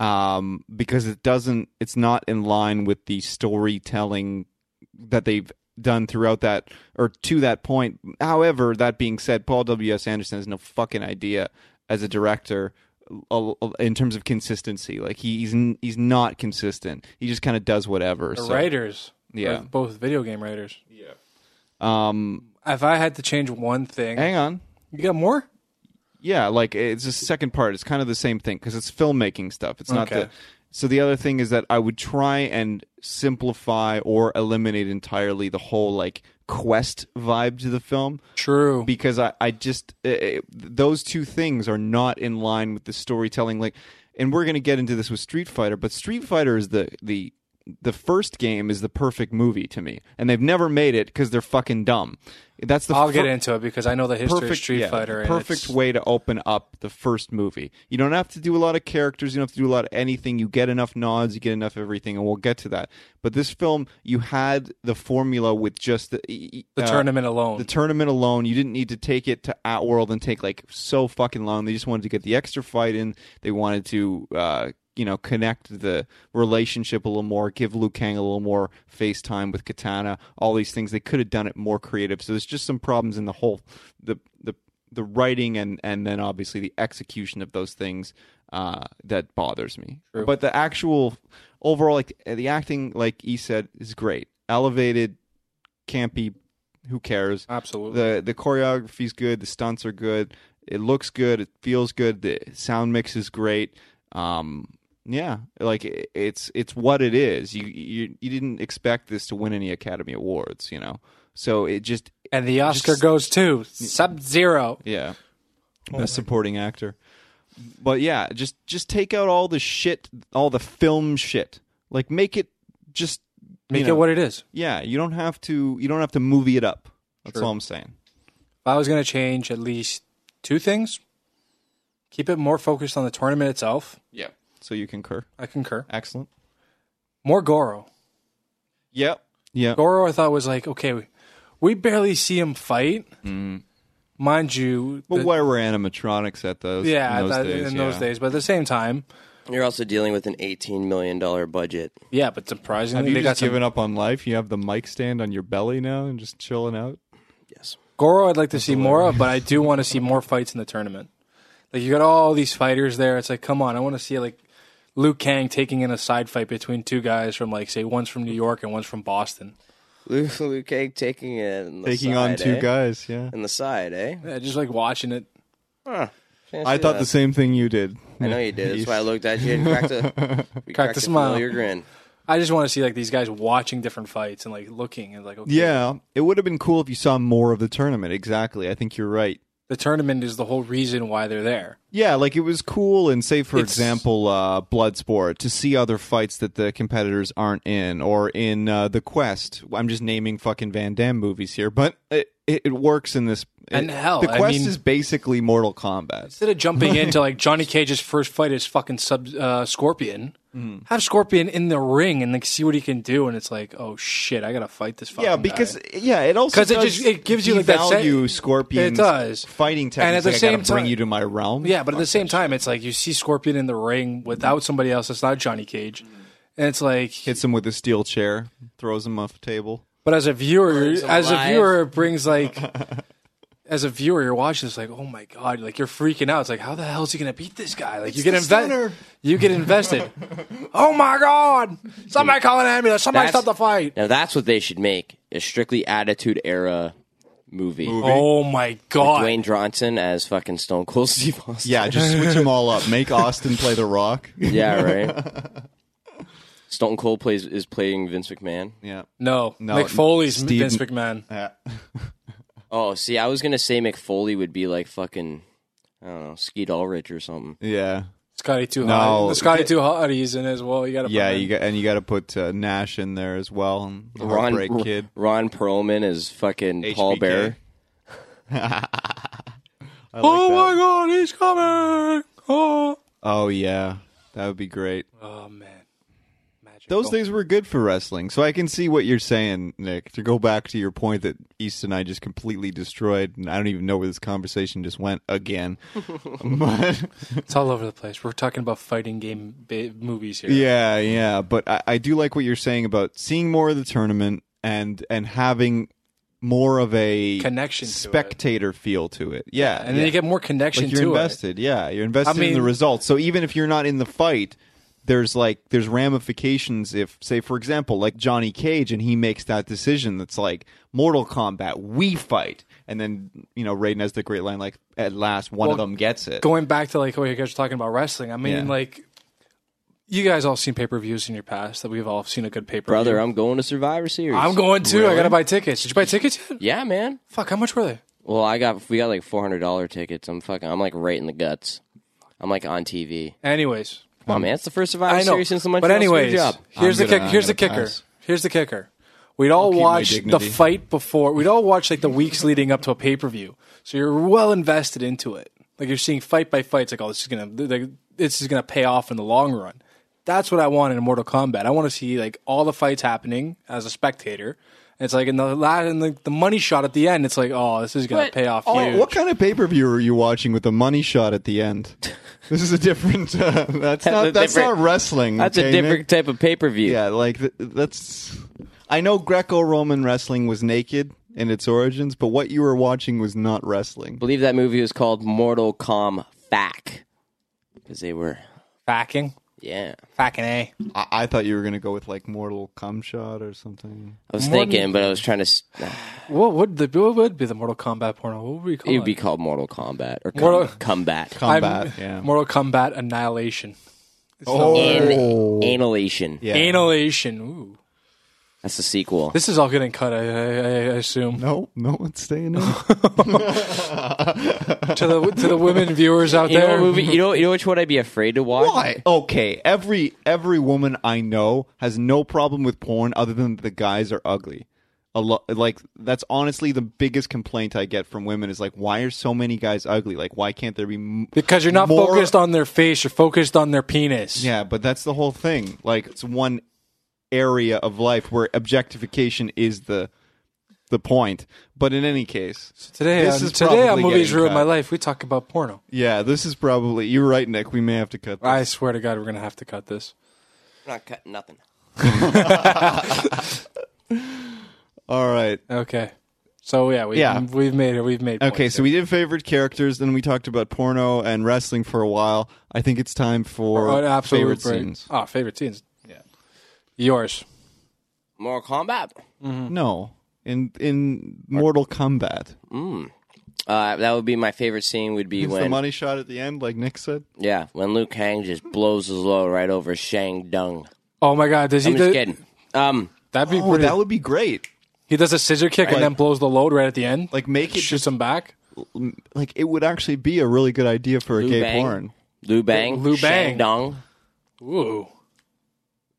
[SPEAKER 1] um, because it doesn't it's not in line with the storytelling that they've done throughout that or to that point. However, that being said, Paul W S Anderson has no fucking idea as a director uh, in terms of consistency. Like he, he's n- he's not consistent. He just kind of does whatever.
[SPEAKER 2] The
[SPEAKER 1] so.
[SPEAKER 2] writers,
[SPEAKER 1] Yeah.
[SPEAKER 2] are both video game writers.
[SPEAKER 1] Um,
[SPEAKER 2] If I had to change one thing,
[SPEAKER 1] hang on.
[SPEAKER 2] you got more?
[SPEAKER 1] Yeah, like it's the second part. It's kind of the same thing because it's filmmaking stuff. It's not
[SPEAKER 2] Okay.
[SPEAKER 1] the. So the other thing is that I would try and simplify or eliminate entirely the whole like quest vibe to the film
[SPEAKER 2] True.
[SPEAKER 1] because I I just eh, eh, those two things are not in line with the storytelling. Like, and we're gonna get into this with Street Fighter, but Street Fighter is the the the first game is the perfect movie to me, and they've never made it because they're fucking dumb. That's the
[SPEAKER 2] I'll get
[SPEAKER 1] fir-
[SPEAKER 2] into it because I know the history of Street
[SPEAKER 1] yeah,
[SPEAKER 2] Fighter. and
[SPEAKER 1] Perfect
[SPEAKER 2] it's-
[SPEAKER 1] way to open up the first movie. You don't have to do a lot of characters. You don't have to do a lot of anything. You get enough nods. You get enough everything, and we'll get to that. But this film, you had the formula with just the,
[SPEAKER 2] the
[SPEAKER 1] uh,
[SPEAKER 2] tournament alone.
[SPEAKER 1] The tournament alone, you didn't need to take it to Outworld and take like so fucking long. They just wanted to get the extra fight in. They wanted to, uh, you know, connect the relationship a little more, give Liu Kang a little more face time with Katana. All these things they could have done it more creative. So there's just some problems in the whole the the the writing and and then obviously the execution of those things uh, that bothers me. But the actual overall, like the acting, like E said, is great. Elevated, campy. Who cares?
[SPEAKER 2] Absolutely.
[SPEAKER 1] the the choreography's good, the stunts are good, it looks good, it feels good, the sound mix is great. Um, yeah, like i it's it's what it is. You you you didn't expect this to win any Academy Awards, you know. So it just
[SPEAKER 2] And the Oscar goes to Sub Zero.
[SPEAKER 1] Yeah.
[SPEAKER 2] Oh
[SPEAKER 1] Best supporting actor. But yeah, just just take out all the shit, all the film shit. Like make it just
[SPEAKER 2] Make
[SPEAKER 1] you know,
[SPEAKER 2] it what it is.
[SPEAKER 1] Yeah, you don't have to you don't have to movie it up. That's all I'm saying.
[SPEAKER 2] If I was going to change at least two things, keep it more focused on the tournament itself.
[SPEAKER 1] Yeah. So you concur.
[SPEAKER 2] I concur.
[SPEAKER 1] Excellent.
[SPEAKER 2] More Goro.
[SPEAKER 1] Yep. Yeah.
[SPEAKER 2] Goro, I thought was like, okay, we, we barely see him fight,
[SPEAKER 1] Mm-hmm.
[SPEAKER 2] mind you.
[SPEAKER 1] But
[SPEAKER 2] the-
[SPEAKER 1] where were animatronics at those?
[SPEAKER 2] yeah,
[SPEAKER 1] in those
[SPEAKER 2] that-
[SPEAKER 1] days.
[SPEAKER 2] in
[SPEAKER 1] yeah.
[SPEAKER 2] those days. But at the same time,
[SPEAKER 3] You're also dealing with an eighteen million dollar budget.
[SPEAKER 2] yeah. But surprisingly,
[SPEAKER 1] Have you
[SPEAKER 2] they got
[SPEAKER 1] just
[SPEAKER 2] some
[SPEAKER 1] given up on life? You have the mic stand on your belly now and just chilling out.
[SPEAKER 3] Yes.
[SPEAKER 2] Goro. I'd like to see more of, but I do want to see more fights in the tournament. Like you got all these fighters there. It's like, come on, I want to see like Liu Kang taking in a side fight between two guys from like, say, one's from New York and one's from Boston.
[SPEAKER 3] Luke, Luke Egg taking it on the
[SPEAKER 1] Taking
[SPEAKER 3] side,
[SPEAKER 1] on two
[SPEAKER 3] eh?
[SPEAKER 1] guys, yeah.
[SPEAKER 3] on the side, eh?
[SPEAKER 2] Yeah, just like watching it.
[SPEAKER 3] Huh. Fancy
[SPEAKER 1] I thought
[SPEAKER 3] that.
[SPEAKER 1] the same thing you did.
[SPEAKER 3] I know you did. That's why I looked at you and cracked a we cracked
[SPEAKER 2] a
[SPEAKER 3] a
[SPEAKER 2] smile.
[SPEAKER 3] familiar grin.
[SPEAKER 2] I just want to see like these guys watching different fights and like looking and like, okay,
[SPEAKER 1] Yeah, it would have been cool if you saw more of the tournament. Exactly. I think you're right.
[SPEAKER 2] the tournament is the whole reason why they're there.
[SPEAKER 1] Yeah, like it was cool and say for
[SPEAKER 2] It's-
[SPEAKER 1] example uh Bloodsport to see other fights that the competitors aren't in or in uh, The Quest. I'm just naming fucking Van Damme movies here, but it it, it works in this
[SPEAKER 2] And
[SPEAKER 1] it-
[SPEAKER 2] hell,
[SPEAKER 1] The
[SPEAKER 2] I
[SPEAKER 1] Quest
[SPEAKER 2] mean-
[SPEAKER 1] is basically Mortal Kombat.
[SPEAKER 2] Instead of jumping into like Johnny Cage's first fight is fucking sub uh, Scorpion,
[SPEAKER 1] Mm.
[SPEAKER 2] have Scorpion in the ring and like see what he can do, and it's like, oh shit, I gotta fight this fucking
[SPEAKER 1] Yeah,
[SPEAKER 2] guy.
[SPEAKER 1] because yeah, it also
[SPEAKER 2] 'Cause it
[SPEAKER 1] does
[SPEAKER 2] just- it gives you, like, that sen-
[SPEAKER 1] devalue Scorpion's
[SPEAKER 2] It does.
[SPEAKER 1] fighting
[SPEAKER 2] And
[SPEAKER 1] techniques.
[SPEAKER 2] at the
[SPEAKER 1] like, I gotta
[SPEAKER 2] same
[SPEAKER 1] bring
[SPEAKER 2] time-
[SPEAKER 1] you to my realm.
[SPEAKER 2] yeah, but at the same time, it's like you see Scorpion in the ring without somebody else. It's not Johnny Cage, and it's like,
[SPEAKER 1] hits him with a steel chair, throws him off the table.
[SPEAKER 2] but as a viewer,
[SPEAKER 3] him
[SPEAKER 2] as a
[SPEAKER 3] alive.
[SPEAKER 2] viewer, it brings like. As a viewer, you're watching. It's like, oh my god! Like you're freaking out. It's like, how the hell is he gonna beat this guy? Like you get invested.
[SPEAKER 1] stunner.
[SPEAKER 2] You get invested. oh my god! Somebody call an ambulance! Somebody
[SPEAKER 3] That's-
[SPEAKER 2] stop the fight!
[SPEAKER 3] Now that's what they should make a strictly attitude era movie.
[SPEAKER 2] Oh my god!
[SPEAKER 3] Dwayne Johnson as fucking Stone Cold Steve Austin.
[SPEAKER 1] Yeah, just switch them all up. Make Austin play The Rock.
[SPEAKER 3] yeah, right. Stone Cold plays is playing Vince McMahon.
[SPEAKER 1] Yeah. Uh,
[SPEAKER 2] No,
[SPEAKER 1] No,
[SPEAKER 2] Mick Foley's
[SPEAKER 1] Steve-
[SPEAKER 2] Vince McMahon.
[SPEAKER 1] Yeah.
[SPEAKER 3] Oh, see, I was gonna say McFoley would be like fucking I don't know Skeet Ulrich or something.
[SPEAKER 1] Yeah.
[SPEAKER 2] Scotty too
[SPEAKER 1] No.
[SPEAKER 2] hot. The Scotty too hot. He's in as well. You got to.
[SPEAKER 1] Yeah, you got and you got to put uh, Nash in there as well. And the
[SPEAKER 3] Ron
[SPEAKER 1] Heartbreak Kid,
[SPEAKER 3] Ron Perlman is fucking Paul
[SPEAKER 1] HBK.
[SPEAKER 3] Bear.
[SPEAKER 1] I like
[SPEAKER 2] Oh
[SPEAKER 1] that.
[SPEAKER 2] my god, he's coming! Oh,
[SPEAKER 1] Oh yeah, that would be great.
[SPEAKER 2] oh man, Magic.
[SPEAKER 1] Those things were good for wrestling, so I can see what you're saying, Nick. To go back to your point that East and I just completely destroyed, and I don't even know where this conversation just went again. but
[SPEAKER 2] It's all over the place. We're talking about fighting game ba- movies here.
[SPEAKER 1] Yeah, yeah, but I, I do like what you're saying about seeing more of the tournament and and having more of a
[SPEAKER 2] Connection to it.
[SPEAKER 1] spectator feel to it. Yeah,
[SPEAKER 2] and then you get more connection
[SPEAKER 1] like you're
[SPEAKER 2] to it.
[SPEAKER 1] invested. Yeah, you're invested in the
[SPEAKER 2] mean-
[SPEAKER 1] results. So even if you're not in the fight, there's like there's ramifications. If say for example, like Johnny Cage, and he makes that decision that's like Mortal Kombat, we fight, and then you know Raiden has the great line like at last one of
[SPEAKER 2] Well,
[SPEAKER 1] them gets it.
[SPEAKER 2] Going back to like what you guys were talking about wrestling. I mean,
[SPEAKER 1] Yeah.
[SPEAKER 2] like you guys all seen pay per views in your past. That we've all seen a good pay per
[SPEAKER 3] Brother, I'm going to Survivor Series.
[SPEAKER 2] I'm going too. I got to buy tickets. Did you buy tickets yet?
[SPEAKER 3] Yeah, man.
[SPEAKER 2] Fuck, how much were they?
[SPEAKER 3] Well, I got we got like four hundred dollar tickets. I'm fucking. I'm like right in the guts. I'm like on TV.
[SPEAKER 2] Anyways,
[SPEAKER 3] Come on, man. It's the first Survivor
[SPEAKER 2] Hmm. I know.
[SPEAKER 3] Series since the
[SPEAKER 2] but
[SPEAKER 3] Montreal
[SPEAKER 2] anyways,
[SPEAKER 3] Screwjob.
[SPEAKER 2] here's
[SPEAKER 1] I'm
[SPEAKER 2] the
[SPEAKER 1] gonna-
[SPEAKER 2] kick,
[SPEAKER 1] I'm
[SPEAKER 2] here's the
[SPEAKER 1] gonna
[SPEAKER 2] kicker.
[SPEAKER 1] pass.
[SPEAKER 2] Here's the kicker. We'd all
[SPEAKER 1] my
[SPEAKER 2] watch the
[SPEAKER 1] dignity.
[SPEAKER 2] fight before. We'd all watch like the weeks leading up to a pay per view. So you're well invested into it. Like you're seeing fight by fight. It's like, oh, this is gonna like, this is gonna pay off in the long run. That's what I want in Mortal Kombat. I want to see like all the fights happening as a spectator. And it's like in the la- in the, the money shot at the end. It's like, oh, this is gonna
[SPEAKER 3] But-
[SPEAKER 2] pay off.
[SPEAKER 3] oh,
[SPEAKER 2] huge.
[SPEAKER 1] What kind of pay per view are you watching with the money shot at the end? This is a different. Uh, that's
[SPEAKER 3] a
[SPEAKER 1] not. That's
[SPEAKER 3] different-
[SPEAKER 1] not wrestling.
[SPEAKER 3] That's a
[SPEAKER 1] okay,
[SPEAKER 3] different
[SPEAKER 1] Nick?
[SPEAKER 3] type of pay per view.
[SPEAKER 1] Yeah, like th- that's. I know Greco-Roman wrestling was naked in its origins, but what you were watching was not wrestling.
[SPEAKER 3] believe that movie was called Mortal Kombat because they were
[SPEAKER 2] Facking,
[SPEAKER 3] yeah.
[SPEAKER 2] facking a.
[SPEAKER 1] I, I thought you were gonna go with like Mortal Cum Shot or something.
[SPEAKER 3] I was
[SPEAKER 2] Mortal-
[SPEAKER 3] thinking, but I was trying to. s-
[SPEAKER 2] What would the what would be the Mortal Kombat porno? What would we call
[SPEAKER 3] It
[SPEAKER 2] it?
[SPEAKER 3] would be called Mortal Kombat or
[SPEAKER 2] Mortal-
[SPEAKER 3] com- Combat.
[SPEAKER 2] I'm-
[SPEAKER 1] Combat. yeah.
[SPEAKER 2] Mortal Kombat Annihilation.
[SPEAKER 1] oh.
[SPEAKER 3] An- annihilation.
[SPEAKER 1] yeah.
[SPEAKER 2] Annihilation. Ooh.
[SPEAKER 3] That's the sequel.
[SPEAKER 2] This is all getting cut, I, I, I I assume.
[SPEAKER 1] No, no one's staying in.
[SPEAKER 2] to the to the women viewers out
[SPEAKER 3] You know,
[SPEAKER 2] there,
[SPEAKER 3] what movie, you know, you know which one I'd be afraid to watch.
[SPEAKER 1] Why? Okay, every every woman I know has no problem with porn other than the guys are ugly. A lo- like that's honestly the biggest complaint I get from women is like, why are so many guys ugly? Like, why can't there be m-
[SPEAKER 2] because you're not
[SPEAKER 1] more-
[SPEAKER 2] focused on their face, you're focused on their penis.
[SPEAKER 1] Yeah, but that's the whole thing. Like, it's one area of life where objectification is the the point. But in any case,
[SPEAKER 2] Today,
[SPEAKER 1] This
[SPEAKER 2] on,
[SPEAKER 1] is
[SPEAKER 2] today on
[SPEAKER 1] probably
[SPEAKER 2] movies
[SPEAKER 1] getting
[SPEAKER 2] ruined my
[SPEAKER 1] cut.
[SPEAKER 2] life. We talk about porno.
[SPEAKER 1] yeah, this is probably you're right, Nick. We may have to cut. This.
[SPEAKER 2] I swear to God, we're gonna have to cut this.
[SPEAKER 3] I'm not cutting nothing.
[SPEAKER 1] All right.
[SPEAKER 2] Okay. So yeah, we
[SPEAKER 1] Yeah.
[SPEAKER 2] we've made it. We've made.
[SPEAKER 1] Okay,
[SPEAKER 2] points
[SPEAKER 1] so we did favorite characters, then we talked about porno and wrestling for a while. I think it's time
[SPEAKER 2] here.
[SPEAKER 1] for
[SPEAKER 2] Oh, an absolute
[SPEAKER 1] favorite
[SPEAKER 2] break.
[SPEAKER 1] scenes.
[SPEAKER 2] Ah, favorite scenes. Yeah. Yours.
[SPEAKER 3] Mortal Kombat.
[SPEAKER 2] Mm-hmm.
[SPEAKER 1] No, in in Mortal Kombat,
[SPEAKER 3] Uh, that would be my favorite scene. Would be
[SPEAKER 1] it's the
[SPEAKER 3] when
[SPEAKER 1] money shot at the end, like Nick said.
[SPEAKER 3] yeah, when Liu Kang just blows his load right over Shang Dung.
[SPEAKER 2] Oh my God, does he?
[SPEAKER 3] I'm just
[SPEAKER 2] do-
[SPEAKER 3] kidding. Um,
[SPEAKER 2] That'd be
[SPEAKER 1] Oh,
[SPEAKER 2] pretty.
[SPEAKER 1] that would be great.
[SPEAKER 2] he does a scissor kick and then blows the load right at the end.
[SPEAKER 1] Like make it
[SPEAKER 2] shoots him back.
[SPEAKER 1] just- like it would actually be a really good idea for a
[SPEAKER 3] Liu
[SPEAKER 1] gay
[SPEAKER 3] Bang.
[SPEAKER 1] porn.
[SPEAKER 3] Liu Bang,
[SPEAKER 2] Liu Bang.
[SPEAKER 3] Shang Dung,
[SPEAKER 2] Ooh.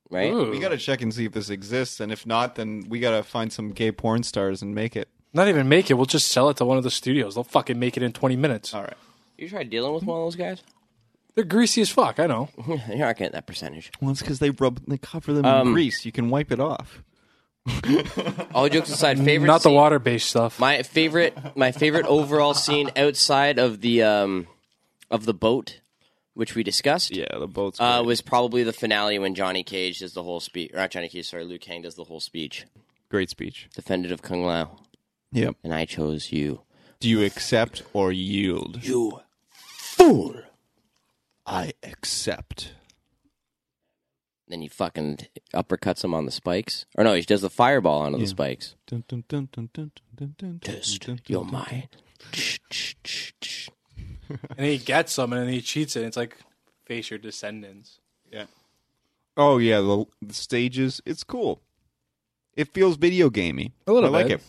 [SPEAKER 3] right?
[SPEAKER 2] Ooh.
[SPEAKER 1] We gotta check and see if this exists, and if not, then we gotta find some gay porn stars and make it.
[SPEAKER 2] Not even make it. We'll just sell it to one of the studios. They'll fucking make it in 20 minutes.
[SPEAKER 1] All right.
[SPEAKER 3] You tried dealing with one of those guys?
[SPEAKER 2] They're greasy as fuck. I know.
[SPEAKER 3] You're not getting that percentage.
[SPEAKER 1] Well, it's because they rub, they cover them
[SPEAKER 2] Um,
[SPEAKER 1] in grease. You can wipe it off.
[SPEAKER 3] All jokes aside, favorite
[SPEAKER 2] Not the
[SPEAKER 3] scene-
[SPEAKER 2] water based stuff.
[SPEAKER 3] My favorite, my favorite overall scene outside of the um, of the boat, which we discussed,
[SPEAKER 1] Yeah, the boat's.
[SPEAKER 3] uh, was probably the finale when Johnny Cage does the whole speech. Not Johnny Cage, sorry, Liu Kang does the whole speech.
[SPEAKER 1] great speech.
[SPEAKER 3] Defended of Kung Lao,
[SPEAKER 1] Yep.
[SPEAKER 3] and I chose you.
[SPEAKER 1] Do you accept or yield?
[SPEAKER 3] You fool!
[SPEAKER 1] I accept.
[SPEAKER 3] Then he fucking uppercuts him on the spikes, or no, he does the fireball onto the spikes.
[SPEAKER 1] Dun, dun, dun, dun, dun, dun, dun, dun,
[SPEAKER 3] Just,
[SPEAKER 1] dun, dun,
[SPEAKER 3] You're
[SPEAKER 1] dun.
[SPEAKER 3] mine. Tsh, tsh, tsh, tsh.
[SPEAKER 2] and he gets them and then he cheats it. It's like, face your descendants.
[SPEAKER 1] Yeah. Oh yeah, the, the stages. It's cool. It feels video gamey.
[SPEAKER 2] A little
[SPEAKER 1] I like
[SPEAKER 2] bit.
[SPEAKER 1] it.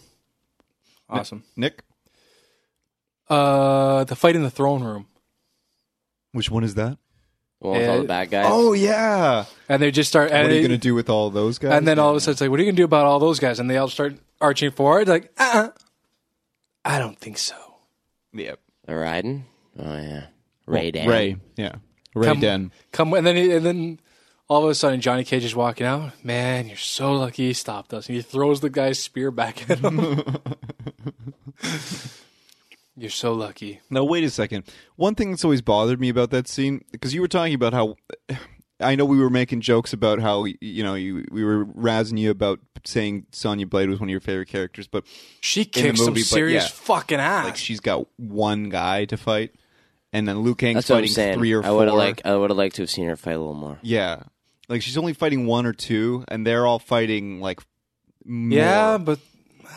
[SPEAKER 2] Awesome.
[SPEAKER 1] Nick,
[SPEAKER 2] Uh, The fight in the throne room.
[SPEAKER 1] which one is that?
[SPEAKER 3] The one with all
[SPEAKER 2] Uh,
[SPEAKER 3] the bad guys.
[SPEAKER 1] Oh yeah.
[SPEAKER 2] And they just start. And
[SPEAKER 1] What are you
[SPEAKER 2] they-
[SPEAKER 1] gonna do with all those guys?
[SPEAKER 2] And then all of a sudden, it's like, what are you going to do about all those guys? And they all start arching forward. Like, uh uh I don't think so.
[SPEAKER 1] yeah,
[SPEAKER 3] the Raiden. Oh yeah, Raiden.
[SPEAKER 1] Ray. Yeah, Ray
[SPEAKER 2] Come-
[SPEAKER 1] Den.
[SPEAKER 2] Come and then he- and then all of a sudden Johnny Cage is walking out. Man, you're so lucky he stopped us. And he throws the guy's spear back at him. you're so lucky.
[SPEAKER 1] Now wait a second. One thing that's always bothered me about that scene because you were talking about how I know we were making jokes about how y- you know you, we were razzing you about saying Sonya Blade was one of your favorite characters, but
[SPEAKER 2] She kicks some
[SPEAKER 1] movie, but
[SPEAKER 2] serious
[SPEAKER 1] yeah.
[SPEAKER 2] fucking ass.
[SPEAKER 1] like she's got one guy to fight, and then Liu Kang's
[SPEAKER 3] That's what I'm
[SPEAKER 1] fighting
[SPEAKER 3] saying.
[SPEAKER 1] three or
[SPEAKER 3] I
[SPEAKER 1] four.
[SPEAKER 3] would have like I would have liked to have seen her fight a little more.
[SPEAKER 1] yeah, like she's only fighting one or two, and they're all fighting like more.
[SPEAKER 2] yeah, but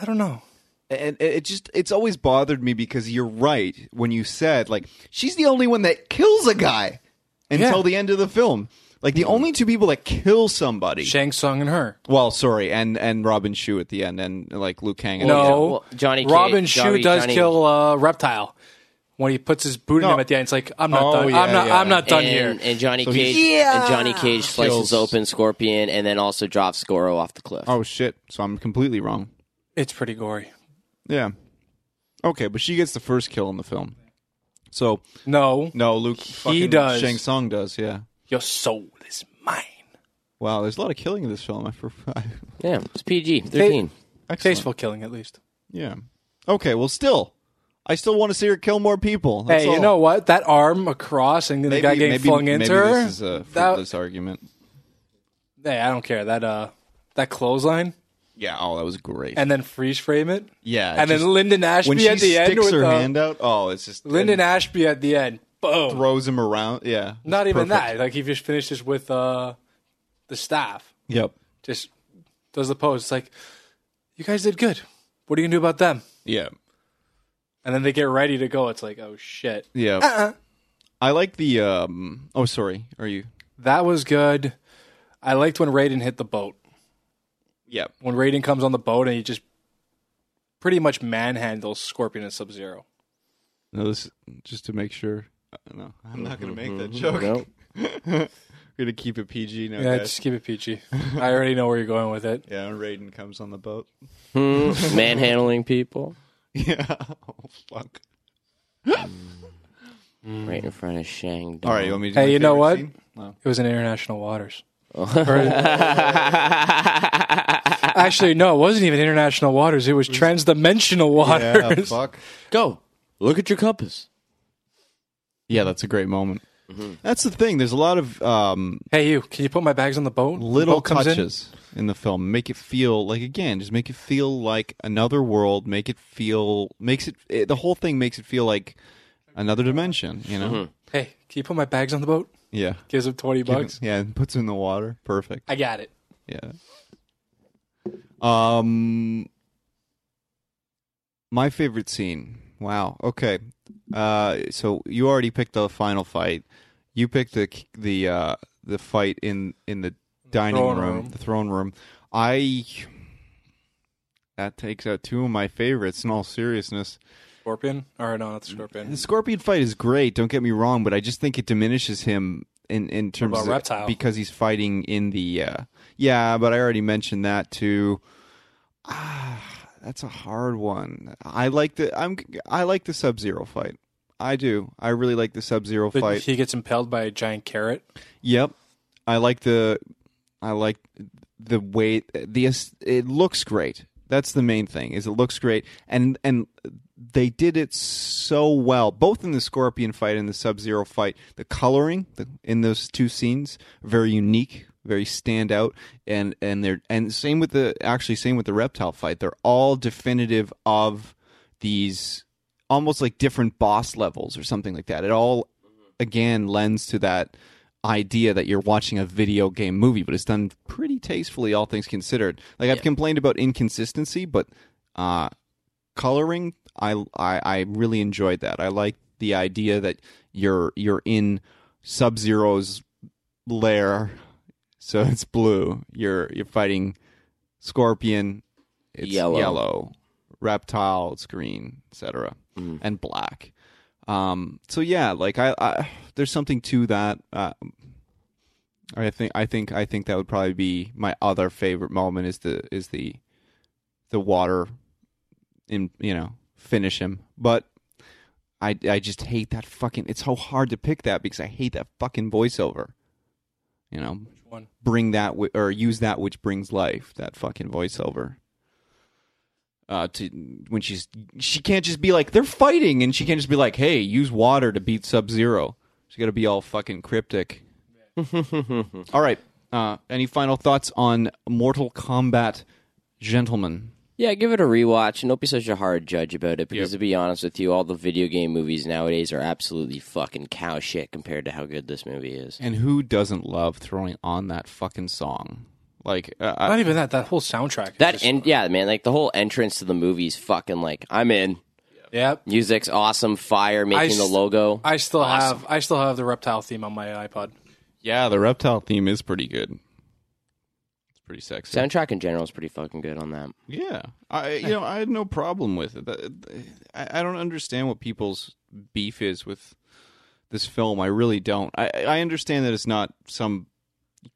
[SPEAKER 2] I don't know.
[SPEAKER 1] and it it just it's always bothered me because you're right when you said like she's the only one that kills a guy until
[SPEAKER 2] Yeah. Mm-hmm.
[SPEAKER 1] the end of the film. Like the only two people that kill somebody.
[SPEAKER 2] Shang Tsung and her.
[SPEAKER 1] well, sorry, and and Robin Shu at the end, and like Liu Kang. And
[SPEAKER 2] no,
[SPEAKER 3] well, Johnny Cage-
[SPEAKER 2] Robin Shu
[SPEAKER 3] Johnny-
[SPEAKER 2] does
[SPEAKER 3] Johnny-
[SPEAKER 2] kill uh, Reptile when he puts his boot in
[SPEAKER 1] No.
[SPEAKER 2] him at the end. It's like I'm not
[SPEAKER 1] Oh,
[SPEAKER 2] done.
[SPEAKER 1] yeah,
[SPEAKER 2] I'm not.
[SPEAKER 1] yeah.
[SPEAKER 2] I'm not done
[SPEAKER 3] and,
[SPEAKER 2] here.
[SPEAKER 3] And Johnny
[SPEAKER 1] he-
[SPEAKER 3] Cage, and Johnny Cage slices
[SPEAKER 1] Kills.
[SPEAKER 3] open Scorpion, and then also drops Goro off the cliff.
[SPEAKER 1] Oh shit! So I'm completely wrong.
[SPEAKER 2] It's pretty gory.
[SPEAKER 1] Yeah. Okay, but she gets the first kill in the film. So
[SPEAKER 2] No,
[SPEAKER 1] no, Luke. fucking
[SPEAKER 2] does.
[SPEAKER 1] Shang Tsung does. Yeah.
[SPEAKER 2] your soul is mine.
[SPEAKER 1] Wow, there's a lot of killing in this film. I for
[SPEAKER 3] Yeah, it's PG thirteen.
[SPEAKER 1] Excellent.
[SPEAKER 2] Tasteful killing, at least.
[SPEAKER 1] Yeah. Okay. Well, still, I still want to see her kill more people. That's
[SPEAKER 2] hey, you
[SPEAKER 1] all.
[SPEAKER 2] know what? That arm across and the guy getting flung into
[SPEAKER 1] maybe
[SPEAKER 2] her.
[SPEAKER 1] This is a
[SPEAKER 2] that,
[SPEAKER 1] fruitless argument.
[SPEAKER 2] hey, I don't care. That uh, that clothesline
[SPEAKER 1] Yeah. Oh, that was great.
[SPEAKER 2] and then freeze frame it.
[SPEAKER 1] yeah.
[SPEAKER 2] and
[SPEAKER 1] just-
[SPEAKER 2] then Lyndon Ashby
[SPEAKER 1] when she
[SPEAKER 2] at the end
[SPEAKER 1] sticks
[SPEAKER 2] with
[SPEAKER 1] her
[SPEAKER 2] uh,
[SPEAKER 1] hand out, oh, it's just
[SPEAKER 2] Lyndon
[SPEAKER 1] and
[SPEAKER 2] Ashby at the end. Boom.
[SPEAKER 1] throws him around. Yeah.
[SPEAKER 2] Not
[SPEAKER 1] it's
[SPEAKER 2] even
[SPEAKER 1] perfect.
[SPEAKER 2] that. Like he just finishes with uh, the staff.
[SPEAKER 1] Yep.
[SPEAKER 2] Just does the pose. It's like you guys did good. What are you gonna do about them?
[SPEAKER 1] Yeah.
[SPEAKER 2] And then they get ready to go. It's like oh shit.
[SPEAKER 1] Yeah.
[SPEAKER 2] Uh-uh.
[SPEAKER 1] I like the. um Oh, sorry. Are you?
[SPEAKER 2] That was good. I liked when Raiden hit the boat.
[SPEAKER 1] Yeah.
[SPEAKER 2] when Raiden comes on the boat and he just pretty much manhandles Scorpion and Sub Zero.
[SPEAKER 1] No, this just to make sure. Uh, No, I'm not gonna make that joke.
[SPEAKER 3] Nope.
[SPEAKER 1] We're gonna keep it PG now,
[SPEAKER 2] Yeah,
[SPEAKER 1] guys.
[SPEAKER 2] just keep it peachy. I already know where you're going with it.
[SPEAKER 1] Yeah, and Raiden comes on the boat.
[SPEAKER 3] Hmm, manhandling people
[SPEAKER 1] Yeah. Oh fuck.
[SPEAKER 3] right in front of Shang. Dong.
[SPEAKER 1] All right, you want me to? Do
[SPEAKER 2] Hey,
[SPEAKER 1] my
[SPEAKER 2] you know
[SPEAKER 1] favorite
[SPEAKER 2] what?
[SPEAKER 1] scene? No.
[SPEAKER 2] It was in international waters.
[SPEAKER 1] Oh.
[SPEAKER 2] Or- actually, no, it wasn't even international waters. It was transdimensional
[SPEAKER 1] Yeah,
[SPEAKER 2] waters.
[SPEAKER 1] Oh, fuck.
[SPEAKER 3] Go look at your compass.
[SPEAKER 1] Yeah, that's a great moment. That's the thing. There's a lot of um,
[SPEAKER 2] hey, you, can you put my bags on the boat?
[SPEAKER 1] little
[SPEAKER 2] boat comes in.
[SPEAKER 1] touches in. the film make it feel like again just make it feel like another world make it feel makes it, it the whole thing makes it feel like another dimension you know
[SPEAKER 2] Hey, can you put my bags on the boat?
[SPEAKER 1] yeah
[SPEAKER 2] Gives him 20 bucks.
[SPEAKER 1] yeah and puts it in the water perfect
[SPEAKER 2] I got it.
[SPEAKER 1] yeah um my favorite scene wow okay uh so you already picked the final fight you picked the the uh the fight in in the dining
[SPEAKER 2] Throne
[SPEAKER 1] room,
[SPEAKER 2] room.
[SPEAKER 1] the throne room i that takes out two of my favorites in all seriousness
[SPEAKER 2] Scorpion? Or no, not the Scorpion.
[SPEAKER 1] the scorpion fight is great don't get me wrong but i just think it diminishes him in in terms
[SPEAKER 2] about
[SPEAKER 1] of
[SPEAKER 2] Reptile?
[SPEAKER 1] because he's fighting in the uh yeah but i already mentioned that too ah that's a hard one i like the i'm i like the sub zero fight i do i really like the sub zero
[SPEAKER 2] But
[SPEAKER 1] fight
[SPEAKER 2] He gets impaled by a giant carrot.
[SPEAKER 1] Yep, I like the, I like the way the aes- it looks great. That's the main thing is it looks great, and and they did it so well both in the Scorpion fight and the Sub Zero fight. The coloring the, in those two scenes very unique, very stand out, and and they're and same with the actually same with the reptile fight. They're all definitive of these almost like different boss levels or something like that. It all again lends to that idea that you're watching a video game movie, but it's done pretty tastefully, all things considered. Like I've complained about inconsistency, but uh, coloring, I, I I really enjoyed that. I like the idea that you're you're in Sub Zero's lair, so it's blue. You're you're fighting Scorpion, it's
[SPEAKER 3] Yellow.
[SPEAKER 1] yellow, reptile, it's green, etc., and black. Um, so yeah, like I, I there's something to that. Uh, I think I think I think that would probably be my other favorite moment is the is the the water in you know finish him, but. I, I just hate that fucking. It's so hard to pick that because I hate that fucking voiceover. You know,
[SPEAKER 2] One.
[SPEAKER 1] bring that wi- or use that which brings life. That fucking voiceover. Uh, to when she's she can't just be like they're fighting, and she can't just be like, "Hey, use water to beat Sub Zero. She's got to be all fucking cryptic. all right. Uh, any final thoughts on Mortal Kombat, gentlemen?
[SPEAKER 3] Yeah, give it a rewatch and don't be such a hard judge about it because to be honest with you, all the video game movies nowadays are absolutely fucking cow shit compared to how good this movie is.
[SPEAKER 1] And who doesn't love throwing on that fucking song? Like, uh, I-
[SPEAKER 2] Not even that. That whole soundtrack. is
[SPEAKER 3] That
[SPEAKER 2] just-
[SPEAKER 3] and yeah, man, like the whole entrance to the movie is fucking like I'm in.
[SPEAKER 2] Yep.
[SPEAKER 3] Music's awesome, fire making the
[SPEAKER 2] st-
[SPEAKER 3] logo.
[SPEAKER 2] I still have I still have the reptile theme on my iPod.
[SPEAKER 1] yeah, the reptile theme is pretty good. It's pretty sexy.
[SPEAKER 3] Soundtrack in general is pretty fucking good on that.
[SPEAKER 1] Yeah, I you know I had no problem with it. That- I, I don't understand what people's beef is with this film. I really don't. I I understand that it's not some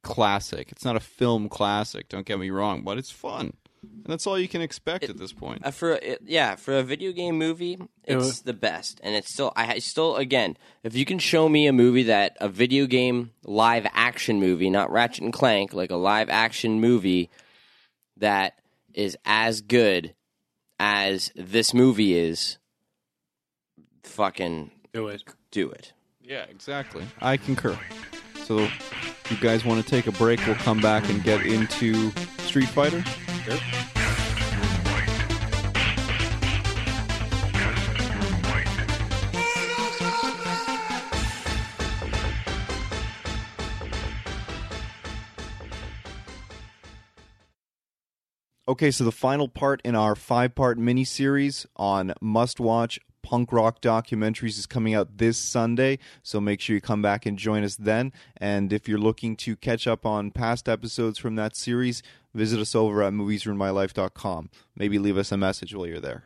[SPEAKER 1] classic. It's not a film classic. Don't get me wrong, but it's fun, and that's all you can expect at this point.
[SPEAKER 3] Uh, for it, yeah, for a video game movie, it's
[SPEAKER 2] was-
[SPEAKER 3] the best, and it's still I I still again, if you can show me a movie that a video game live action movie, not Ratchet and Clank, like a live action movie that is as good as this movie is, fucking
[SPEAKER 2] Do it.
[SPEAKER 3] do it.
[SPEAKER 1] Yeah, exactly. I concur. So, you guys want to take a break? We'll come back and get into Street Fighter. Okay, so the final part in our five part mini series on must watch punk rock documentaries is coming out this Sunday. So make sure you come back and join us then. And if you're looking to catch up on past episodes from that series, Visit us over at moviesruinmylife.com. Maybe leave us a message while you're there.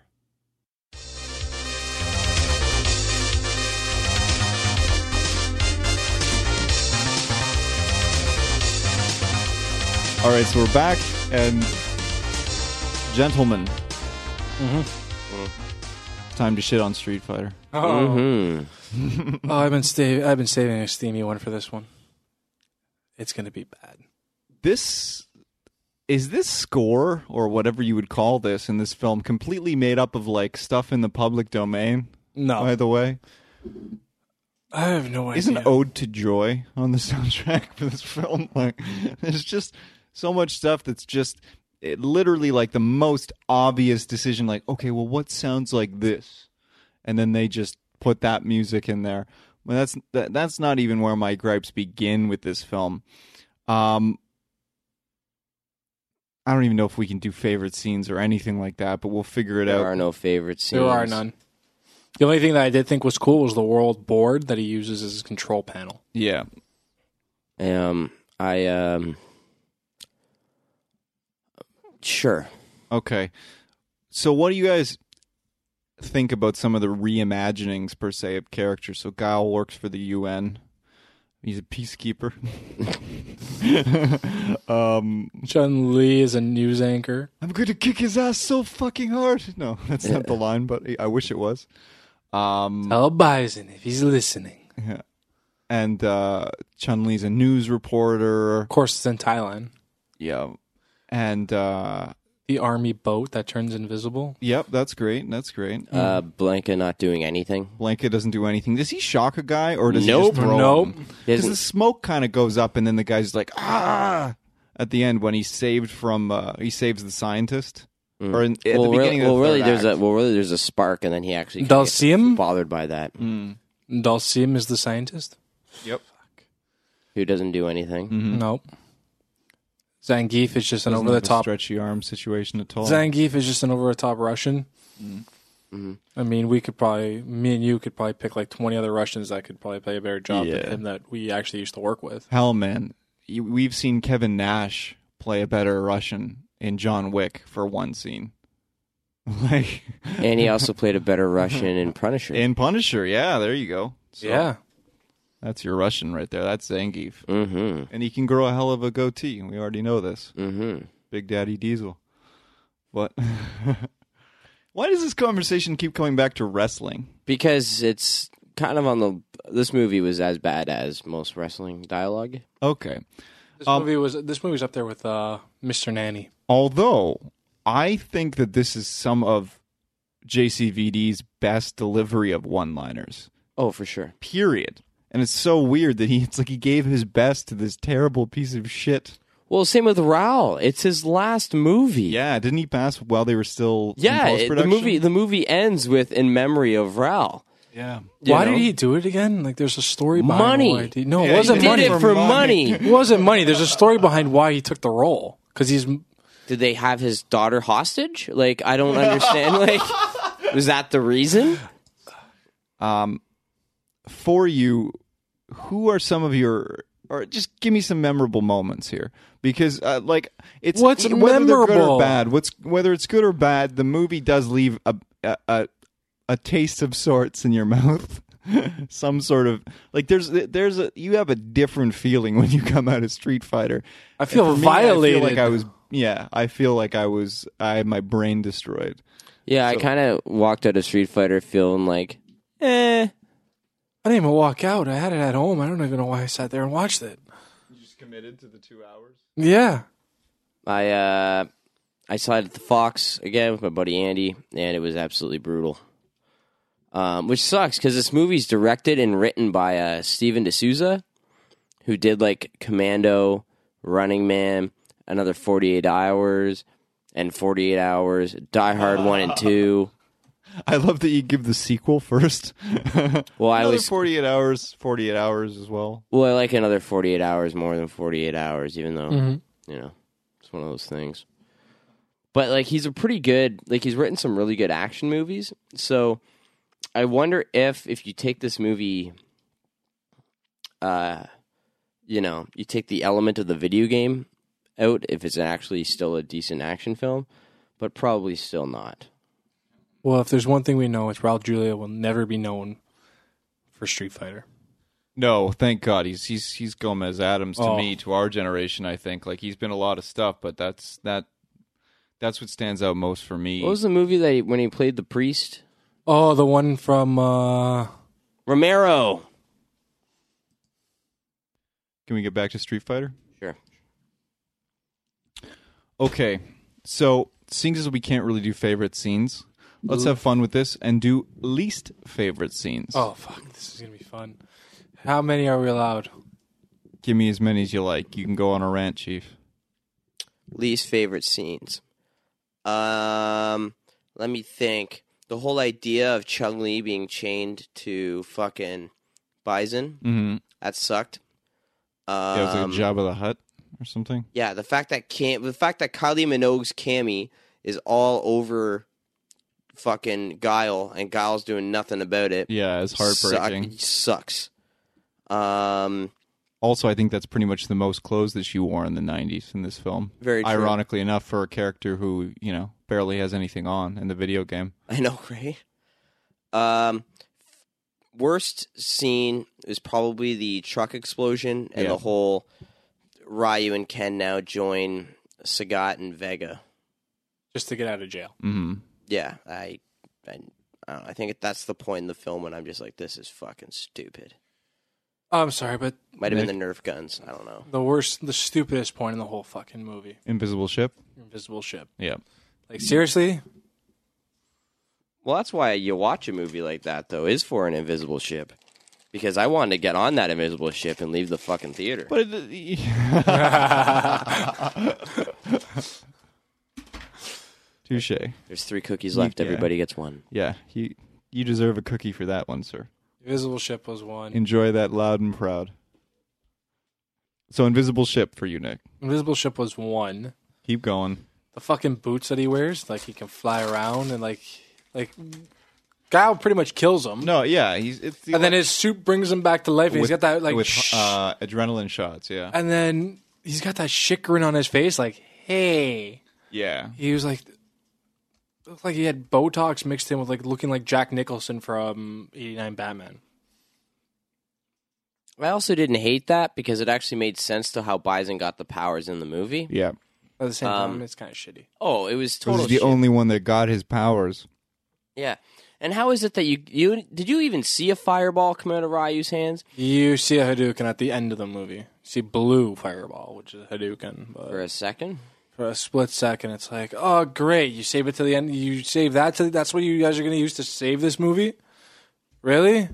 [SPEAKER 1] All right, so we're back, and gentlemen, Mm-hmm. time to shit on Street Fighter.
[SPEAKER 3] Mm-hmm.
[SPEAKER 2] Oh, I've been sta- I've been saving a steamy one for this one. It's gonna be bad.
[SPEAKER 1] This is this score or whatever you would call this in this film completely made up of like stuff in the public domain.
[SPEAKER 2] No,
[SPEAKER 1] By
[SPEAKER 2] I,
[SPEAKER 1] the way,
[SPEAKER 2] have no idea.
[SPEAKER 1] isn't "Ode to Joy" on the soundtrack for this film? Like, there's just so much stuff that's just it literally like the most obvious decision. Like, okay, well, what sounds like this? And then they just put that music in there. Well, that's that, that's not even where my gripes begin with this film. Um, I don't even know if we can do favorite scenes or anything like that, but we'll figure it
[SPEAKER 3] There
[SPEAKER 1] out.
[SPEAKER 3] are no favorite scenes.
[SPEAKER 2] there are none. The only thing that I did think was cool was the world board that he uses as his control panel.
[SPEAKER 1] yeah,
[SPEAKER 3] Um, I um, sure.
[SPEAKER 1] Okay. So what do you guys think about some of the reimaginings per se of characters? So Guile works for the UN. He's a peacekeeper. um,
[SPEAKER 2] Chun Li is a news anchor.
[SPEAKER 1] I'm going to kick his ass so fucking hard. No, that's not the line, but I wish it was. Um,
[SPEAKER 2] Tell Bison if he's listening.
[SPEAKER 1] and uh, Chun Li's a news reporter.
[SPEAKER 2] Of course, it's in Thailand.
[SPEAKER 1] Yeah. And uh,
[SPEAKER 2] The army boat that turns invisible.
[SPEAKER 1] yep, that's great. That's great.
[SPEAKER 3] Uh, Blanca not doing anything.
[SPEAKER 1] Blanket doesn't do anything. Does he shock a guy or does he
[SPEAKER 3] Nope.
[SPEAKER 1] just throw
[SPEAKER 2] Nope.
[SPEAKER 1] him?
[SPEAKER 3] He
[SPEAKER 1] Because
[SPEAKER 3] doesn't-
[SPEAKER 1] the smoke kind of goes up, and then the guy's like, ah! At the end, when he's saved from, uh, he saves the scientist, or in, at
[SPEAKER 3] Mm. well,
[SPEAKER 1] the
[SPEAKER 3] really-
[SPEAKER 1] beginning.
[SPEAKER 3] well,
[SPEAKER 1] of the
[SPEAKER 3] really,
[SPEAKER 1] third
[SPEAKER 3] there's
[SPEAKER 1] act.
[SPEAKER 3] a well, really, there's a spark, and then he actually kinda gets
[SPEAKER 2] Dalsim?
[SPEAKER 3] bothered by that.
[SPEAKER 1] Mm.
[SPEAKER 2] Dalsim is the scientist.
[SPEAKER 1] Yep.
[SPEAKER 3] Who doesn't do anything?
[SPEAKER 2] Nope. Zangief is just an
[SPEAKER 1] Doesn't
[SPEAKER 2] over the
[SPEAKER 1] have a
[SPEAKER 2] top.
[SPEAKER 1] stretchy arm situation at all.
[SPEAKER 2] Zangief is just an over the top Russian.
[SPEAKER 1] Mm-hmm.
[SPEAKER 2] I mean, we could probably, me and you could probably pick like 20 other Russians that could probably play a better job
[SPEAKER 1] Yeah.
[SPEAKER 2] than him that we actually used to work with.
[SPEAKER 1] Hell, man, you- we've seen Kevin Nash play a better Russian in John Wick for one scene, like
[SPEAKER 3] And he also played a better Russian in Punisher.
[SPEAKER 1] in Punisher. Yeah, there you go. So,
[SPEAKER 2] yeah.
[SPEAKER 1] that's your Russian right there. That's Zangief,
[SPEAKER 3] mm-hmm.
[SPEAKER 1] and he can grow a hell of a goatee. We already know this.
[SPEAKER 3] Mm-hmm.
[SPEAKER 1] Big Daddy Diesel. What? Why does this conversation keep coming back to wrestling?
[SPEAKER 3] Because it's kind of on the. This movie was as bad as most wrestling dialogue.
[SPEAKER 1] Okay.
[SPEAKER 2] This movie
[SPEAKER 1] Um,
[SPEAKER 2] was this movie's up there with uh, Mr. Nanny.
[SPEAKER 1] Although I think that this is some of JCVD's best delivery of one-liners.
[SPEAKER 3] Oh, for sure.
[SPEAKER 1] Period. And it's so weird that he it's like he gave his best to this terrible piece of shit.
[SPEAKER 3] Well, same with Raoul. It's his last movie.
[SPEAKER 1] Yeah, didn't he pass while they were still in
[SPEAKER 3] Yeah, it- the
[SPEAKER 1] post-production?
[SPEAKER 3] movie the movie ends with in memory of Raoul.
[SPEAKER 1] Yeah.
[SPEAKER 2] Why
[SPEAKER 3] know?
[SPEAKER 2] did he do it again? Like, there's a story behind
[SPEAKER 3] Money.
[SPEAKER 2] why he- No,
[SPEAKER 1] Yeah,
[SPEAKER 2] it
[SPEAKER 1] he
[SPEAKER 2] wasn't
[SPEAKER 1] did
[SPEAKER 2] money.
[SPEAKER 3] Did it for money.
[SPEAKER 2] It wasn't money. There's a story behind why he took the role because he's
[SPEAKER 3] Did they have his daughter hostage? Like I don't understand. like was that the reason?
[SPEAKER 1] for you, who are some of your or just give me some memorable moments here because uh, like it's e,
[SPEAKER 2] What's
[SPEAKER 1] whether they're good
[SPEAKER 2] memorable?
[SPEAKER 1] or bad what's whether it's good or bad the movie does leave a a, a, a taste of sorts in your mouth some sort of like there's there's a you have a different feeling when you come out of Street Fighter
[SPEAKER 2] I feel
[SPEAKER 1] And for me, I
[SPEAKER 2] violated.
[SPEAKER 1] feel like I was yeah I feel like I was I had my brain destroyed
[SPEAKER 3] Yeah, I kind of walked out of Street Fighter feeling like, eh.
[SPEAKER 2] I didn't even walk out. I had it at home. I don't even know why I sat there and watched it.
[SPEAKER 1] you just committed to the two hours
[SPEAKER 2] Yeah.
[SPEAKER 3] I uh, I saw it at the Fox again with my buddy Andy, and it was absolutely brutal. Um, which sucks because this movie's directed and written by uh, Steven D'Souza, who did like Commando, Running Man, another Forty Eight Hours, and Forty Eight Hours, Die Hard One and Two.
[SPEAKER 1] I love that you give the sequel first
[SPEAKER 3] Well, I
[SPEAKER 1] Another
[SPEAKER 3] always
[SPEAKER 1] 48 hours, 48 hours as well.
[SPEAKER 3] Well, I like another 48 hours more than 48 hours, even though, you know, it's one of those things. But, like, he's a pretty good, like, he's written some really good action movies. So I wonder if, if you take this movie, uh, you know, you take the element of the video game out if it's actually still a decent action film, but probably still not.
[SPEAKER 2] Well, if there's one thing we know, it's Raul Julia will never be known for Street Fighter.
[SPEAKER 1] No, thank God. He's he's he's Gomez Adams to
[SPEAKER 2] Oh.
[SPEAKER 1] me, to our generation. I think like he's been a lot of stuff, but that's that that's what stands out most for me.
[SPEAKER 3] What was the movie that he, when he played the priest?
[SPEAKER 2] Oh, the one from uh
[SPEAKER 3] Romero.
[SPEAKER 1] Can we get back to Street Fighter?
[SPEAKER 3] Sure.
[SPEAKER 1] Okay, so seeing as we can't really do favorite scenes, let's have fun with this and do least favorite scenes.
[SPEAKER 2] Oh fuck, this is gonna be fun. How many are we allowed?
[SPEAKER 1] Give me as many as you like. You can go on a rant, Chief.
[SPEAKER 3] least favorite scenes. Um, let me think. The whole idea of Chung Li being chained to fucking Bison
[SPEAKER 1] Mm-hmm.
[SPEAKER 3] that sucked. Um,
[SPEAKER 1] Yeah, it was like a job of the hut or something.
[SPEAKER 3] yeah, the fact that Cam, the fact that Kylie Minogue's Cammy is all over fucking Guile and Guile's doing nothing about it.
[SPEAKER 1] Yeah, it's heartbreaking.
[SPEAKER 3] Suck- sucks. Um,
[SPEAKER 1] Also, I think that's pretty much the most clothes that she wore in the '90s in this film.
[SPEAKER 3] very true.
[SPEAKER 1] Ironically enough, for a character who you know barely has anything on in the video game.
[SPEAKER 3] I know, right? Um, worst scene is probably the truck explosion and
[SPEAKER 1] Yeah.
[SPEAKER 3] the whole Ryu and Ken now join Sagat and Vega.
[SPEAKER 2] Just to get out of jail.
[SPEAKER 1] Mm-hmm.
[SPEAKER 3] Yeah, I, I, I, don't know, I think that's the point in the film when I'm just like, this is fucking stupid.
[SPEAKER 2] I'm sorry, but
[SPEAKER 3] Might have been the Nerf guns. I don't know.
[SPEAKER 2] the worst, the stupidest point in the whole fucking movie,
[SPEAKER 1] Invisible ship.
[SPEAKER 2] Invisible Ship.
[SPEAKER 1] Yeah.
[SPEAKER 2] Like seriously,
[SPEAKER 3] Well, that's why you watch a movie like that though is for an invisible ship, because I wanted to get on that invisible ship and leave the fucking theater.
[SPEAKER 1] But uh, it, touche.
[SPEAKER 3] There's three cookies left.
[SPEAKER 1] Yeah.
[SPEAKER 3] Everybody gets one.
[SPEAKER 1] Yeah, you you deserve a cookie for that one, sir.
[SPEAKER 2] Invisible Ship was one.
[SPEAKER 1] Enjoy that loud and proud. So invisible ship for you, Nick.
[SPEAKER 2] Invisible Ship was one.
[SPEAKER 1] Keep going.
[SPEAKER 2] The fucking boots that he wears, like he can fly around and like, like, Guile pretty much kills him.
[SPEAKER 1] No, yeah, he's it's the
[SPEAKER 2] And then his suit brings him back to life, and he's got that like, Uh,
[SPEAKER 1] with
[SPEAKER 2] shh,
[SPEAKER 1] uh, adrenaline shots. Yeah,
[SPEAKER 2] and then he's got that shit grin on his face, like, hey.
[SPEAKER 1] yeah.
[SPEAKER 2] He was like, looked like he had Botox mixed in with like looking like Jack Nicholson from '89 Batman.
[SPEAKER 3] I also didn't hate that because it actually made sense to how Bison got the powers in the movie.
[SPEAKER 1] Yeah,
[SPEAKER 2] At the same
[SPEAKER 3] Um,
[SPEAKER 2] time, it's kind of shitty.
[SPEAKER 3] Oh, it was
[SPEAKER 1] this
[SPEAKER 3] total
[SPEAKER 1] is the
[SPEAKER 3] shit.
[SPEAKER 1] only one that got his powers.
[SPEAKER 3] yeah. And how is it that you you did you even see a fireball come out of Ryu's hands
[SPEAKER 2] You see a Hadouken at the end of the movie. You see blue fireball, which is a Hadouken. But
[SPEAKER 3] for a second?
[SPEAKER 2] for a split second, it's like, oh great, you save it to the end. You save that to that's what you guys are going to use to save this movie. Really?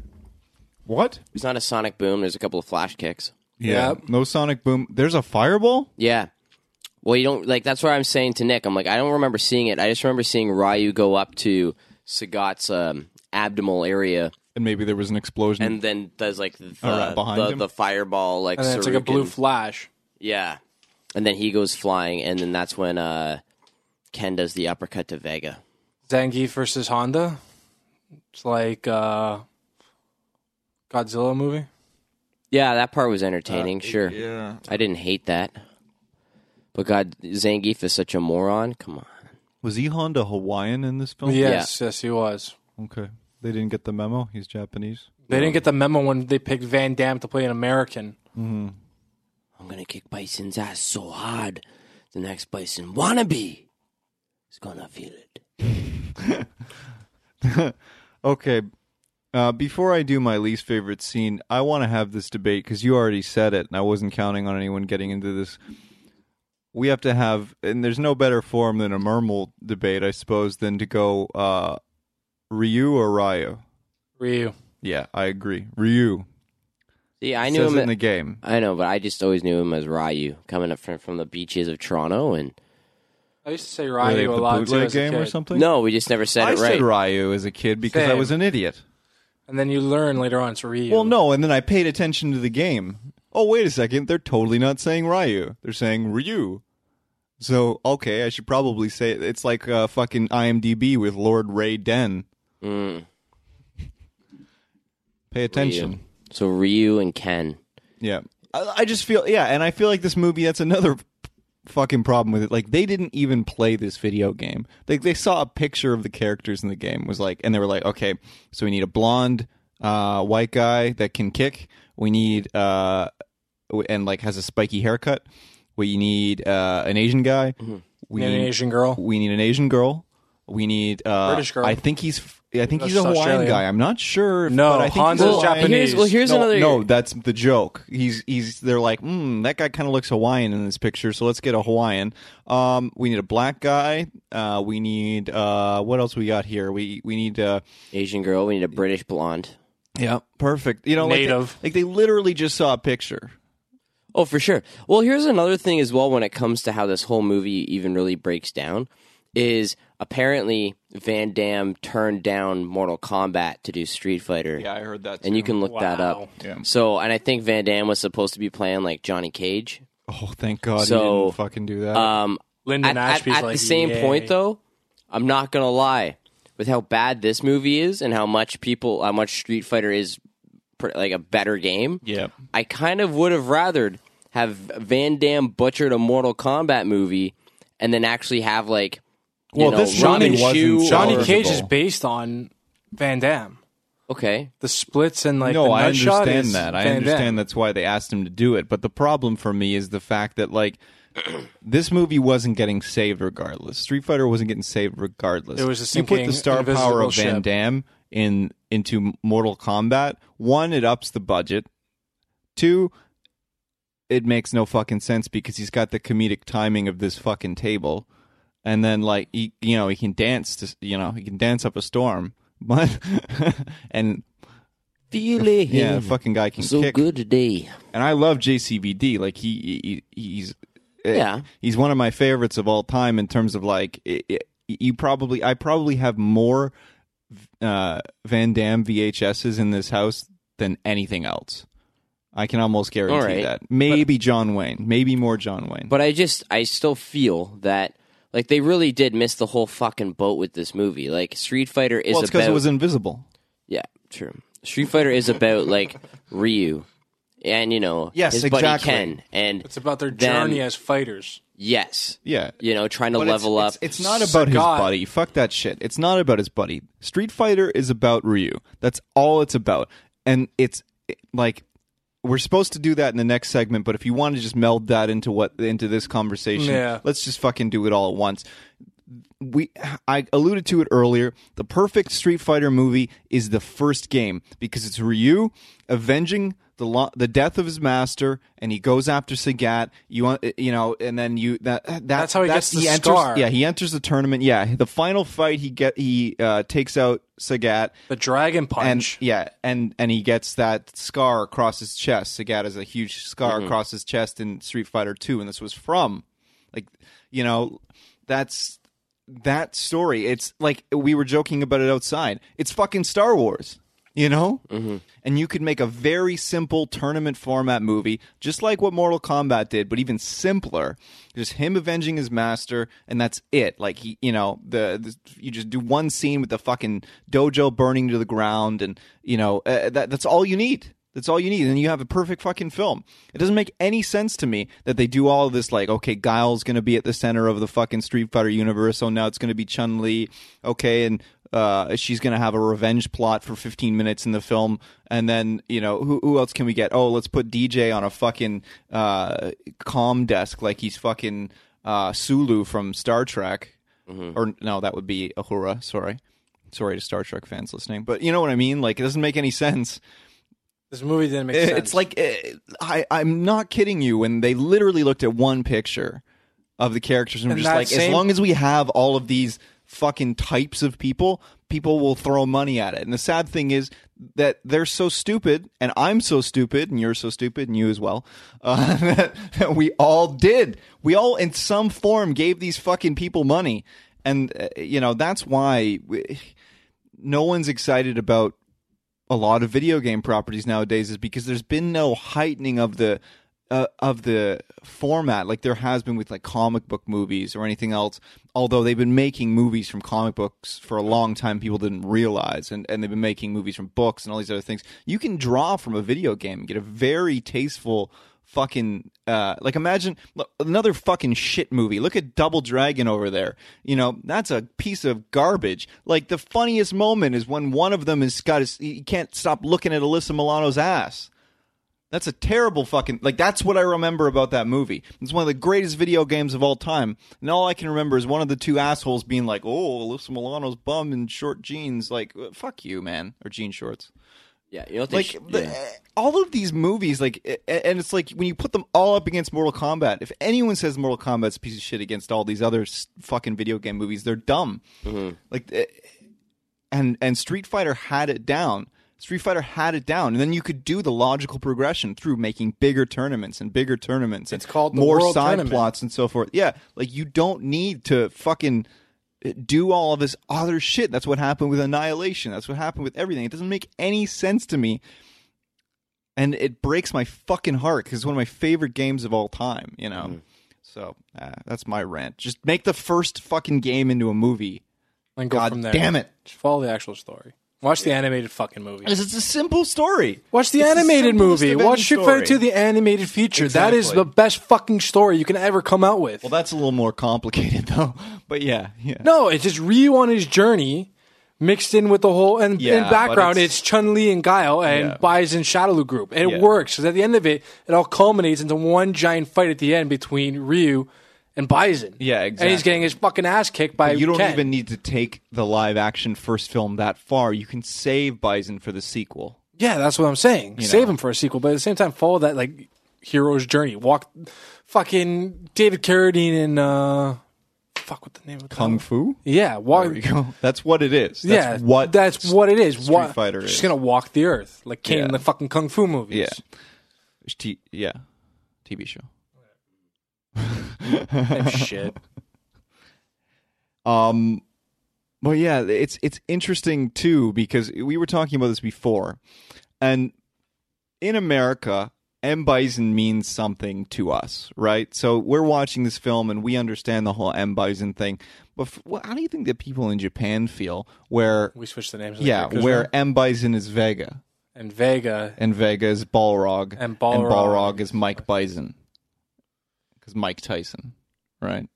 [SPEAKER 1] What?
[SPEAKER 3] It's not a sonic boom. There's a couple of flash kicks.
[SPEAKER 1] Yeah.
[SPEAKER 2] Yep.
[SPEAKER 1] No sonic boom. There's a fireball.
[SPEAKER 3] Yeah. Well, you don't like. That's what I'm saying to Nick. I'm like, I don't remember seeing it. I just remember seeing Ryu go up to Sagat's um, abdominal area
[SPEAKER 1] And maybe there was an explosion.
[SPEAKER 3] and then does like the
[SPEAKER 1] Oh, right behind
[SPEAKER 3] the,
[SPEAKER 1] him?
[SPEAKER 3] the fireball like
[SPEAKER 2] And then it's like a blue
[SPEAKER 3] Shuriken.
[SPEAKER 2] flash.
[SPEAKER 3] Yeah. And then he goes flying, and then that's when uh, Ken does the uppercut to Vega.
[SPEAKER 2] Zangief versus Honda. It's like uh, Godzilla movie.
[SPEAKER 3] Yeah, that part was entertaining, sure.
[SPEAKER 1] Uh, yeah.
[SPEAKER 3] I didn't hate that. But God, Zangief is such a moron. Come on.
[SPEAKER 1] Was he Honda Hawaiian in this film?
[SPEAKER 2] Yes, yes, he was.
[SPEAKER 1] Okay. They didn't get the memo. He's Japanese.
[SPEAKER 2] They didn't get the memo when they picked Van Damme to play an American.
[SPEAKER 3] I'm going to kick Bison's ass so hard, the next Bison wannabe is going to feel it.
[SPEAKER 1] Okay. Uh, before I do my least favorite scene, I want to have this debate because you already said it, and I wasn't counting on anyone getting into this. We have to have, and there's no better forum than a mermal debate, I suppose, than to go uh, Ryu or Ryu.
[SPEAKER 2] Ryu.
[SPEAKER 1] Yeah, I agree. Ryu
[SPEAKER 3] See, I knew
[SPEAKER 1] says
[SPEAKER 3] him.
[SPEAKER 1] it in the game.
[SPEAKER 3] I know, but I just always knew him as Ryu, coming up from, from the beaches of Toronto. And
[SPEAKER 2] I used to say
[SPEAKER 1] Were they
[SPEAKER 2] Ryu a
[SPEAKER 1] the
[SPEAKER 2] lot too
[SPEAKER 1] bootleg
[SPEAKER 2] as a
[SPEAKER 1] game or
[SPEAKER 2] kid.
[SPEAKER 1] something?
[SPEAKER 3] no, we just never said
[SPEAKER 1] I
[SPEAKER 3] it right.
[SPEAKER 1] said Ryu as a kid because I
[SPEAKER 2] Same.
[SPEAKER 1] was an idiot.
[SPEAKER 2] And then you learn later on it's Ryu.
[SPEAKER 1] Well, no, and then I paid attention to the game. Oh, wait a second. They're totally not saying Ryu. They're saying Ryu. So, okay, I should probably say it. it's like uh, fucking IMDb with Lord Ray Den. Hmm.
[SPEAKER 3] Mm.
[SPEAKER 1] Pay attention.
[SPEAKER 3] So Ryu and Ken.
[SPEAKER 1] Yeah. I, I just feel, yeah, and I feel like this movie, that's another fucking problem with it. Like they didn't even play this video game. Like they saw a picture of the characters in the game was like, and they were like, okay, so we need a blonde uh, white guy that can kick. We need uh, w- and like has a spiky haircut. We need uh, an Asian guy. We
[SPEAKER 2] Mm-hmm. an
[SPEAKER 1] need
[SPEAKER 2] Asian girl.
[SPEAKER 1] we need an Asian girl. We need uh,
[SPEAKER 2] British girl.
[SPEAKER 1] I think he's f- I think
[SPEAKER 2] That's
[SPEAKER 1] he's a Hawaiian
[SPEAKER 2] Australian.
[SPEAKER 1] guy. I'm not sure. if-
[SPEAKER 2] No,
[SPEAKER 1] but I think
[SPEAKER 2] Hans
[SPEAKER 1] he's
[SPEAKER 2] is
[SPEAKER 1] Hawaiian.
[SPEAKER 2] Japanese.
[SPEAKER 3] here's, well, here's
[SPEAKER 2] No,
[SPEAKER 3] another.
[SPEAKER 1] No, that's the joke. He's he's. They're like, hmm, that guy kind of looks Hawaiian in this picture, so let's get a Hawaiian. Um, we need a black guy. Uh, we need uh, what else we got here? We we need uh,
[SPEAKER 3] Asian girl. We need a British blonde.
[SPEAKER 1] yeah, perfect. You know,
[SPEAKER 2] Native.
[SPEAKER 1] Like they, like they literally just saw a picture.
[SPEAKER 3] Oh, for sure. Well, here's another thing as well when it comes to how this whole movie even really breaks down is apparently Van Damme turned down Mortal Kombat to do Street Fighter.
[SPEAKER 1] I heard that.
[SPEAKER 3] And you can look that
[SPEAKER 2] Wow.
[SPEAKER 3] up.
[SPEAKER 1] Yeah.
[SPEAKER 3] So, and I think Van Damme was supposed to be playing like Johnny Cage.
[SPEAKER 1] Oh, thank God!
[SPEAKER 3] So,
[SPEAKER 1] he didn't fucking do that.
[SPEAKER 3] Um,
[SPEAKER 2] Lyndon
[SPEAKER 3] at, at-
[SPEAKER 2] Ashby's
[SPEAKER 3] at
[SPEAKER 2] like,
[SPEAKER 3] the same
[SPEAKER 2] "Yay."
[SPEAKER 3] point though i'm not gonna lie with how bad this movie is and how much people how much street fighter is pr- like a better game
[SPEAKER 1] yeah.
[SPEAKER 3] i kind of would have rathered have van damme butchered a mortal kombat movie and then actually have like you
[SPEAKER 1] Well,
[SPEAKER 3] know,
[SPEAKER 1] this
[SPEAKER 3] Robin
[SPEAKER 1] movie wasn't
[SPEAKER 3] Shue or-
[SPEAKER 2] Johnny
[SPEAKER 1] Eligible.
[SPEAKER 2] Cage is based on Van Damme.
[SPEAKER 3] okay
[SPEAKER 2] The splits and like
[SPEAKER 1] no,
[SPEAKER 2] the
[SPEAKER 1] I
[SPEAKER 2] nut shot
[SPEAKER 1] understand
[SPEAKER 2] is
[SPEAKER 1] that. I
[SPEAKER 2] Van Damme.
[SPEAKER 1] understand that's why they asked him to do it. But the problem for me is the fact that like this movie wasn't getting saved regardless. Street Fighter wasn't getting saved regardless.
[SPEAKER 2] It was a
[SPEAKER 1] you put the
[SPEAKER 2] sinking,
[SPEAKER 1] star power
[SPEAKER 2] invisible
[SPEAKER 1] of Van
[SPEAKER 2] ship.
[SPEAKER 1] Damme in into Mortal Kombat. One, it ups the budget. Two, it makes no fucking sense because he's got the comedic timing of this fucking table, and then like he, you know, he can dance to, you know, he can dance up a storm, but and
[SPEAKER 3] feeling
[SPEAKER 1] yeah, the fucking guy can
[SPEAKER 3] so
[SPEAKER 1] kick.
[SPEAKER 3] good today
[SPEAKER 1] And I love JCVD. Like he, he he's eh,
[SPEAKER 3] Yeah.
[SPEAKER 1] he's one of my favorites of all time in terms of like it, it, you probably I probably have more uh, Van Damme VHSs in this house than anything else. I can almost guarantee
[SPEAKER 3] All right.
[SPEAKER 1] that. Maybe John Wayne. Maybe more John Wayne.
[SPEAKER 3] But I just, I still feel that like they really did miss the whole fucking boat with this movie. Like Street Fighter is
[SPEAKER 1] well, it's because
[SPEAKER 3] about
[SPEAKER 1] it was invisible.
[SPEAKER 3] yeah, true. Street Fighter is about like Ryu and you know
[SPEAKER 1] Yes,
[SPEAKER 3] his buddy
[SPEAKER 1] exactly.
[SPEAKER 3] Ken and
[SPEAKER 2] It's about their
[SPEAKER 3] them-
[SPEAKER 2] journey as fighters.
[SPEAKER 3] yes,
[SPEAKER 1] Yeah.
[SPEAKER 3] you know trying to
[SPEAKER 1] But it's-
[SPEAKER 3] level
[SPEAKER 1] it's,
[SPEAKER 3] up.
[SPEAKER 1] It's, not about his
[SPEAKER 2] Sagat.
[SPEAKER 1] buddy. Fuck that shit. It's not about his buddy. Street Fighter is about Ryu. That's all it's about. And it's it- like we're supposed to do that in the next segment, but if you want to just meld that into what into this conversation,
[SPEAKER 2] Yeah.
[SPEAKER 1] let's just fucking do it all at once. We I alluded to it earlier. The perfect Street Fighter movie is the first game because it's Ryu avenging the lo- the death of his master, and he goes after Sagat. You want you know, and then you that, that
[SPEAKER 2] That's how he gets the
[SPEAKER 1] enters-
[SPEAKER 2] scar.
[SPEAKER 1] yeah, he enters the tournament. Yeah, the final fight he get he uh, takes out Sagat,
[SPEAKER 2] The dragon
[SPEAKER 1] and
[SPEAKER 2] punch.
[SPEAKER 1] yeah, and and he gets that scar across his chest. Sagat has a huge scar across his chest in Street Fighter Two, and this was from, like, you know, that's that story. It's like we were joking about it outside. It's fucking Star Wars. You know, and you could make a very simple tournament format movie, just like what Mortal Kombat did, but even simpler. Just him avenging his master, and that's it. Like he, you know, the, the you just do one scene with the fucking dojo burning to the ground, and you know uh, that that's all you need. That's all you need, and you have a perfect fucking film. It doesn't make any sense to me that they do all of this. Like, okay, Guile's going to be at the center of the fucking Street Fighter universe, so now it's going to be Chun Li. Okay, and uh, she's going to have a revenge plot for 15 minutes in the film, and then you know who, who else can we get? Oh, let's put DJ on a fucking uh, calm desk like he's fucking uh, Sulu from Star Trek, or no, that would be Ahura. Sorry, sorry to Star Trek fans listening, but you know what I mean. Like, it doesn't make any sense.
[SPEAKER 2] this movie didn't make
[SPEAKER 1] It-
[SPEAKER 2] sense.
[SPEAKER 1] It's like eh, I, I'm not kidding you. When they literally looked at one picture of the characters and, were
[SPEAKER 2] And
[SPEAKER 1] just
[SPEAKER 2] that
[SPEAKER 1] like, as
[SPEAKER 2] same-
[SPEAKER 1] long as we have all of these fucking types of people, people will throw money at it. And the sad thing is that they're so stupid, and I'm so stupid, and you're so stupid, and you as well. Uh, that, that we all did. We all, in some form, gave these fucking people money, and eh, you know that's why. We, no one's excited about a lot of video game properties nowadays is because there's been no heightening of the uh, of the format like there has been with like comic book movies or anything else although they've been making movies from comic books for a long time people didn't realize and, and they've been making movies from books and all these other things you can draw from a video game and get a very tasteful fucking uh, like imagine look, another fucking shit movie. Look at Double Dragon over there. You know that's a piece of garbage. Like the funniest moment is when one of them is got his. He can't stop looking at Alyssa Milano's ass. That's a terrible fucking like. That's what I remember about that movie. It's one of the greatest video games of all time, and all I can remember is one of the two assholes being like, "Oh, Alyssa Milano's bum in short jeans." Like, fuck you, man, or jean shorts
[SPEAKER 3] Yeah, you don't think
[SPEAKER 1] like
[SPEAKER 3] sh-
[SPEAKER 1] the, eh,
[SPEAKER 3] yeah.
[SPEAKER 1] all of these movies like a- and it's like when you put them all up against mortal kombat if anyone says mortal kombat's a piece of shit against all these other s- fucking video game movies they're dumb
[SPEAKER 3] Mm-hmm.
[SPEAKER 1] like eh, and and street fighter had it down street fighter had it down and then you could do the logical progression through making bigger tournaments and bigger tournaments and
[SPEAKER 2] It's called the
[SPEAKER 1] more
[SPEAKER 2] World
[SPEAKER 1] side
[SPEAKER 2] Tournament.
[SPEAKER 1] plots and so forth yeah like you don't need to fucking eh, do all of this other shit. That's what happened with Annihilation. That's what happened with everything. It doesn't make any sense to me. And it breaks my fucking heart because it's one of my favorite games of all time, you know?
[SPEAKER 2] Mm-hmm.
[SPEAKER 1] So uh, that's my rant. Just make the first fucking game into a movie.
[SPEAKER 2] and go
[SPEAKER 1] God
[SPEAKER 2] from there.
[SPEAKER 1] damn it.
[SPEAKER 2] Just follow the actual story. Watch the animated fucking movie.
[SPEAKER 1] Because it's a simple story.
[SPEAKER 2] Watch the
[SPEAKER 1] It's the
[SPEAKER 2] animated
[SPEAKER 1] simplest
[SPEAKER 2] movie.
[SPEAKER 1] of any
[SPEAKER 2] Watch Street Fighter
[SPEAKER 1] story.
[SPEAKER 2] Two, the animated feature. That is
[SPEAKER 1] Exactly.
[SPEAKER 2] the best fucking story you can ever come out with.
[SPEAKER 1] Well, that's a little more complicated, though. But yeah, yeah.
[SPEAKER 2] no, it's just Ryu on his journey, mixed in with the whole and
[SPEAKER 1] Yeah,
[SPEAKER 2] in
[SPEAKER 1] but
[SPEAKER 2] background. It's,
[SPEAKER 1] it's-
[SPEAKER 2] Chun Li and Guile and
[SPEAKER 1] Yeah.
[SPEAKER 2] Bison Shadowloo group, and
[SPEAKER 1] Yeah.
[SPEAKER 2] it works because at the end of it, it all culminates into one giant fight at the end between Ryu and Bison.
[SPEAKER 1] Yeah,
[SPEAKER 2] And he's
[SPEAKER 1] exactly.
[SPEAKER 2] getting his fucking ass kicked by
[SPEAKER 1] you don't
[SPEAKER 2] Ken.
[SPEAKER 1] even need to take the live action first film that far. You can save Bison for the sequel.
[SPEAKER 2] Yeah, that's what I'm saying. Save him for a sequel, but at the same time, follow that like hero's journey. Walk, fucking David Carradine and uh, fuck what the name of the
[SPEAKER 1] Kung Fu?
[SPEAKER 2] Oh. Yeah, walk.
[SPEAKER 1] There you go. That's what it is. That's
[SPEAKER 2] yeah,
[SPEAKER 1] what
[SPEAKER 2] that's what it is. Wa-
[SPEAKER 1] Fighter
[SPEAKER 2] She's
[SPEAKER 1] is.
[SPEAKER 2] gonna walk the earth like Kane in
[SPEAKER 1] Yeah.
[SPEAKER 2] the fucking kung fu movies.
[SPEAKER 1] Yeah. It's T- yeah. TV show.
[SPEAKER 2] That shit.
[SPEAKER 1] Um but yeah, it's it's interesting too because we were talking about this before. And in America, M Bison means something to us, right? So we're watching this film and we understand the whole M Bison thing. But f- well, how do you think that people in Japan feel where
[SPEAKER 2] We switched the names. of the
[SPEAKER 1] yeah,
[SPEAKER 2] characters,
[SPEAKER 1] where
[SPEAKER 2] right?
[SPEAKER 1] M Bison is Vega
[SPEAKER 2] and Vega.
[SPEAKER 1] and Vega is Balrog
[SPEAKER 2] And Balrog.
[SPEAKER 1] Balrog is Mike Bison cuz Mike Tyson, right?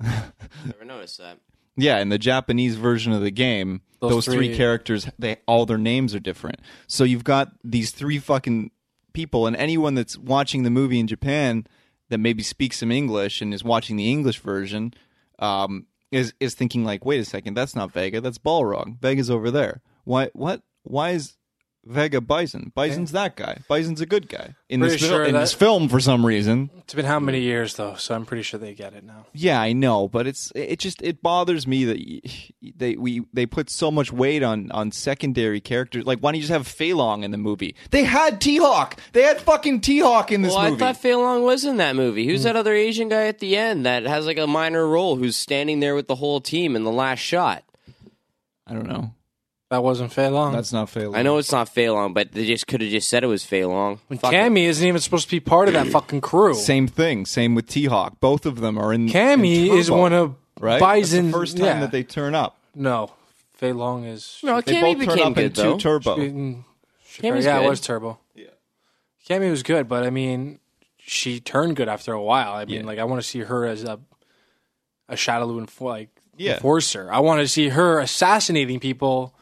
[SPEAKER 3] Never noticed that.
[SPEAKER 1] Yeah, in the Japanese version of the game,
[SPEAKER 2] Those
[SPEAKER 1] those, three,
[SPEAKER 2] three-
[SPEAKER 1] characters, they all their names are different. So you've got these three fucking people, and anyone that's watching the movie in Japan that maybe speaks some English and is watching the English version um, is is thinking like, wait a second, that's not Vega, that's Balrog. Vega's over there. Why? What? Why is Vega Bison? Bison's that guy. Bison's a good guy in this
[SPEAKER 2] Eh. Pretty
[SPEAKER 1] fil-
[SPEAKER 2] sure
[SPEAKER 1] in
[SPEAKER 2] that-
[SPEAKER 1] this film for some reason.
[SPEAKER 2] It's been how many years though? So I'm pretty sure they get it now.
[SPEAKER 1] Yeah, I know, but it's it just it bothers me that y- they we they put so much weight on on secondary characters. Like, why don't you just have Fei Long in the movie? They had T Hawk. They had fucking T Hawk in this
[SPEAKER 3] Well,
[SPEAKER 1] movie. Hmm.
[SPEAKER 3] I thought Fei Long was in that movie. Who's that other Asian guy at the end that has like a minor role who's standing there with the whole team in the last shot?
[SPEAKER 1] I don't know.
[SPEAKER 2] That wasn't Fei Long.
[SPEAKER 1] That's not Fei Long.
[SPEAKER 3] I know it's not Fei Long, but they just could have just said it was Fei Long. Fuck it.
[SPEAKER 2] Cammy isn't even supposed to be part of that fucking crew.
[SPEAKER 1] Same thing. Same with T Hawk. Both of them are in. in
[SPEAKER 2] Cammy
[SPEAKER 1] Turbo,
[SPEAKER 2] is one of
[SPEAKER 1] right. That's
[SPEAKER 2] Bison.
[SPEAKER 1] the first time
[SPEAKER 2] yeah.
[SPEAKER 1] that they turn up.
[SPEAKER 2] No, Fei Long is.
[SPEAKER 3] No,
[SPEAKER 1] They
[SPEAKER 3] Cammy
[SPEAKER 1] both turn
[SPEAKER 3] became
[SPEAKER 1] up in
[SPEAKER 3] good
[SPEAKER 1] two
[SPEAKER 3] though.
[SPEAKER 1] Turbo.
[SPEAKER 2] Mm,
[SPEAKER 3] Cammy's
[SPEAKER 2] yeah,
[SPEAKER 3] good.
[SPEAKER 2] it was Turbo. Yeah, Cammy was good, but I mean, she turned good after a while. I mean,
[SPEAKER 1] Yeah.
[SPEAKER 2] like I want to see her as a a Shadowloo and like
[SPEAKER 1] Yeah.
[SPEAKER 2] enforcer. I want to see her assassinating people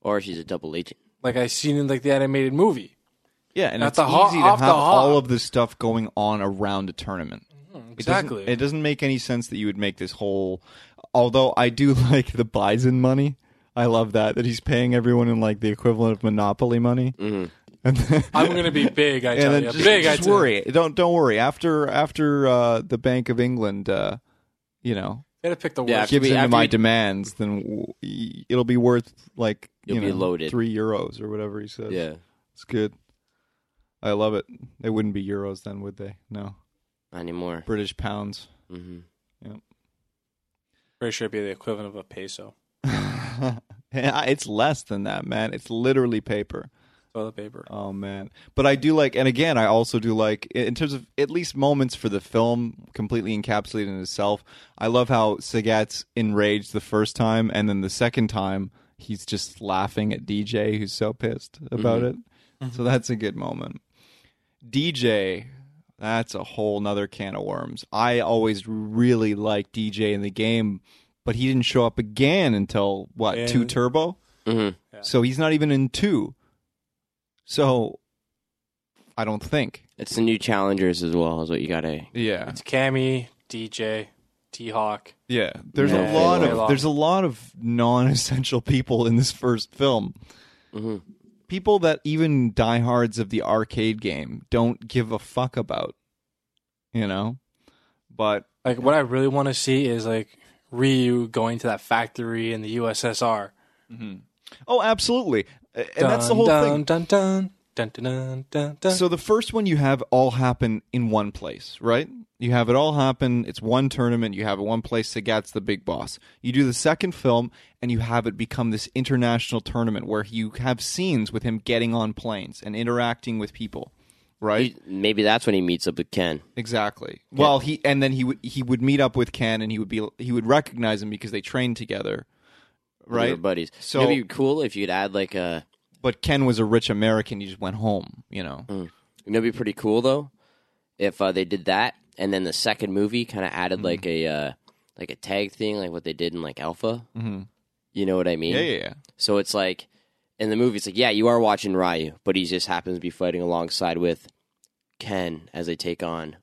[SPEAKER 3] or she's a double agent.
[SPEAKER 2] like I seen in like the animated movie.
[SPEAKER 1] Yeah, and
[SPEAKER 2] Not
[SPEAKER 1] it's
[SPEAKER 2] the ho-
[SPEAKER 1] easy to
[SPEAKER 2] off
[SPEAKER 1] have
[SPEAKER 2] the hop. Mm-hmm,
[SPEAKER 1] all of this stuff going on around a tournament.
[SPEAKER 2] Exactly.
[SPEAKER 1] It doesn't, it doesn't make any sense that you would make this whole. Although I do like the Bison money. I love that that he's paying everyone in like the equivalent of Monopoly money.
[SPEAKER 3] Mm-hmm.
[SPEAKER 1] And then,
[SPEAKER 2] I'm gonna be big. I
[SPEAKER 1] and
[SPEAKER 2] tell
[SPEAKER 1] then
[SPEAKER 2] you,
[SPEAKER 1] just,
[SPEAKER 2] big. I
[SPEAKER 1] just
[SPEAKER 2] tell you.
[SPEAKER 1] worry. Don't don't worry. After after uh, the Bank of England, uh, you know,
[SPEAKER 2] Gotta pick the worst.
[SPEAKER 3] Yeah,
[SPEAKER 1] gives
[SPEAKER 3] we-
[SPEAKER 1] into
[SPEAKER 3] after
[SPEAKER 1] my
[SPEAKER 3] we-
[SPEAKER 1] demands, then w- y- it'll be worth like you
[SPEAKER 3] You'll
[SPEAKER 1] know
[SPEAKER 3] be loaded.
[SPEAKER 1] three euros or whatever he says.
[SPEAKER 3] Yeah,
[SPEAKER 1] It's good. I love it. They wouldn't be euros then, would they? No,
[SPEAKER 3] not anymore.
[SPEAKER 1] British pounds.
[SPEAKER 3] hmm
[SPEAKER 2] Pretty sure it'd be the equivalent of a peso.
[SPEAKER 1] it's less than that, man. It's literally paper.
[SPEAKER 2] Toilet paper.
[SPEAKER 1] Oh man. But I do like and again, I also do like in terms of at least moments for the film completely encapsulated in itself. I love how Sagat's enraged the first time and then the second time he's just laughing at DJ who's so pissed about it. So that's a good moment. DJ, that's a whole nother can of worms. I always really liked DJ in the game, but he didn't show up again until what
[SPEAKER 2] Yeah.
[SPEAKER 1] two turbo.
[SPEAKER 3] Mhm.
[SPEAKER 1] So he's not even in two. So I don't think.
[SPEAKER 3] It's the new challengers as well. Is what you gotta.
[SPEAKER 1] Yeah.
[SPEAKER 2] It's Cammy, DJ, T Hawk.
[SPEAKER 1] Yeah, there's
[SPEAKER 3] Yeah.
[SPEAKER 1] a lot
[SPEAKER 2] Yeah.
[SPEAKER 1] of there's a lot of non-essential people in this first film.
[SPEAKER 3] Mhm.
[SPEAKER 1] People that even diehards of the arcade game don't give a fuck about, you know. But
[SPEAKER 2] Like what I really want to see is like Ryu going to that factory in the USSR.
[SPEAKER 1] oh, absolutely, A- and that's the whole
[SPEAKER 2] dun,
[SPEAKER 1] thing.
[SPEAKER 2] Dun dun dun dun dun dun. dun.
[SPEAKER 1] So the first one you have all happen in one place, right? You have it all happen. It's one tournament. You have it one place. Sagat's the big boss. You do the second film, and you have it become this international tournament where you have scenes with him getting on planes and interacting with people, right?
[SPEAKER 3] Maybe that's when he meets up with Ken.
[SPEAKER 1] exactly. Well, he and then he would he would meet up with Ken, and he would be he would recognize him because they trained together,
[SPEAKER 3] They were
[SPEAKER 1] right?
[SPEAKER 3] buddies.
[SPEAKER 1] So-
[SPEAKER 3] So it'd be cool if you'd add like a.
[SPEAKER 1] But Ken was a rich American. He just went home, you know.
[SPEAKER 3] You know, it'd be pretty cool though if uh, they did that, and then the second movie kind of
[SPEAKER 1] Mm-hmm.
[SPEAKER 3] added like a uh, like a tag thing, like what they did in like Alpha.
[SPEAKER 1] Mhm.
[SPEAKER 3] You know what I mean?
[SPEAKER 1] Yeah, yeah, yeah.
[SPEAKER 3] So it's like in the movie, it's like yeah, you are watching Ryu, but he just happens to be fighting alongside with Ken as they take on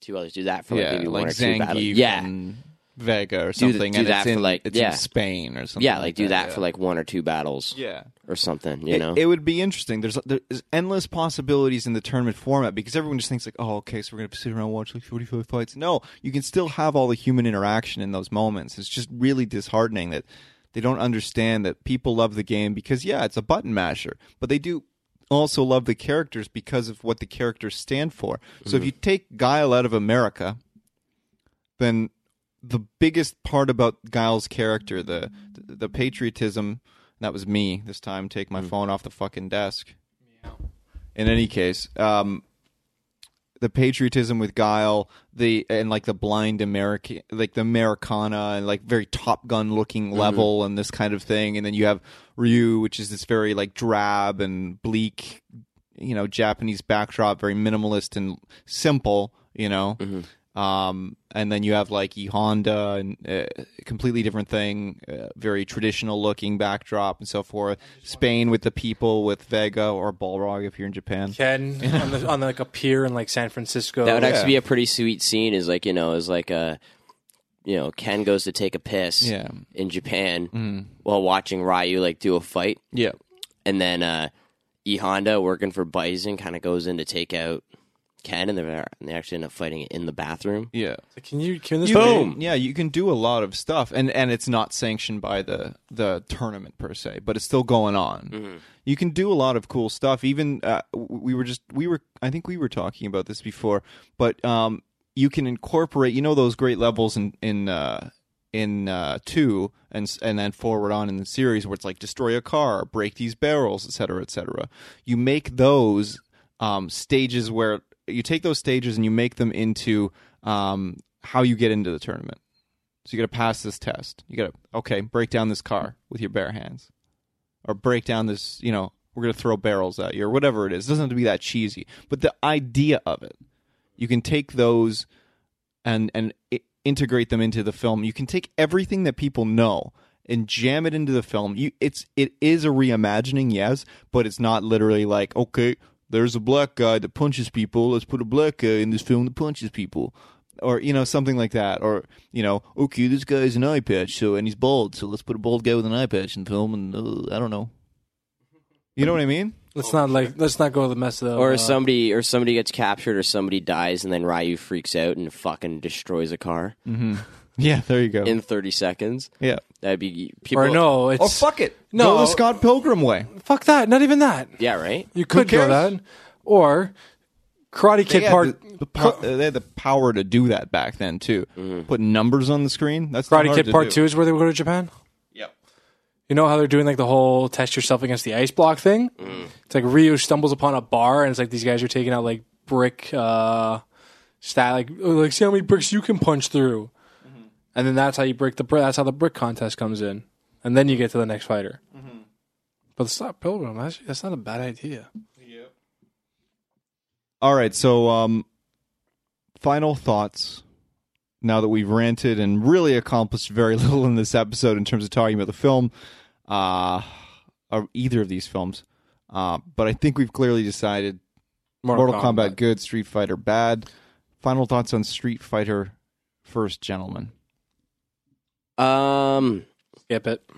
[SPEAKER 3] two others. Do that for like
[SPEAKER 1] yeah,
[SPEAKER 3] maybe
[SPEAKER 1] like
[SPEAKER 3] one or two battles.
[SPEAKER 1] Zangief
[SPEAKER 3] Yeah,
[SPEAKER 1] and Vega or
[SPEAKER 3] Do th-
[SPEAKER 1] something,
[SPEAKER 3] do
[SPEAKER 1] and
[SPEAKER 3] that
[SPEAKER 1] it's
[SPEAKER 3] for,
[SPEAKER 1] in
[SPEAKER 3] like-
[SPEAKER 1] it's
[SPEAKER 3] yeah.
[SPEAKER 1] in Spain or something.
[SPEAKER 3] yeah, like do that
[SPEAKER 1] yeah.
[SPEAKER 3] for like one or two battles
[SPEAKER 1] yeah.
[SPEAKER 3] or something. You
[SPEAKER 1] It-
[SPEAKER 3] know,
[SPEAKER 1] It, would be interesting. There's there's endless possibilities in the tournament format because everyone just thinks like, oh, okay, so we're gonna sit around and watch like 45 fights. No, you can still have all the human interaction in those moments. It's just really disheartening that they don't understand that people love the game because yeah, it's a button masher, but they do also love the characters because of what the characters stand for. So if you take Guile out of America, then the biggest part about Giles' character, the the patriotism, that was me this time. Take my phone off the fucking desk. In any case, um, the patriotism with Guile, the and like the blind American, like the Americana, and like very Top Gun looking level and this kind of thing, and then you have Ryu, which is this very like drab and bleak, you know, Japanese backdrop, very minimalist and simple, you know. Um, and then you have like E Honda and uh, completely different thing, uh, very traditional looking backdrop and so forth. Spain with the people with Vega or Balrog if you're in Japan.
[SPEAKER 2] Ken on the on like a pier in like San Francisco.
[SPEAKER 3] That would
[SPEAKER 1] yeah.
[SPEAKER 3] actually be a pretty sweet scene. Is like you know, is like a you know, Ken goes to take a piss
[SPEAKER 1] Yeah.
[SPEAKER 3] in Japan
[SPEAKER 2] Mm-hmm.
[SPEAKER 3] while watching Ryu like do a fight,
[SPEAKER 1] Yeah.
[SPEAKER 3] and then uh, E Honda working for Bison kind of goes in to take out Ken, and they're and they actually end up fighting in the bathroom.
[SPEAKER 1] Yeah.
[SPEAKER 2] can you can this
[SPEAKER 1] You
[SPEAKER 2] movie-
[SPEAKER 1] can- yeah, you can do a lot of stuff, and and it's not sanctioned by the the tournament per se, but it's still going on. You can do a lot of cool stuff. Even uh, w- we were just we were I think we were talking about this before, but um, you can incorporate you know those great levels in in. Uh, in uh, two and s- and then forward on in the series where it's like destroy a car, break these barrels, et cetera, et cetera. You make those um, stages where you take those stages and you make them into um, how you get into the tournament. So you got to pass this test. You got to okay, break down this car with your bare hands, or break down this. You know, we're gonna throw barrels at you, or whatever it is. It doesn't have to be that cheesy, but the idea of it, you can take those and and i- integrate them into the film. You can take everything that people know and jam it into the film. You it's it is a reimagining, yes, but it's not literally like okay, there's a black guy that punches people. Let's put a black guy in this film that punches people. Or you know something like that, or you know, okay, this guy's an eye patch, so and he's bald, so let's put a bald guy with an eye patch in the film, and uh, I don't know. You know what I mean?
[SPEAKER 2] Let's not like let's not go to the mess of
[SPEAKER 3] Or
[SPEAKER 2] uh,
[SPEAKER 3] somebody, or somebody gets captured, or somebody dies, and then Ryu freaks out and fucking destroys a car
[SPEAKER 1] Yeah, there you go.
[SPEAKER 3] in thirty seconds.
[SPEAKER 1] yeah.
[SPEAKER 3] That'd be people.
[SPEAKER 2] or no, it's
[SPEAKER 1] Oh fuck it.
[SPEAKER 2] No.
[SPEAKER 1] Go the Scott Pilgrim way.
[SPEAKER 2] fuck that. Not even that.
[SPEAKER 3] Yeah, right.
[SPEAKER 2] You could go
[SPEAKER 1] cares?
[SPEAKER 2] that or Karate Kid
[SPEAKER 1] had
[SPEAKER 2] Part
[SPEAKER 1] the, the po- uh, they had the power to do that back then too. Put numbers on the screen. That's too
[SPEAKER 2] Mm-hmm. Karate
[SPEAKER 1] hard
[SPEAKER 2] Kid
[SPEAKER 1] to
[SPEAKER 2] Part
[SPEAKER 1] do.
[SPEAKER 2] Two is where they go to Japan.
[SPEAKER 1] Yep.
[SPEAKER 2] You know how they're doing like the whole test yourself against the ice block thing?
[SPEAKER 3] Mm.
[SPEAKER 2] It's like Ryu stumbles upon a bar and it's like these guys are taking out like brick uh stat like oh, like see how many bricks you can punch through.
[SPEAKER 3] Mm-hmm.
[SPEAKER 2] And then that's how you break the brick that's how the brick contest comes in. And then you get to the next fighter.
[SPEAKER 3] Mm-hmm.
[SPEAKER 2] But it's not Pilgrim. That's, that's not a bad idea.
[SPEAKER 1] All right, so um, final thoughts. Now that we've ranted and really accomplished very little in this episode in terms of talking about the film, uh, or either of these films, uh, but I think we've clearly decided Mortal, Kombat. good, Street Fighter bad. Final thoughts on Street Fighter First Gentleman.
[SPEAKER 3] Um,
[SPEAKER 2] Skip it.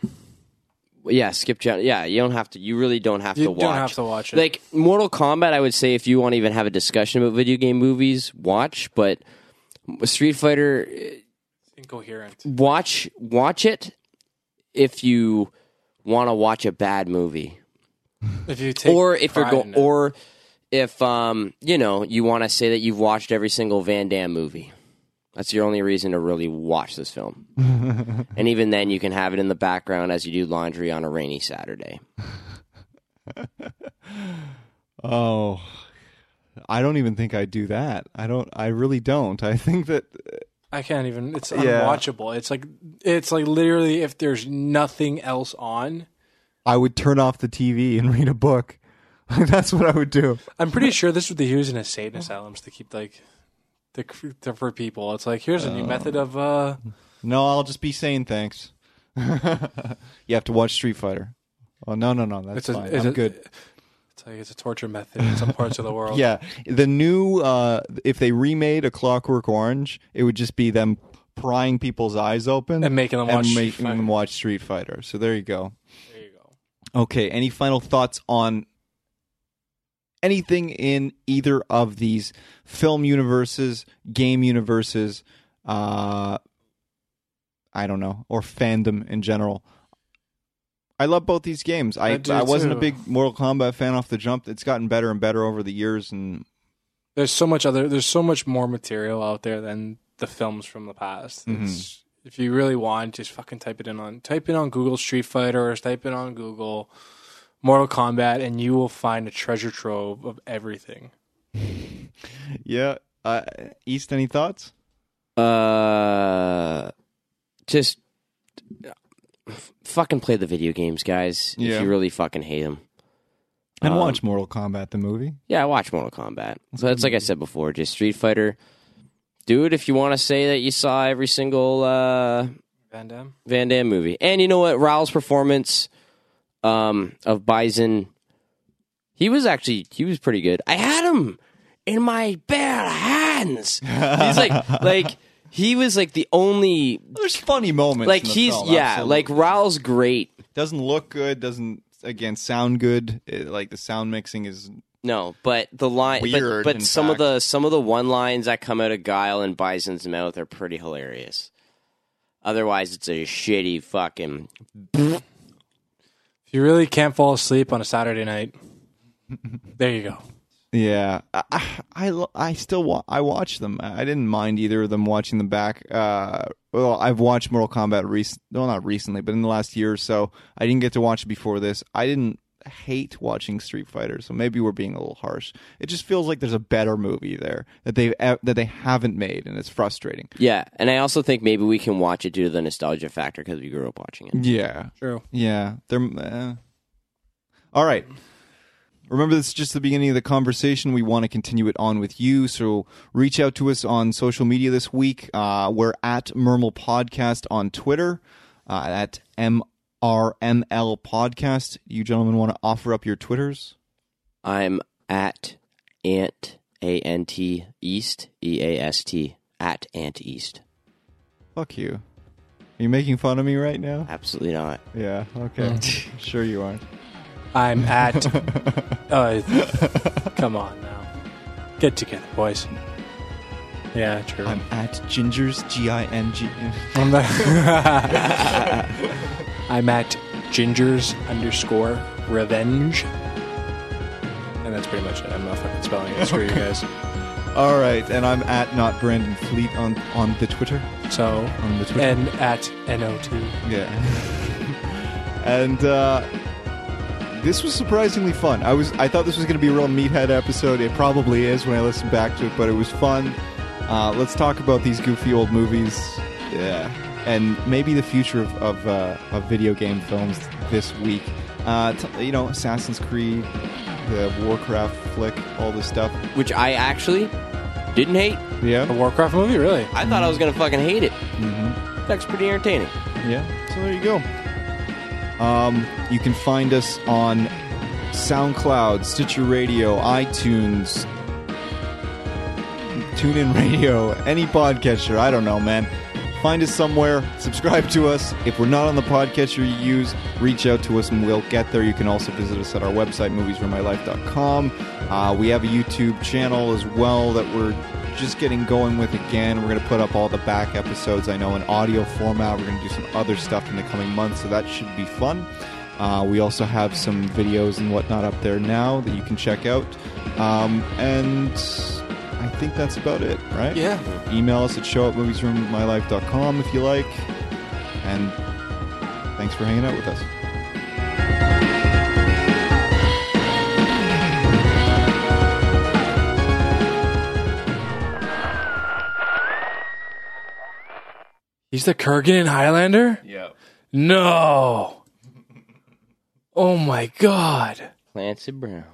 [SPEAKER 3] yeah, skip Gen- Yeah, you don't have to. You really don't have
[SPEAKER 2] You
[SPEAKER 3] to
[SPEAKER 2] don't
[SPEAKER 3] watch.
[SPEAKER 2] have to watch it.
[SPEAKER 3] Like Mortal Kombat, I would say if you want to even have a discussion about video game movies, watch. But Street Fighter, eh,
[SPEAKER 2] Incoherent.
[SPEAKER 3] watch watch it if you want to watch a bad movie,
[SPEAKER 2] If you take
[SPEAKER 3] or if you're
[SPEAKER 2] pride
[SPEAKER 3] going,
[SPEAKER 2] in it.
[SPEAKER 3] or if um you know you want to say that you've watched every single Van Damme movie. That's your only reason to really watch this film. and even then, you can have it in the background as you do laundry on a rainy Saturday.
[SPEAKER 1] Oh, I don't even think I do that. I don't. I really don't. I think that
[SPEAKER 2] I can't even. It's
[SPEAKER 1] Yeah.
[SPEAKER 2] unwatchable. It's like it's like literally if there's nothing else on.
[SPEAKER 1] I would turn off the TV and read a book. That's what I would do.
[SPEAKER 2] I'm pretty sure this is what they use in insane
[SPEAKER 1] Oh.
[SPEAKER 2] asylums to keep like the to, for people. It's like here's a
[SPEAKER 1] Oh.
[SPEAKER 2] new method of uh
[SPEAKER 1] No, I'll just be saying thanks. you have to watch Street Fighter. Oh no, no, no. That's
[SPEAKER 2] it's a,
[SPEAKER 1] fine.
[SPEAKER 2] it's
[SPEAKER 1] I'm
[SPEAKER 2] a-
[SPEAKER 1] good.
[SPEAKER 2] It's like it's a torture method in some parts of the world.
[SPEAKER 1] Yeah, the new uh, if they remade A Clockwork Orange, it would just be them prying people's eyes open
[SPEAKER 2] And making them watch
[SPEAKER 1] and
[SPEAKER 2] Street
[SPEAKER 1] making
[SPEAKER 2] Fighter.
[SPEAKER 1] them watch Street Fighter. So there you go.
[SPEAKER 2] There you go.
[SPEAKER 1] Okay, any final thoughts on anything in either of these film universes, game universes, uh I don't know, or fandom in general? I love both these games. I
[SPEAKER 2] I
[SPEAKER 1] I,
[SPEAKER 2] do
[SPEAKER 1] wasn't a
[SPEAKER 2] too.
[SPEAKER 1] big Mortal Kombat fan off the jump. It's gotten better and better over the years and
[SPEAKER 2] There's so much other. There's so much more material out there than the films from the past.
[SPEAKER 1] Mm-hmm.
[SPEAKER 2] It's, if you really want, just fucking type it in on type in on Google Street Fighter or type in on Google Mortal Kombat, and you will find a treasure trove of everything.
[SPEAKER 1] yeah, uh, East any thoughts?
[SPEAKER 3] Uh, just f- fucking play the video games, guys.
[SPEAKER 1] Yeah.
[SPEAKER 3] If you really fucking hate them,
[SPEAKER 1] And
[SPEAKER 3] Um,
[SPEAKER 1] watch Mortal Kombat the movie.
[SPEAKER 3] yeah, watch Mortal Kombat. So that's like I said before, just Street Fighter. Do it if you want to say that you saw every single uh,
[SPEAKER 2] Van Damme.
[SPEAKER 3] Van Damme movie. And you know what? Raul's performance um, of Bison, he was actually he was pretty good. I had him in my bare hands. He's like like he was like the only
[SPEAKER 1] There's funny moments.
[SPEAKER 3] like
[SPEAKER 1] in the
[SPEAKER 3] he's
[SPEAKER 1] film,
[SPEAKER 3] yeah
[SPEAKER 1] absolutely.
[SPEAKER 3] like Raul's great.
[SPEAKER 1] doesn't look good doesn't again sound good it, like the sound mixing is
[SPEAKER 3] No, but the line, but-
[SPEAKER 1] Weird,
[SPEAKER 3] but,
[SPEAKER 1] in
[SPEAKER 3] some
[SPEAKER 1] fact.
[SPEAKER 3] of the some of the one lines that come out of Guile and Bison's mouth are pretty hilarious. Otherwise, it's a shitty fucking.
[SPEAKER 2] If you really can't fall asleep on a Saturday night, there you go.
[SPEAKER 1] yeah i i, I lo- I still wa- i watch them i didn't mind either of them watching them back uh well i've watched mortal kombat recent well not recently but in the last year or so i didn't get to watch it before this i didn't hate watching street fighter so maybe we're being a little harsh it just feels like there's a better movie there that they've e- that they haven't made and it's frustrating
[SPEAKER 3] Yeah, and I also think maybe we can watch it due to the nostalgia factor because we grew up watching it.
[SPEAKER 1] yeah
[SPEAKER 2] True.
[SPEAKER 1] Yeah, they're. Uh... All right. Remember, this is just the beginning of the conversation. We want to continue it on with you, so reach out to us on social media this week. Uh, we're at Mermel Podcast on Twitter, uh, at MRML Podcast. You gentlemen want to offer up your Twitters?
[SPEAKER 3] I'm at Ant A N T East E A S T at Ant East.
[SPEAKER 1] Fuck you. Are you making fun of me right now?
[SPEAKER 3] Absolutely not.
[SPEAKER 1] Yeah, okay. sure you aren't.
[SPEAKER 2] I'm at. uh, come on now, get together, boys. Yeah, true.
[SPEAKER 1] I'm at Gingers, G I N G. E.
[SPEAKER 2] I'm, the- I'm at gingers underscore revenge. And that's pretty much it. I'm not fucking spelling it. Screw you guys.
[SPEAKER 1] All right, and I'm at not Brandon Fleet on, on the Twitter.
[SPEAKER 2] So,
[SPEAKER 1] On the Twitter.
[SPEAKER 2] and at NOT.
[SPEAKER 1] Yeah. and uh, this was surprisingly fun. I was I thought this was going to be a real meathead episode. It probably is when I listen back to it, but it was fun. Uh, let's talk about these goofy old movies. Yeah. And maybe the future of of, uh, of video game films this week. Uh, t- you know, Assassin's Creed, the Warcraft flick, all this stuff.
[SPEAKER 3] which I actually didn't hate.
[SPEAKER 2] A
[SPEAKER 1] Yeah,
[SPEAKER 2] Warcraft movie, really?
[SPEAKER 3] I thought I was gonna fucking hate it.
[SPEAKER 1] Mm-hmm.
[SPEAKER 3] That's pretty entertaining.
[SPEAKER 1] yeah. So there you go. Um, you can find us on SoundCloud, Stitcher Radio, iTunes, TuneIn Radio, any podcatcher. I don't know, man. Find us somewhere. Subscribe to us. If we're not on the podcatcher you use, reach out to us and we'll get there. You can also visit us at our website, moviesfrommylife.com. Uh, we have a YouTube channel as well that we're just getting going with again. We're going to put up all the back episodes, I know, in audio format. We're going to do some other stuff in the coming months, so that should be fun. Uh, we also have some videos and whatnot up there now that you can check out. Um, and I think that's about it, right?
[SPEAKER 2] Yeah.
[SPEAKER 1] Email us at showupmoviesfrommylife.com if you like. And thanks for hanging out with us.
[SPEAKER 2] He's the Kurgan in Highlander?
[SPEAKER 1] Yeah.
[SPEAKER 2] No. Oh my god.
[SPEAKER 3] Clancy Brown.